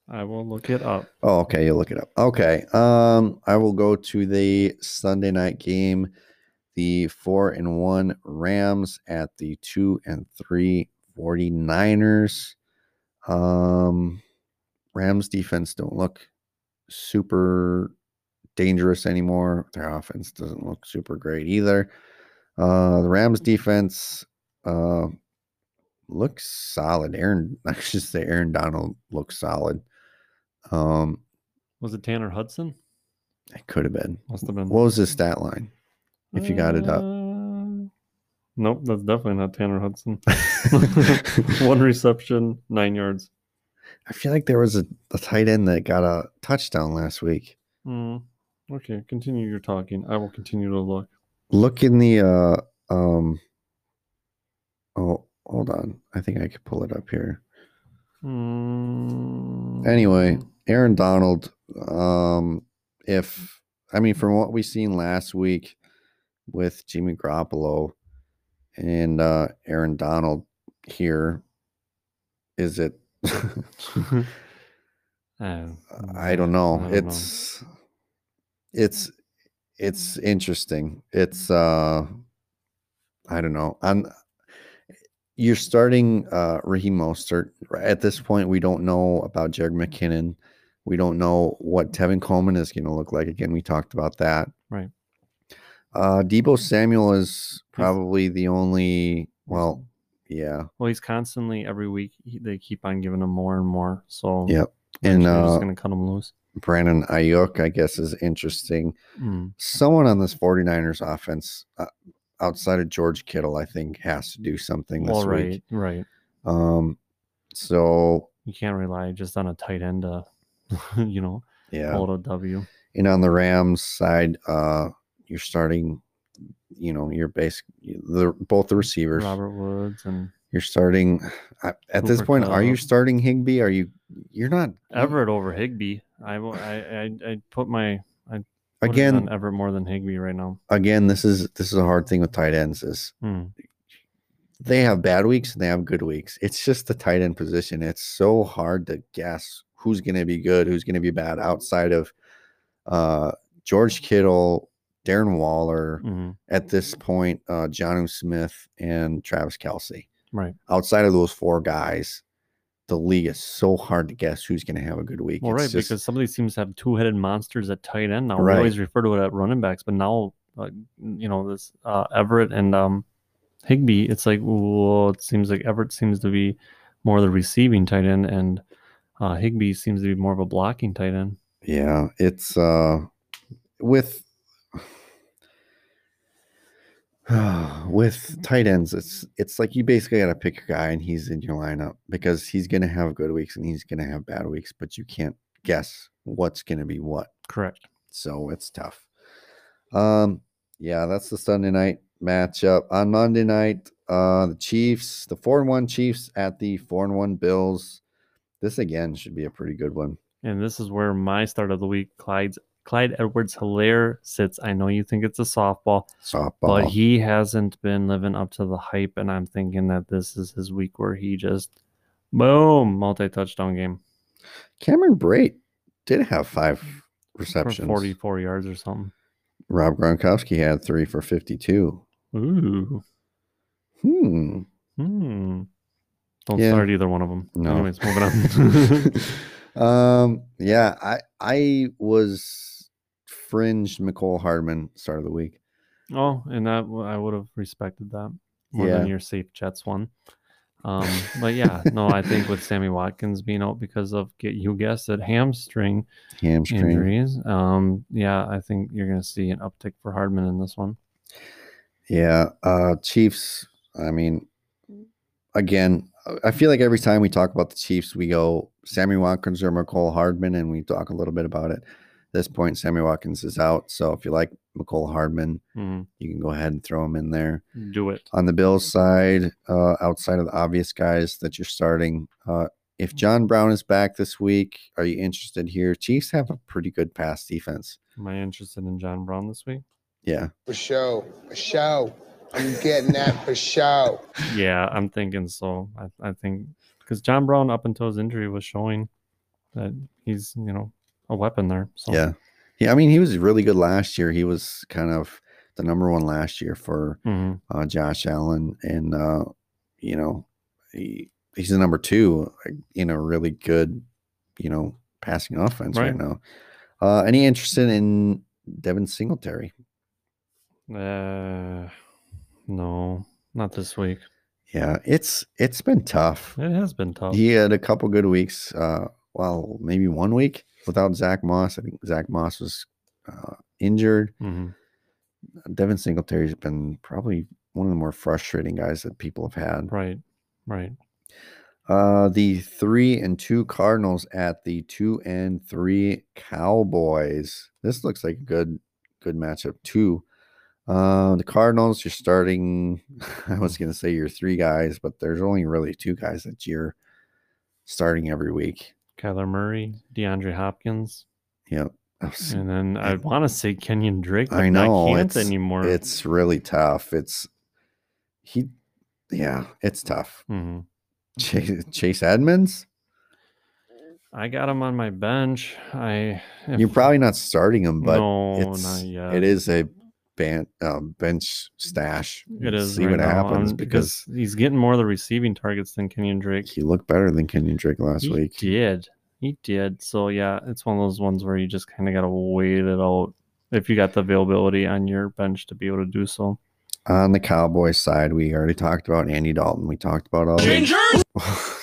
C: I will look it up.
B: Oh, okay, you'll look it up. Okay. Um, I will go to the Sunday night game, the four and one Rams at the two and three 49ers. Um Rams defense don't look super dangerous anymore. Their offense doesn't look super great either. Uh the Rams defense uh looks solid. Aaron I should say Aaron Donald looks solid. Um,
C: Was it Tanner Hudson?
B: It could have been.
C: Must have been.
B: What was the stat line? if you got it up.
C: Uh, Nope, that's definitely not Tanner Hudson. One reception, nine yards.
B: I feel like there was a, a tight end that got a touchdown last week.
C: Hmm. Okay, continue your talking. I will continue to look.
B: Look in the uh um oh hold on. I think I could pull it up here.
C: Hmm.
B: Anyway, Aaron Donald, um if I mean from what we seen last week with Jimmy Garoppolo and uh Aaron Donald here, is it
C: Uh,
B: I don't know.
C: I don't know.
B: it's it's it's interesting. It's uh I don't know. I'm you're starting uh Raheem Mostert. At this point, we don't know about Jared McKinnon. We don't know what Tevin Coleman is gonna look like. Again, we talked about that.
C: Right.
B: Uh Debo Samuel is probably the only well, yeah.
C: Well, he's constantly every week. He, they keep on giving him more and more. So
B: Yep. And
C: they're just
B: uh
C: gonna cut him loose.
B: Brandon Ayuk, I guess, is interesting.
C: Hmm.
B: someone on this 49ers offense uh, outside of George Kittle, I think, has to do something this
C: Well, right,
B: week.
C: right.
B: Um, so
C: You can't rely just on a tight end to, you know,
B: yeah,
C: hold a W.
B: and on the Rams side, uh, you're starting, you know, you're basic the both the receivers.
C: Robert Woods and
B: You're starting I- at this
C: Cooper
B: point. Are you
C: Kupp.
B: starting Higby? Are you? You're not
C: Everett over Higby. I will- I I I'd put my put it
B: again.
C: on Everett more than Higby right now.
B: Again, this is this is a hard thing with tight ends. Is
C: Hmm.
B: they have bad weeks and they have good weeks. It's just the tight end position. It's so hard to guess who's going to be good, who's going to be bad outside of uh, George Kittle, Darren Waller,
C: hmm
B: at this point, uh, Johnu Smith and Travis Kelsey.
C: Right.
B: Outside of those four guys, the league is so hard to guess who's going to have a good week.
C: Well,
B: It's
C: right,
B: just-
C: because some of these teams have two-headed monsters at tight end now.
B: Right.
C: We always refer to it at running backs, but now, uh, you know, this uh, Everett and um, Higby, it's like, well, it seems like Everett seems to be more the receiving tight end, and uh, Higby seems to be more of a blocking tight end.
B: Yeah, it's uh with with tight ends, it's it's like you basically gotta pick your guy and he's in your lineup because he's gonna have good weeks and he's gonna have bad weeks, but you can't guess what's gonna be what.
C: Correct.
B: So it's tough. Um, yeah, that's the Sunday night matchup. On Monday night, uh the Chiefs, the four and one Chiefs at the four and one Bills. This again should be a pretty good one.
C: And this is where my start of the week, Clyde's, Clyde Edwards Hilaire sits. I know you think it's a softball,
B: Softball.
C: but he hasn't been living up to the hype, and I'm thinking that this is his week where he just, boom, multi touchdown game.
B: Cameron Brate did have five
C: Mm. for
B: receptions.
C: 44 yards or something.
B: Rob Gronkowski had three for 52.
C: Ooh.
B: Hmm.
C: Hmm. Don't
B: Yeah.
C: start either one of them.
B: No.
C: Anyways, moving on.
B: um, yeah, I I was fringed McCole Hardman start of the week.
C: oh, and that w- I would have respected that more
B: Yeah.
C: than your safe Jets one. Um, but yeah, no, I think with Sammy Watkins being out because of get you guessed it hamstring
B: Hamstring.
C: injuries. Um, yeah, I think you're gonna see an uptick for Hardman in this one.
B: Yeah. Uh Chiefs, I mean, again, I- I feel like every time we talk about the Chiefs, we go Sammy Watkins or McCole Hardman, and we talk a little bit about it. At this point, Sammy Watkins is out. So if you like McCole Hardman,
C: Mhm.
B: you can go ahead and throw him in there.
C: Do it.
B: On the Bills side, uh, outside of the obvious guys that you're starting, uh, if John Brown is back this week, are you interested here? Chiefs have a pretty good pass defense.
C: Am I interested in John Brown this week?
B: Yeah.
F: For show, for show. I'm getting that for show.
C: Yeah, I'm thinking so. I, I think because John Brown, up until his injury, was showing that he's you know a weapon there. So
B: Yeah. Yeah. I mean, he was really good last year. He was kind of the number one last year for
C: Mhm.
B: uh, Josh Allen. And, uh, you know, he, he's the number two in a really good, you know, passing offense right,
C: Right.
B: now. Uh, any interested in Devin Singletary?
C: Uh, no, not this week.
B: Yeah, it's it's been tough.
C: It has been tough.
B: He had a couple good weeks uh, well, maybe one week without Zach Moss. I think Zach Moss was uh, injured.
C: Mhm.
B: Devin Singletary's been probably one of the more frustrating guys that people have had.
C: Right. Right.
B: Uh, the three and two Cardinals at the two and three Cowboys. This looks like a good good matchup too. Uh, the Cardinals, you're starting. I was gonna say you're three guys, but there's only really two guys that you're starting every week.
C: Kyler Murray, DeAndre Hopkins,
B: Yep, I was-
C: and then I
B: Yeah.
C: want to say Kenyon Drake.
B: I
C: but
B: know,
C: I can't
B: it's-
C: anymore.
B: it's really tough. It's he, yeah, it's tough.
C: Mhm.
B: Chase, Chase Edmonds,
C: I got him on my bench. I if-
B: you're probably not starting him, but
C: no,
B: it's,
C: not yet.
B: It is a ban- uh, bench stash.
C: It is.
B: See
C: right
B: what
C: now,
B: happens
C: um,
B: because
C: he's getting more of the receiving targets than Kenyon Drake.
B: he looked better than Kenyon Drake last
C: he
B: week.
C: did. He did. So yeah, it's one of those ones where you just kind of got to wait it out if you got the availability on your bench to be able to do so.
B: On the Cowboys side, we already talked about Andy Dalton. We talked about all. The,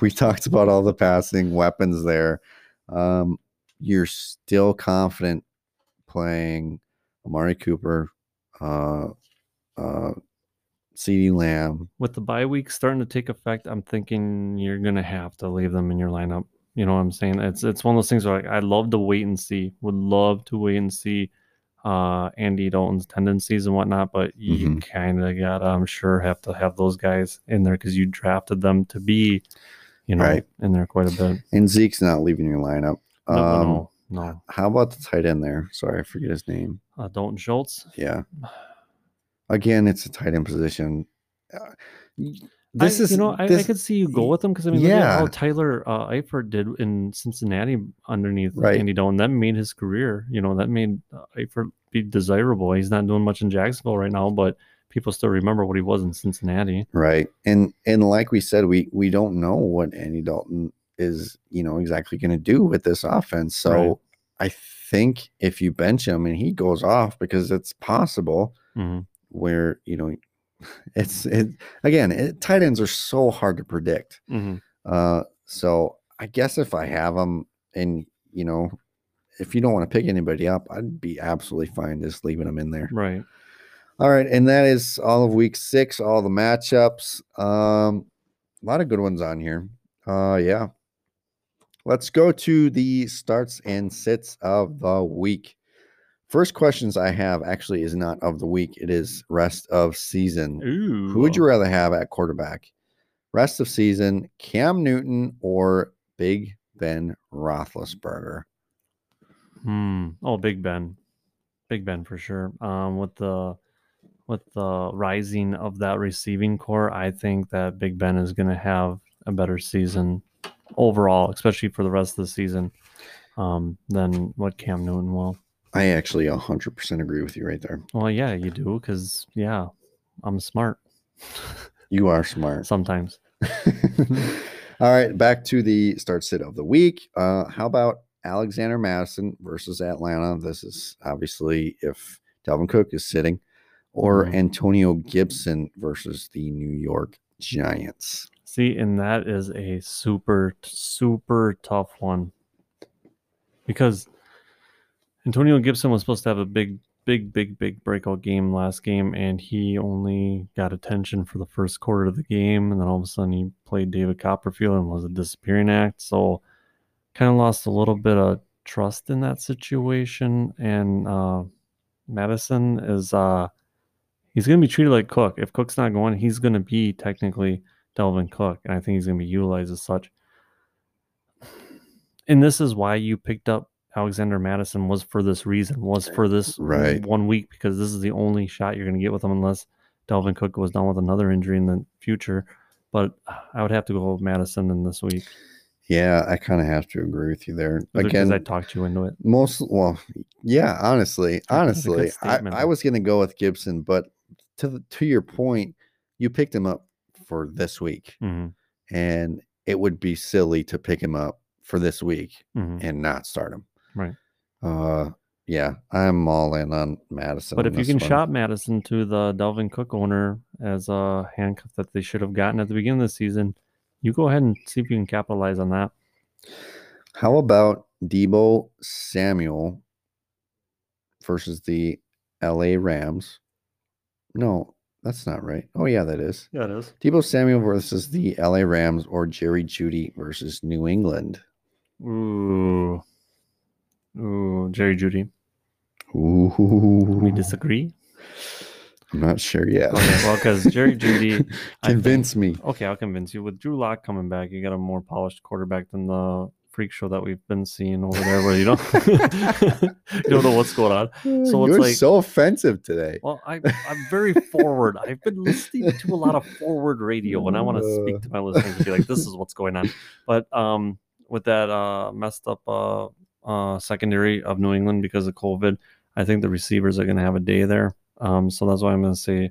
B: we talked about all the passing weapons there. Um, you're still confident playing Amari Cooper, uh, uh, C.D. Lamb,
C: With the bye week starting to take effect, I'm thinking you're gonna have to leave them in your lineup. You know what I'm saying? It's it's one of those things where like, I love to wait and see. Would love to wait and see uh Andy Dalton's tendencies and whatnot, but you
B: Mhm.
C: kind of gotta, I'm sure, have to have those guys in there because you drafted them to be, you know,
B: Right.
C: in there quite a bit.
B: and Zeke's not leaving your lineup.
C: No,
B: um,
C: no, no.
B: How about the tight end there? Sorry, I forget his name.
C: Uh, Dalton Schultz.
B: Yeah. Again, it's a tight end position. Uh, y- This
C: I,
B: is
C: you know I, I
B: this-
C: could see you go with him because I mean look at how
B: yeah.
C: Tyler uh, Eifert did in Cincinnati underneath
B: Right.
C: Andy Dalton that made his career you know that made uh, Eifert be desirable he's not doing much in Jacksonville right now but people still remember what he was in Cincinnati
B: right. And and like we said, we we don't know what Andy Dalton is, you know, exactly going to do with this offense. So
C: Right.
B: I think if you bench him and he goes off, because it's possible
C: Mhm.
B: where you know it's it again, it, tight ends are so hard to predict.
C: Mhm.
B: Uh, so I guess if I have them, and you know, if you don't want to pick anybody up, I'd be absolutely fine just leaving them in there.
C: right
B: All right, and that is all of week six, all the matchups. Um, a lot of good ones on here. Uh, yeah. Let's go to the starts and sits of the week. First questions I have actually is not of the week; it is rest of season.
C: ooh
B: Who would you rather have at quarterback? Rest of season, Cam Newton or Big Ben Roethlisberger?
C: Hmm. Oh, Big Ben, Big Ben for sure. Um, with the with the rising of that receiving core, I think that Big Ben is going to have a better season overall, especially for the rest of the season, um, than what Cam Newton will.
B: I actually 100% agree with you right there.
C: Well, yeah, you do, because yeah, I'm smart
B: You are smart.
C: sometimes.
B: All right, back to the start sit of the week. Uh, how about Alexander Madison versus Atlanta? This is obviously if Dalvin Cook is sitting, or
C: Mhm.
B: Antonio Gibson versus the New York Giants.
C: See, and that is a super, super tough one because Antonio Gibson was supposed to have a big, big, big, big breakout game last game, and he only got attention for the first quarter of the game, and then all of a sudden he played David Copperfield and was a disappearing act. So, kind of lost a little bit of trust in that situation, and uh, Madison is uh, he's going to be treated like Cook. If Cook's not going, he's going to be technically. Delvin Cook, and I think he's going to be utilized as such. And this is why you picked up Alexander Madison was for this reason, was for this
B: Right.
C: one week because this is the only shot you're going to get with him unless Delvin Cook goes down with another injury in the future. But uh, I would have to go with Madison in this week
B: Yeah, I kind of have to agree with you there.
C: because
B: Again,
C: I talked you into it.
B: Most well, yeah. Honestly,
C: a good
B: honestly, I,
C: statement.
B: I was gonna go with Gibson, but to the, to your point, you picked him up for this week,
C: Mhm,
B: and it would be silly to pick him up for this week
C: mhm.
B: and not start him.
C: Right.
B: Uh, yeah, I'm all in on Madison.
C: But
B: on
C: if you
B: this
C: can
B: one.
C: shop Madison to the Delvin Cook owner as a handcuff that they should have gotten at the beginning of the season, you go ahead and see if you can capitalize on that.
B: How about Debo Samuel versus the LA Rams? No, that's not right. Oh, yeah, that is.
C: Yeah, it is.
B: Debo Samuel versus the LA Rams or Jerry Judy versus New England.
C: Ooh. Ooh, Jerry Judy.
B: Ooh.
C: We disagree.
B: I'm not sure yet.
C: Okay, well, 'cause Jerry Jeudy, I think-
B: Convince me.
C: Okay, I'll convince you. With Drew Lock coming back, you got a more polished quarterback than the freak show that we've been seeing over there where you don't you don't know what's going on. So it's
B: You're
C: like-
B: so offensive today.
C: Well, I, I'm very forward. I've been listening to a lot of forward radio, and I want to speak to my listeners and be like, "This is what's going on." But um, with that uh, messed up uh, uh, secondary of New England because of COVID, I think the receivers are going to have a day there. Um, so that's why I'm going to say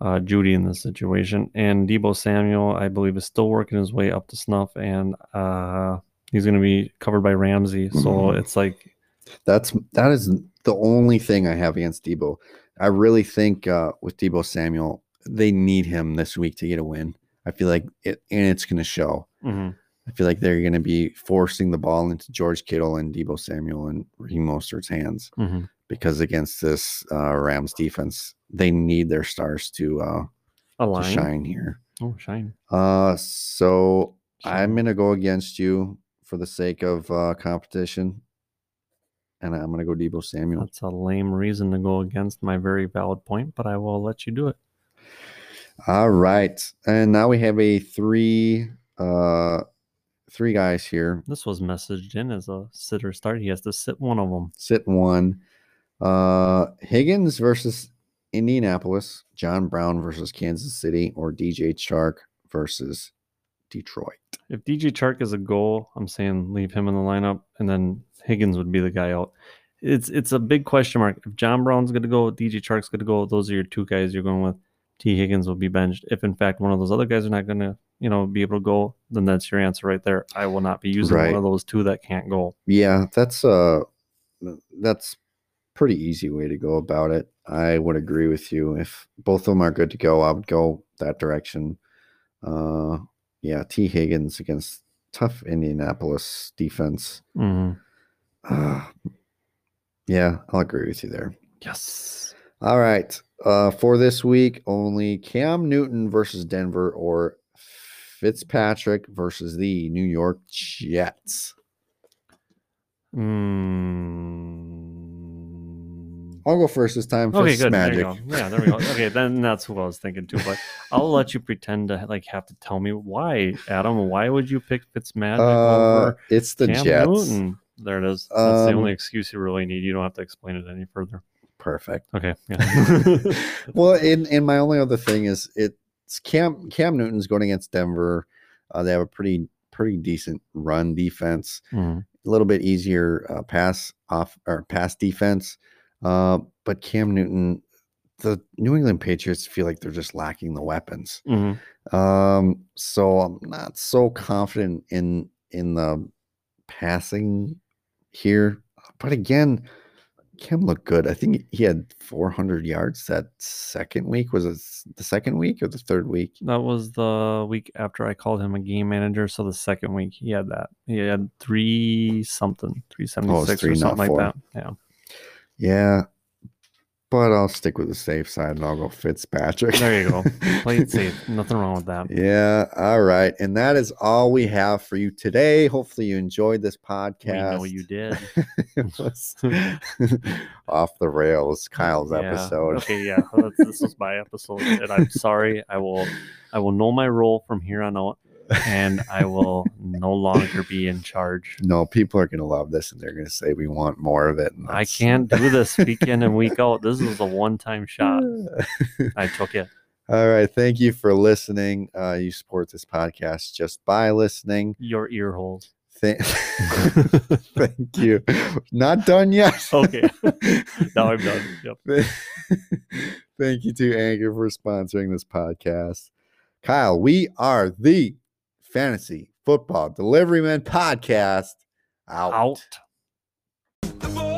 C: uh, Judy in this situation, and Debo Samuel, I believe, is still working his way up to snuff, and uh, he's going to be covered by Ramsey. So
B: Mhm.
C: it's like
B: That's that is the only thing I have against Debo. I really think uh, with Debo Samuel, they need him this week to get a win. I feel like it, and it's going to show.
C: mhm.
B: I feel like they're going to be forcing the ball into George Kittle and Debo Samuel and Raheem Mostert's hands
C: Mhm.
B: because against this uh, Rams defense, they need their stars to, uh,
C: a
B: to
C: line.
B: shine here.
C: Oh, shine.
B: Uh, so I'm gonna go against you for the sake of uh, competition, and I'm gonna go Debo Samuel.
C: That's a lame reason to go against my very valid point, but I will let you do it.
B: All right, and now we have a three, uh, three guys here.
C: This was messaged in as a sitter start. He has to sit one of them.
B: Sit one, uh, Higgins versus Indianapolis, John Brown versus Kansas City, or DJ Chark versus Detroit.
C: If DJ Chark is a goal, I'm saying leave him in the lineup, and then Higgins would be the guy out. It's it's a big question mark. If John Brown's going to go, DJ Chark's going to go. Those are your two guys you're going with. T Higgins will be benched. If in fact one of those other guys are not going to, you know, be able to go, then that's your answer right there. I will not be using
B: Right.
C: one of those two that can't go.
B: Yeah, that's uh that's pretty easy way to go about it. I would agree with you. If both of them are good to go, I would go that direction. Uh yeah, T. Higgins against tough Indianapolis defense.
C: Mhm.
B: Uh, yeah, I'll agree with you there.
C: Yes.
B: All right. Uh for this week, only Cam Newton versus Denver or Fitzpatrick versus the New York Jets.
C: Mm.
B: I'll go first this time.
C: Okay,
B: Fitz
C: good. There you
B: Magic.
C: go. Yeah, there we go. Okay, then that's who I was thinking too. But I'll let you pretend to like have to tell me why, Adam. Why would you pick Fitzmagic
B: Uh,
C: over
B: it's the
C: Cam
B: Jets.
C: Newton? There it is. That's the
B: Um,
C: only excuse you really need. You don't have to explain it any further.
B: Perfect.
C: Okay. Yeah.
B: Well, and, and my only other thing is it's Cam Cam Newton's going against Denver. Uh, they have a pretty pretty decent run defense,
C: Mm.
B: a little bit easier uh, pass off or pass defense. Uh, but Cam Newton, the New England Patriots feel like they're just lacking the weapons.
C: Mhm.
B: Um, so I'm not so confident in in the passing here. But again, Kim looked good. I think he had 400 yards that second week. Was it s- the second week or the third week?
C: That was the week after I called him a game manager. So the second week he had that. He had three something, three seventy six
B: Oh, three,
C: or
B: not
C: something like
B: four.
C: that. Yeah.
B: Yeah, but I'll stick with the safe side and I'll go Fitzpatrick.
C: There you go. Play it safe. Nothing wrong with that.
B: Yeah. All right. And that is all we have for you today. Hopefully you enjoyed this
C: We
B: podcast.
C: know you did.
B: it was off the rails. Kyle's
C: Yeah.
B: episode.
C: Okay, yeah, that's, this was my episode, and I'm sorry. I will, I will know my role from here on out, and I will no longer be in charge.
B: No, people are gonna love this, and they're gonna say we want more of it. and
C: I
B: that's-
C: can't do this week in and week out. This is a one-time shot. I took it.
B: All right, thank you for listening. Uh, you support this podcast just by listening.
C: Your ear holes.
B: Thank, thank you. Not done yet.
C: Okay, now I'm done. Yep.
B: Thank you to Anchor for sponsoring this podcast. Kyle, we are the Fantasy Football Delivery Men Podcast. Out.
C: Out.
D: The boy